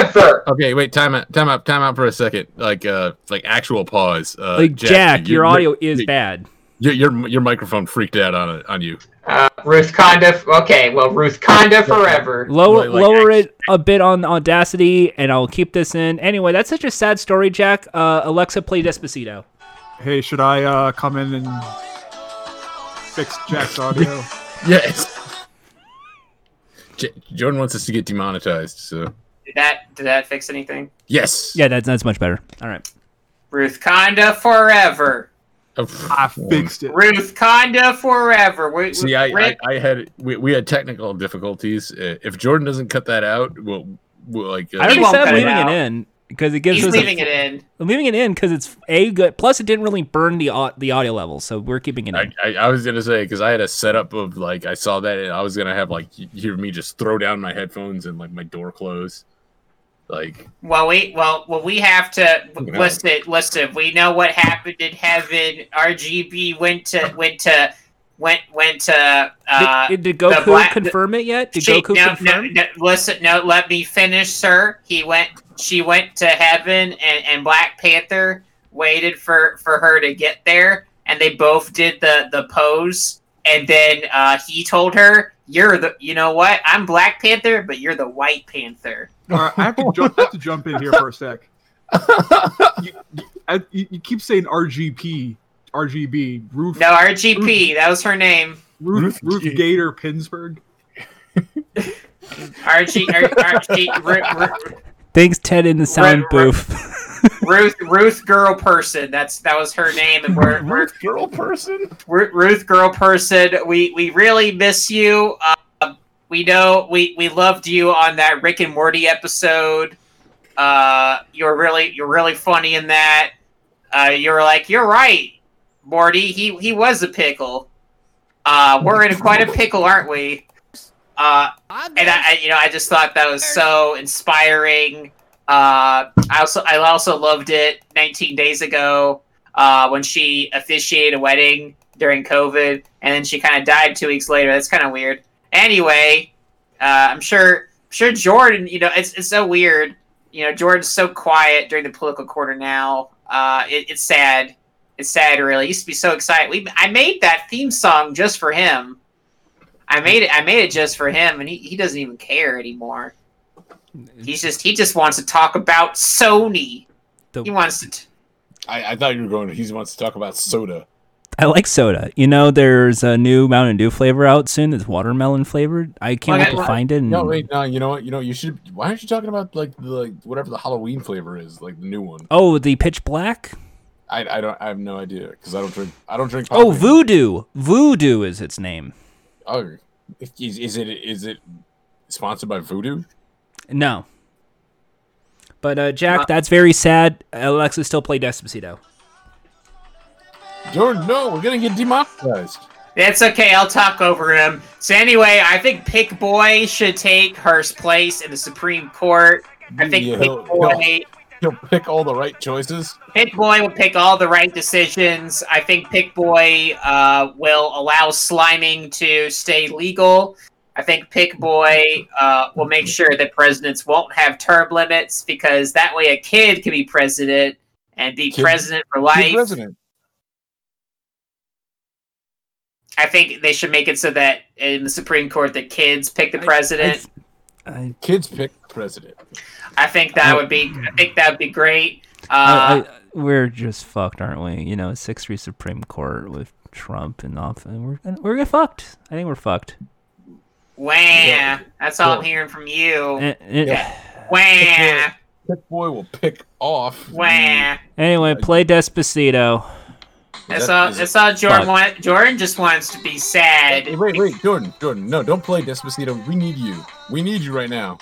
[SPEAKER 3] forever.
[SPEAKER 2] Okay, wait, time out, time out, time out for a second. Like, uh, like actual pause. Uh,
[SPEAKER 1] Like Jack, your audio is
[SPEAKER 2] your-
[SPEAKER 1] bad.
[SPEAKER 2] Your, your your microphone freaked out on on you.
[SPEAKER 3] Uh, Ruth Conda. Okay, well, Ruth Conda forever.
[SPEAKER 1] Lower
[SPEAKER 2] Like- like
[SPEAKER 1] lower it a bit on Audacity, and I'll keep this in. Anyway, that's such a sad story, Jack. Uh, Alexa, play Despacito.
[SPEAKER 8] Hey, should I uh, come in and fix
[SPEAKER 2] <laughs>
[SPEAKER 8] Jack's audio?
[SPEAKER 2] Yes. J- Jordan wants us to get demonetized. So
[SPEAKER 3] Did that did that fix anything?
[SPEAKER 2] yes.
[SPEAKER 1] Yeah, that's that's much better. All right.
[SPEAKER 3] Ruth Conda forever.
[SPEAKER 2] Oh,
[SPEAKER 8] I fixed it.
[SPEAKER 3] Ruth Conda forever. We,
[SPEAKER 2] See, I, I, I had we, we had technical difficulties. Uh, If Jordan doesn't cut that out, we'll, we'll like uh,
[SPEAKER 1] I already
[SPEAKER 3] won't
[SPEAKER 1] said
[SPEAKER 3] cut
[SPEAKER 1] I'm
[SPEAKER 3] it
[SPEAKER 1] leaving it,
[SPEAKER 3] out.
[SPEAKER 1] in because it gives
[SPEAKER 3] he's
[SPEAKER 1] us.
[SPEAKER 3] leaving
[SPEAKER 1] a,
[SPEAKER 3] it in.
[SPEAKER 1] I'm leaving it in because it's a good. Plus, it didn't really burn the au- the audio levels, so we're keeping it
[SPEAKER 2] I,
[SPEAKER 1] in.
[SPEAKER 2] I, I was gonna say because I had a setup of like I saw that and I was gonna have like y- hear me just throw down my headphones and like my door close, like
[SPEAKER 3] Well, we well well we have to
[SPEAKER 2] Fucking
[SPEAKER 3] listen. Listen, we know what happened in heaven. RGB went to went to went went to. Uh,
[SPEAKER 1] did, did Goku
[SPEAKER 3] black-
[SPEAKER 1] confirm it yet? Did
[SPEAKER 3] she-
[SPEAKER 1] Goku
[SPEAKER 3] no, no,
[SPEAKER 1] confirm?
[SPEAKER 3] no, listen, no, let me finish, sir. He went. She went to heaven, and, and Black Panther waited for for her to get there, and they both did the the pose, and then uh, he told her, "You're the, you know what? I'm Black Panther, but you're the White Panther."
[SPEAKER 8] All right, I have to jump, I have to jump in here for
[SPEAKER 2] <laughs>
[SPEAKER 8] a sec. You, you, I- you- you keep saying RGP, RGB, Ruth,
[SPEAKER 3] No,
[SPEAKER 1] Hmm.
[SPEAKER 3] RGP, that was her name.
[SPEAKER 2] Ruth
[SPEAKER 8] Ruth, Ruth
[SPEAKER 2] G.
[SPEAKER 8] Gator Pinsburg.
[SPEAKER 3] RG, RG, Ru-
[SPEAKER 1] Thanks, Ted, in the sound
[SPEAKER 3] Red-
[SPEAKER 1] booth.
[SPEAKER 3] <laughs> Ru- Ruth, Ruth Girl Person. That's that was her name, and we're, we're
[SPEAKER 2] girl person.
[SPEAKER 3] Ru- Ruth Girl Person. We we really miss you. Um, we know we we loved you on that Rick and Morty episode. Uh, you're really you're really funny in that. Uh, you're like you're right, Morty. He he was a pickle. Uh, we're in quite a pickle, aren't we? Uh, and I, I you know I just thought that was so inspiring. Uh, I also I also loved it 19 days ago uh, when she officiated a wedding during COVID, and then she kind of died two weeks later. That's kind of weird. Anyway, uh, I'm sure I'm sure Jordan. You know, it's it's so weird. You know, Jordan's so quiet during the political quarter now. Uh, it, it's sad. It's sad, really. He used to be so excited. We I made that theme song just for him. I made it. I made it just for him, and he, he doesn't even care anymore. He's just he just wants to talk about Sony.
[SPEAKER 1] The-
[SPEAKER 3] He wants to. T-
[SPEAKER 2] I, I thought you were going. He wants to talk about soda.
[SPEAKER 1] I like soda. You know, there's a new Mountain Dew flavor out soon. That's watermelon flavored. I can't wait
[SPEAKER 3] Okay,
[SPEAKER 1] to
[SPEAKER 3] well,
[SPEAKER 1] find it. And,
[SPEAKER 2] No, wait, no. You know what? You know you should. Why aren't you talking about like the, like whatever the Halloween flavor is, like the new one?
[SPEAKER 1] Oh, the pitch black.
[SPEAKER 2] I, I don't. I have no idea because I don't drink. I don't drink.
[SPEAKER 1] Oh,
[SPEAKER 2] Halloween.
[SPEAKER 1] voodoo. Voodoo is its name.
[SPEAKER 2] Oh, is, is it is it sponsored by Voodoo?
[SPEAKER 1] No. But uh, Jack, that's very sad. Alexa still play Despacito.
[SPEAKER 2] Jordan, no, we're gonna get demonetized.
[SPEAKER 3] That's okay. I'll talk over him. So anyway, I think Pick Boy should take her place in the Supreme Court. I think
[SPEAKER 2] Yeah,
[SPEAKER 3] Pit
[SPEAKER 2] he'll- he'll-
[SPEAKER 3] Boy,
[SPEAKER 2] He'll pick all the right choices.
[SPEAKER 3] Pit Boy will pick all the right decisions. I think Pit Boy uh, will allow sliming to stay legal. I think Pick Boy uh, will make sure that presidents won't have term limits because that way a kid can be president and be
[SPEAKER 2] Kid-
[SPEAKER 3] president for
[SPEAKER 2] He's
[SPEAKER 3] life.
[SPEAKER 2] president.
[SPEAKER 3] I think they should make it so that in the Supreme Court, the kids pick the
[SPEAKER 1] I-
[SPEAKER 3] president.
[SPEAKER 1] I,
[SPEAKER 2] Kids pick president.
[SPEAKER 3] I think that would be. I think that would be great.
[SPEAKER 1] I,
[SPEAKER 3] Uh,
[SPEAKER 1] I, we're just fucked, aren't we? You know, six three Supreme Court with Trump and off, and we're and we're fucked. I think we're fucked.
[SPEAKER 3] wah! That's all I'm hearing from you.
[SPEAKER 1] Eh, eh,
[SPEAKER 2] Yeah.
[SPEAKER 3] Wah!
[SPEAKER 2] Pick boy will pick off. the-
[SPEAKER 3] Wah!
[SPEAKER 1] Anyway, play Despacito.
[SPEAKER 3] That's
[SPEAKER 2] that-
[SPEAKER 3] all.
[SPEAKER 2] is
[SPEAKER 3] That's all. Jordan
[SPEAKER 1] Fuck.
[SPEAKER 3] want, Jordan just wants to be sad.
[SPEAKER 2] Hey, wait, wait, Jordan, Jordan, no, don't play Despacito. We need you. We need you right now.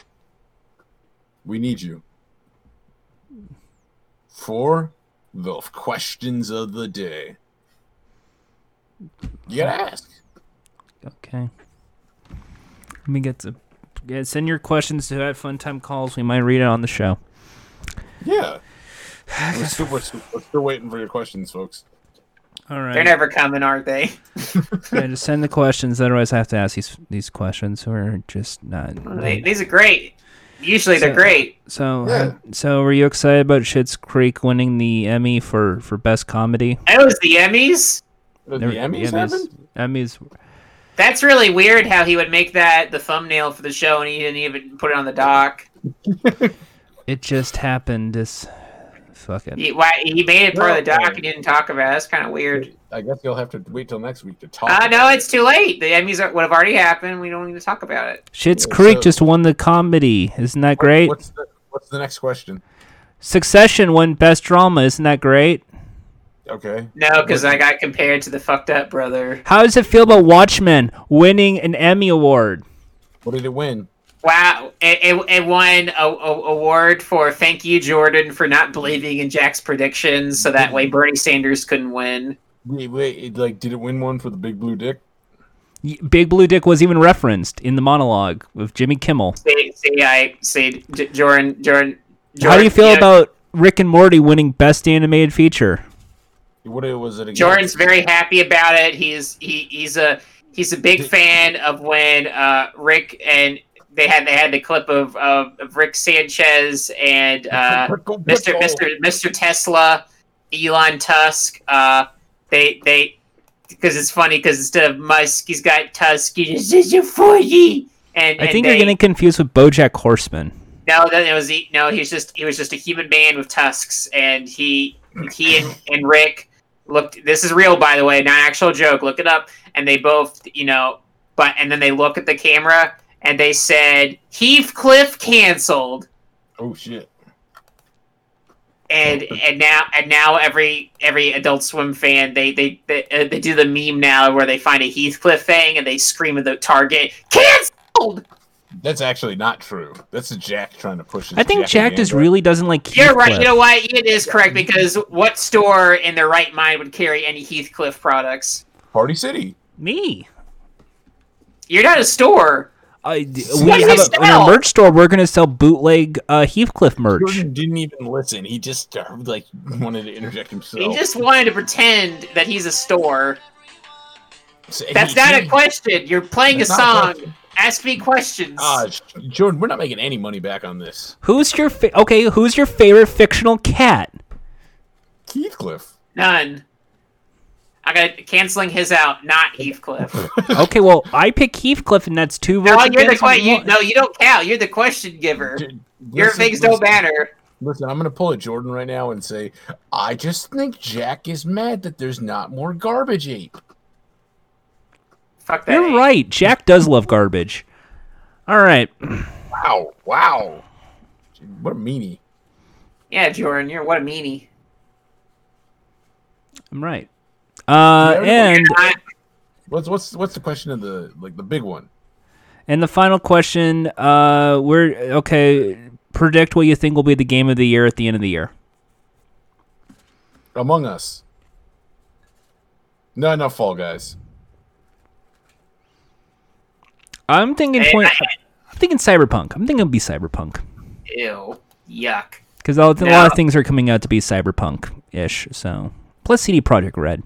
[SPEAKER 2] We need you. For the questions of the day. You gotta ask.
[SPEAKER 1] Okay. Let me get to. Yeah, send your questions to at Fun Time Calls. We might read it on the show.
[SPEAKER 2] <sighs> Yeah. We're still, we're still- we're still waiting for your questions, folks.
[SPEAKER 1] All
[SPEAKER 3] They're
[SPEAKER 1] right.
[SPEAKER 3] never coming, are they?
[SPEAKER 1] yeah, just send the questions. Otherwise, I have to ask these these questions. We're just not.
[SPEAKER 3] they? These are great. Usually they're
[SPEAKER 1] So-
[SPEAKER 3] great.
[SPEAKER 1] So, uh, so were you excited about Schitt's Creek winning the Emmy for for best comedy?
[SPEAKER 3] That was the Emmys.
[SPEAKER 2] The,
[SPEAKER 1] There-
[SPEAKER 2] Emmys happened?
[SPEAKER 1] Emmys.
[SPEAKER 3] That's really weird how he would make that the thumbnail for the show and he didn't even put it on the doc.
[SPEAKER 1] It just happened. This. Fuck it.
[SPEAKER 3] He, why, he made it part of the
[SPEAKER 2] Well,
[SPEAKER 3] doc and didn't talk about it. That's kind of weird.
[SPEAKER 2] I guess you'll have to wait till next week to talk.
[SPEAKER 3] Uh, no,
[SPEAKER 2] about it.
[SPEAKER 3] it's too late. The Emmys are, would have already happened. We don't need to talk about it.
[SPEAKER 1] Schitt's
[SPEAKER 2] Yeah,
[SPEAKER 1] Creek
[SPEAKER 2] so-
[SPEAKER 1] just won the comedy. Isn't that great?
[SPEAKER 2] What's the, what's the next question?
[SPEAKER 1] Succession won best drama. Isn't that great?
[SPEAKER 2] Okay.
[SPEAKER 3] No, because I got compared to the fucked up brother.
[SPEAKER 1] How does it feel about Watchmen winning an Emmy award?
[SPEAKER 2] What did it win?
[SPEAKER 3] Wow, it, it, it won a, a award for thank you Jordan for not believing in Jack's predictions, so that
[SPEAKER 1] Mm-hmm.
[SPEAKER 3] way Bernie Sanders couldn't win.
[SPEAKER 2] Wait, wait, it, like, did it win one for the big blue dick?
[SPEAKER 1] Y- Big Blue Dick was even referenced in the monologue with Jimmy Kimmel.
[SPEAKER 3] See, see, I see J- Jordan, Jordan. Jordan
[SPEAKER 1] How do you feel
[SPEAKER 3] know,
[SPEAKER 1] about Rick and Morty winning best animated feature?
[SPEAKER 2] What it was it again?
[SPEAKER 3] Jordan's very happy about it. He's he, he's a he's a big fan of when uh, Rick and they had they had the clip of of, of Rick Sanchez and uh, Mr. Mr. Mr. Tesla, Elon Tusk. Uh, they they because it's funny because instead of Musk, he's got Tusk. He just says you're forty. And
[SPEAKER 1] I
[SPEAKER 3] and
[SPEAKER 1] think
[SPEAKER 3] they,
[SPEAKER 1] you're getting confused with BoJack Horseman.
[SPEAKER 3] no, that it was he, no. He's just he was just a human man with tusks, and he he and, and Rick looked. This is real, by the way, not an actual joke. Look it up. And they both, you know, but and then they look at the camera and they said Heathcliff canceled,
[SPEAKER 2] Oh shit!
[SPEAKER 3] and and now and now every every Adult Swim fan they they they, uh, they do the meme now where they find a Heathcliff thing and they scream at the target canceled.
[SPEAKER 2] That's actually not true. That's Jack trying to push. His
[SPEAKER 1] I think Jack
[SPEAKER 2] agenda.
[SPEAKER 1] just really doesn't like Heathcliff.
[SPEAKER 3] You're right. You know why It is correct because what store in their right mind would carry any Heathcliff products?
[SPEAKER 2] Party City.
[SPEAKER 1] Me.
[SPEAKER 3] You're not a store.
[SPEAKER 1] I, d- we
[SPEAKER 2] What
[SPEAKER 3] do
[SPEAKER 1] have
[SPEAKER 3] we
[SPEAKER 1] a, in our
[SPEAKER 3] sell?
[SPEAKER 1] merch store, we're going to sell bootleg uh, Heathcliff merch.
[SPEAKER 2] Jordan didn't even listen. He just uh, like wanted to interject himself.
[SPEAKER 3] He just wanted to pretend that he's a store.
[SPEAKER 2] So
[SPEAKER 3] That's
[SPEAKER 2] he-
[SPEAKER 3] not
[SPEAKER 2] he-
[SPEAKER 3] a question. You're playing a
[SPEAKER 2] That's not a
[SPEAKER 3] song. Ask me questions.
[SPEAKER 2] Ah, J- Jordan, we're not making any money back on this.
[SPEAKER 1] Who's your fa- okay? Who's your favorite fictional cat?
[SPEAKER 2] Heathcliff.
[SPEAKER 3] None. I got canceling his
[SPEAKER 2] <laughs>
[SPEAKER 3] out, not Heathcliff.
[SPEAKER 1] Okay, well I pick Heathcliff, and that's two votes.
[SPEAKER 3] no, Oh, you're the
[SPEAKER 1] against
[SPEAKER 3] que- you,
[SPEAKER 1] one.
[SPEAKER 3] no, you don't count. You're the question giver.
[SPEAKER 2] J-
[SPEAKER 3] Your
[SPEAKER 2] listen,
[SPEAKER 3] things
[SPEAKER 2] listen,
[SPEAKER 3] don't matter.
[SPEAKER 2] Listen, I'm gonna pull at Jordan right now and say, I just think Jack is mad that there's not more garbage ape.
[SPEAKER 3] Fuck that.
[SPEAKER 1] You're right. Jack does love garbage. All right.
[SPEAKER 2] Wow! Wow! What a meanie.
[SPEAKER 3] Yeah, Jordan, you're what a meanie.
[SPEAKER 1] I'm right. Uh,
[SPEAKER 2] Yeah,
[SPEAKER 1] and
[SPEAKER 3] I-
[SPEAKER 2] What's what's what's the question of the like the big one?
[SPEAKER 1] and the final question. Uh, we're okay. Predict what you think will be the game of the year at the end of the year.
[SPEAKER 2] Among Us. No, not Fall Guys.
[SPEAKER 1] I'm thinking
[SPEAKER 3] Hey,
[SPEAKER 1] point.
[SPEAKER 3] I-
[SPEAKER 1] I'm thinking cyberpunk. I'm thinking it'll be cyberpunk.
[SPEAKER 3] Ew. Yuck.
[SPEAKER 1] because a lot
[SPEAKER 3] No.
[SPEAKER 1] of things are coming out to be cyberpunk ish. So plus CD Projekt Red.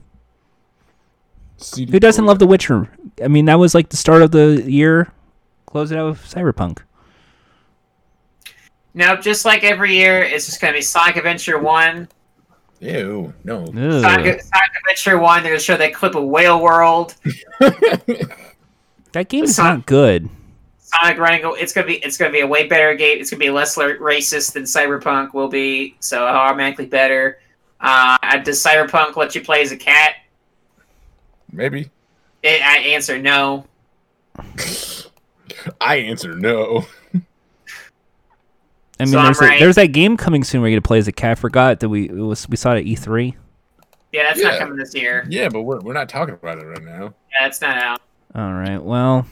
[SPEAKER 2] CD
[SPEAKER 1] Who doesn't love The Witcher? I mean, that was like the start of the year. Close it out with Cyberpunk.
[SPEAKER 3] Now, just like every year, it's just going to be Sonic Adventure 1.
[SPEAKER 2] Ew, no.
[SPEAKER 1] Ugh.
[SPEAKER 3] Sonic, Sonic Adventure 1, they're going to show that clip of Whale World.
[SPEAKER 1] That game is
[SPEAKER 3] Son-
[SPEAKER 1] not good.
[SPEAKER 3] Sonic running, it's going to be it's going to be a way better game. It's going to be less la- racist than Cyberpunk will be, so automatically better. Uh, does Cyberpunk let you play as a cat?
[SPEAKER 2] Maybe.
[SPEAKER 3] Eh, I answer no.
[SPEAKER 2] I answer no.
[SPEAKER 1] I mean,
[SPEAKER 3] So I'm
[SPEAKER 1] there's,
[SPEAKER 3] right.
[SPEAKER 1] a, there's that game coming soon where you get to play as a cat. I forgot that we it was, we saw it at E E3.
[SPEAKER 3] Yeah, that's
[SPEAKER 2] Yeah.
[SPEAKER 3] not coming this year.
[SPEAKER 2] Yeah, but we're, we're not talking about it right now.
[SPEAKER 3] Yeah, that's not out.
[SPEAKER 1] All right, well,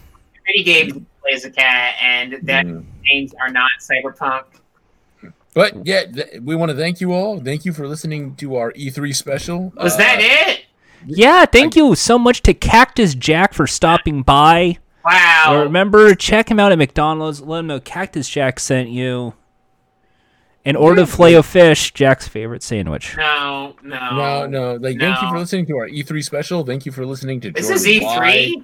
[SPEAKER 3] Pretty game plays a cat, and that
[SPEAKER 2] Mm.
[SPEAKER 3] games are not Cyberpunk.
[SPEAKER 2] But yeah, th- we want to thank you all. Thank you for listening to our E3 special.
[SPEAKER 3] Was that it?
[SPEAKER 1] yeah. Thank you so much to Cactus Jack for stopping by.
[SPEAKER 3] Wow.
[SPEAKER 1] Remember, check him out at McDonald's. Let him know Cactus Jack sent you. And order filet of fish, Jack's favorite sandwich.
[SPEAKER 3] No, no,
[SPEAKER 2] Uh, No, no. Like, thank you for
[SPEAKER 3] No.
[SPEAKER 2] listening to our E3 special. Thank you for listening to
[SPEAKER 3] This E
[SPEAKER 2] Jordan
[SPEAKER 3] is E3.
[SPEAKER 2] Y.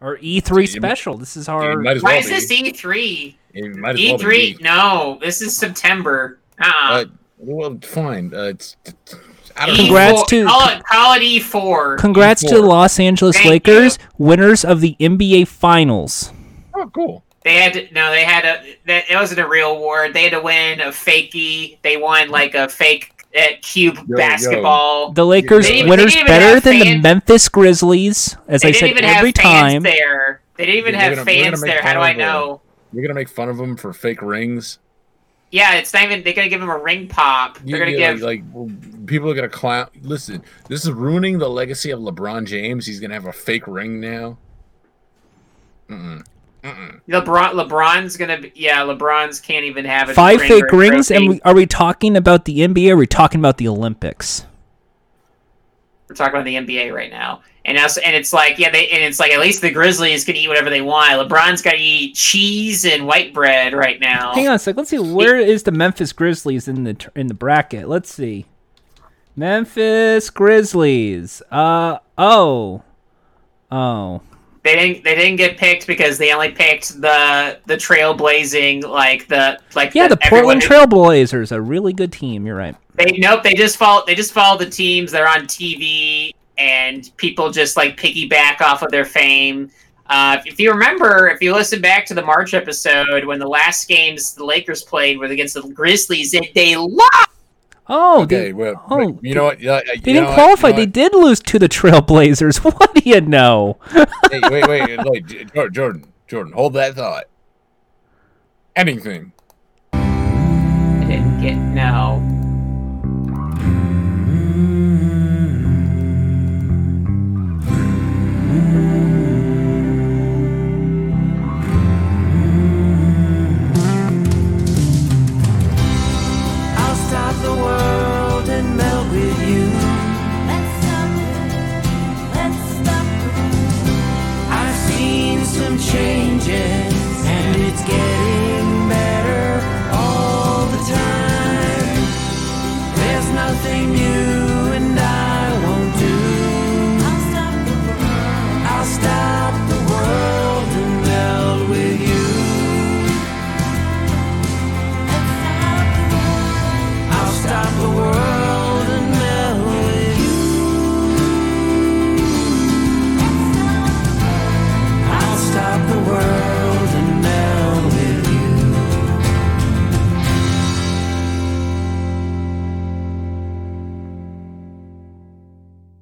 [SPEAKER 1] Our E3
[SPEAKER 2] Dude, it-
[SPEAKER 1] special. This is
[SPEAKER 2] It
[SPEAKER 1] our
[SPEAKER 2] might as
[SPEAKER 3] Why
[SPEAKER 2] well
[SPEAKER 3] is this E
[SPEAKER 2] be.
[SPEAKER 3] E3?
[SPEAKER 2] It might as well be.
[SPEAKER 3] E3? No, this is September. Uh-uh.
[SPEAKER 2] Uh, well, fine. Uh, it's, I don't know.
[SPEAKER 3] E4,
[SPEAKER 1] Congrats to-
[SPEAKER 3] E call it, call it E4.
[SPEAKER 1] Congrats to the
[SPEAKER 2] Before.
[SPEAKER 1] Los Angeles
[SPEAKER 3] Thank
[SPEAKER 1] Lakers, winners of the NBA Finals.
[SPEAKER 2] Oh, cool.
[SPEAKER 3] they had to, no, they had a that it wasn't a real award. They had to win a fakey. They won like a fake uh, cube
[SPEAKER 2] yo.
[SPEAKER 3] basketball.
[SPEAKER 1] The Lakers
[SPEAKER 3] They- they
[SPEAKER 1] winners
[SPEAKER 3] didn't even
[SPEAKER 1] better
[SPEAKER 3] have
[SPEAKER 1] than the
[SPEAKER 3] fans-
[SPEAKER 1] Memphis Grizzlies, as
[SPEAKER 3] they
[SPEAKER 1] I
[SPEAKER 3] didn't
[SPEAKER 1] said
[SPEAKER 3] even
[SPEAKER 1] every
[SPEAKER 3] have fans
[SPEAKER 1] time.
[SPEAKER 3] there. They didn't even
[SPEAKER 2] We're
[SPEAKER 3] have
[SPEAKER 2] gonna- we're gonna
[SPEAKER 3] fans
[SPEAKER 2] make
[SPEAKER 3] there. How do
[SPEAKER 2] fun
[SPEAKER 3] I
[SPEAKER 2] of them.
[SPEAKER 3] know?
[SPEAKER 2] You're gonna make fun of them for fake rings.
[SPEAKER 3] Yeah, it's not even. They're gonna give him a ring pop.
[SPEAKER 2] You-
[SPEAKER 3] They're gonna
[SPEAKER 2] you-
[SPEAKER 3] give.
[SPEAKER 2] like, like, people are gonna clown. Listen, this is ruining the legacy of LeBron James. He's gonna have a fake ring now. Mm-mm. Mm-mm.
[SPEAKER 3] LeBron, LeBron's gonna, be, yeah, LeBron's can't even have a
[SPEAKER 1] Five
[SPEAKER 3] ring or
[SPEAKER 1] fake
[SPEAKER 3] a
[SPEAKER 1] rings, and
[SPEAKER 3] trophy.
[SPEAKER 1] we, are we talking about the NBA? Or are we talking about the Olympics?
[SPEAKER 3] we're talking about the NBA right now, and us, and it's like, yeah, they, and it's like, at least the Grizzlies can eat whatever they want. LeBron's got to eat cheese and white bread right now.
[SPEAKER 1] Hang on a sec. Let's see. Where is the Memphis Grizzlies in the tr- in the bracket? Let's see. Memphis Grizzlies. Uh oh, oh.
[SPEAKER 3] They didn't, they didn't get picked because they only picked the the trailblazing, like the, like
[SPEAKER 1] Yeah, the
[SPEAKER 3] everyone
[SPEAKER 1] Portland
[SPEAKER 3] who-
[SPEAKER 1] Trailblazers a really good team. You're right.
[SPEAKER 3] They nope, they just follow, they just follow the teams. They're on TV, and people just like piggyback off of their fame. Uh, if- if you remember, if you listen back to the March episode when the last games the Lakers played were against the Grizzlies, and they lost.
[SPEAKER 1] Oh,
[SPEAKER 2] Okay,
[SPEAKER 1] they,
[SPEAKER 2] well,
[SPEAKER 1] oh,
[SPEAKER 2] you know what? They
[SPEAKER 1] they didn't qualify. they did lose to the Trailblazers. <laughs> What do you know?
[SPEAKER 2] hey, wait, wait,
[SPEAKER 1] <laughs>
[SPEAKER 2] wait, J- Jor- Jordan, Jordan, hold that thought. Anything.
[SPEAKER 3] I didn't get no.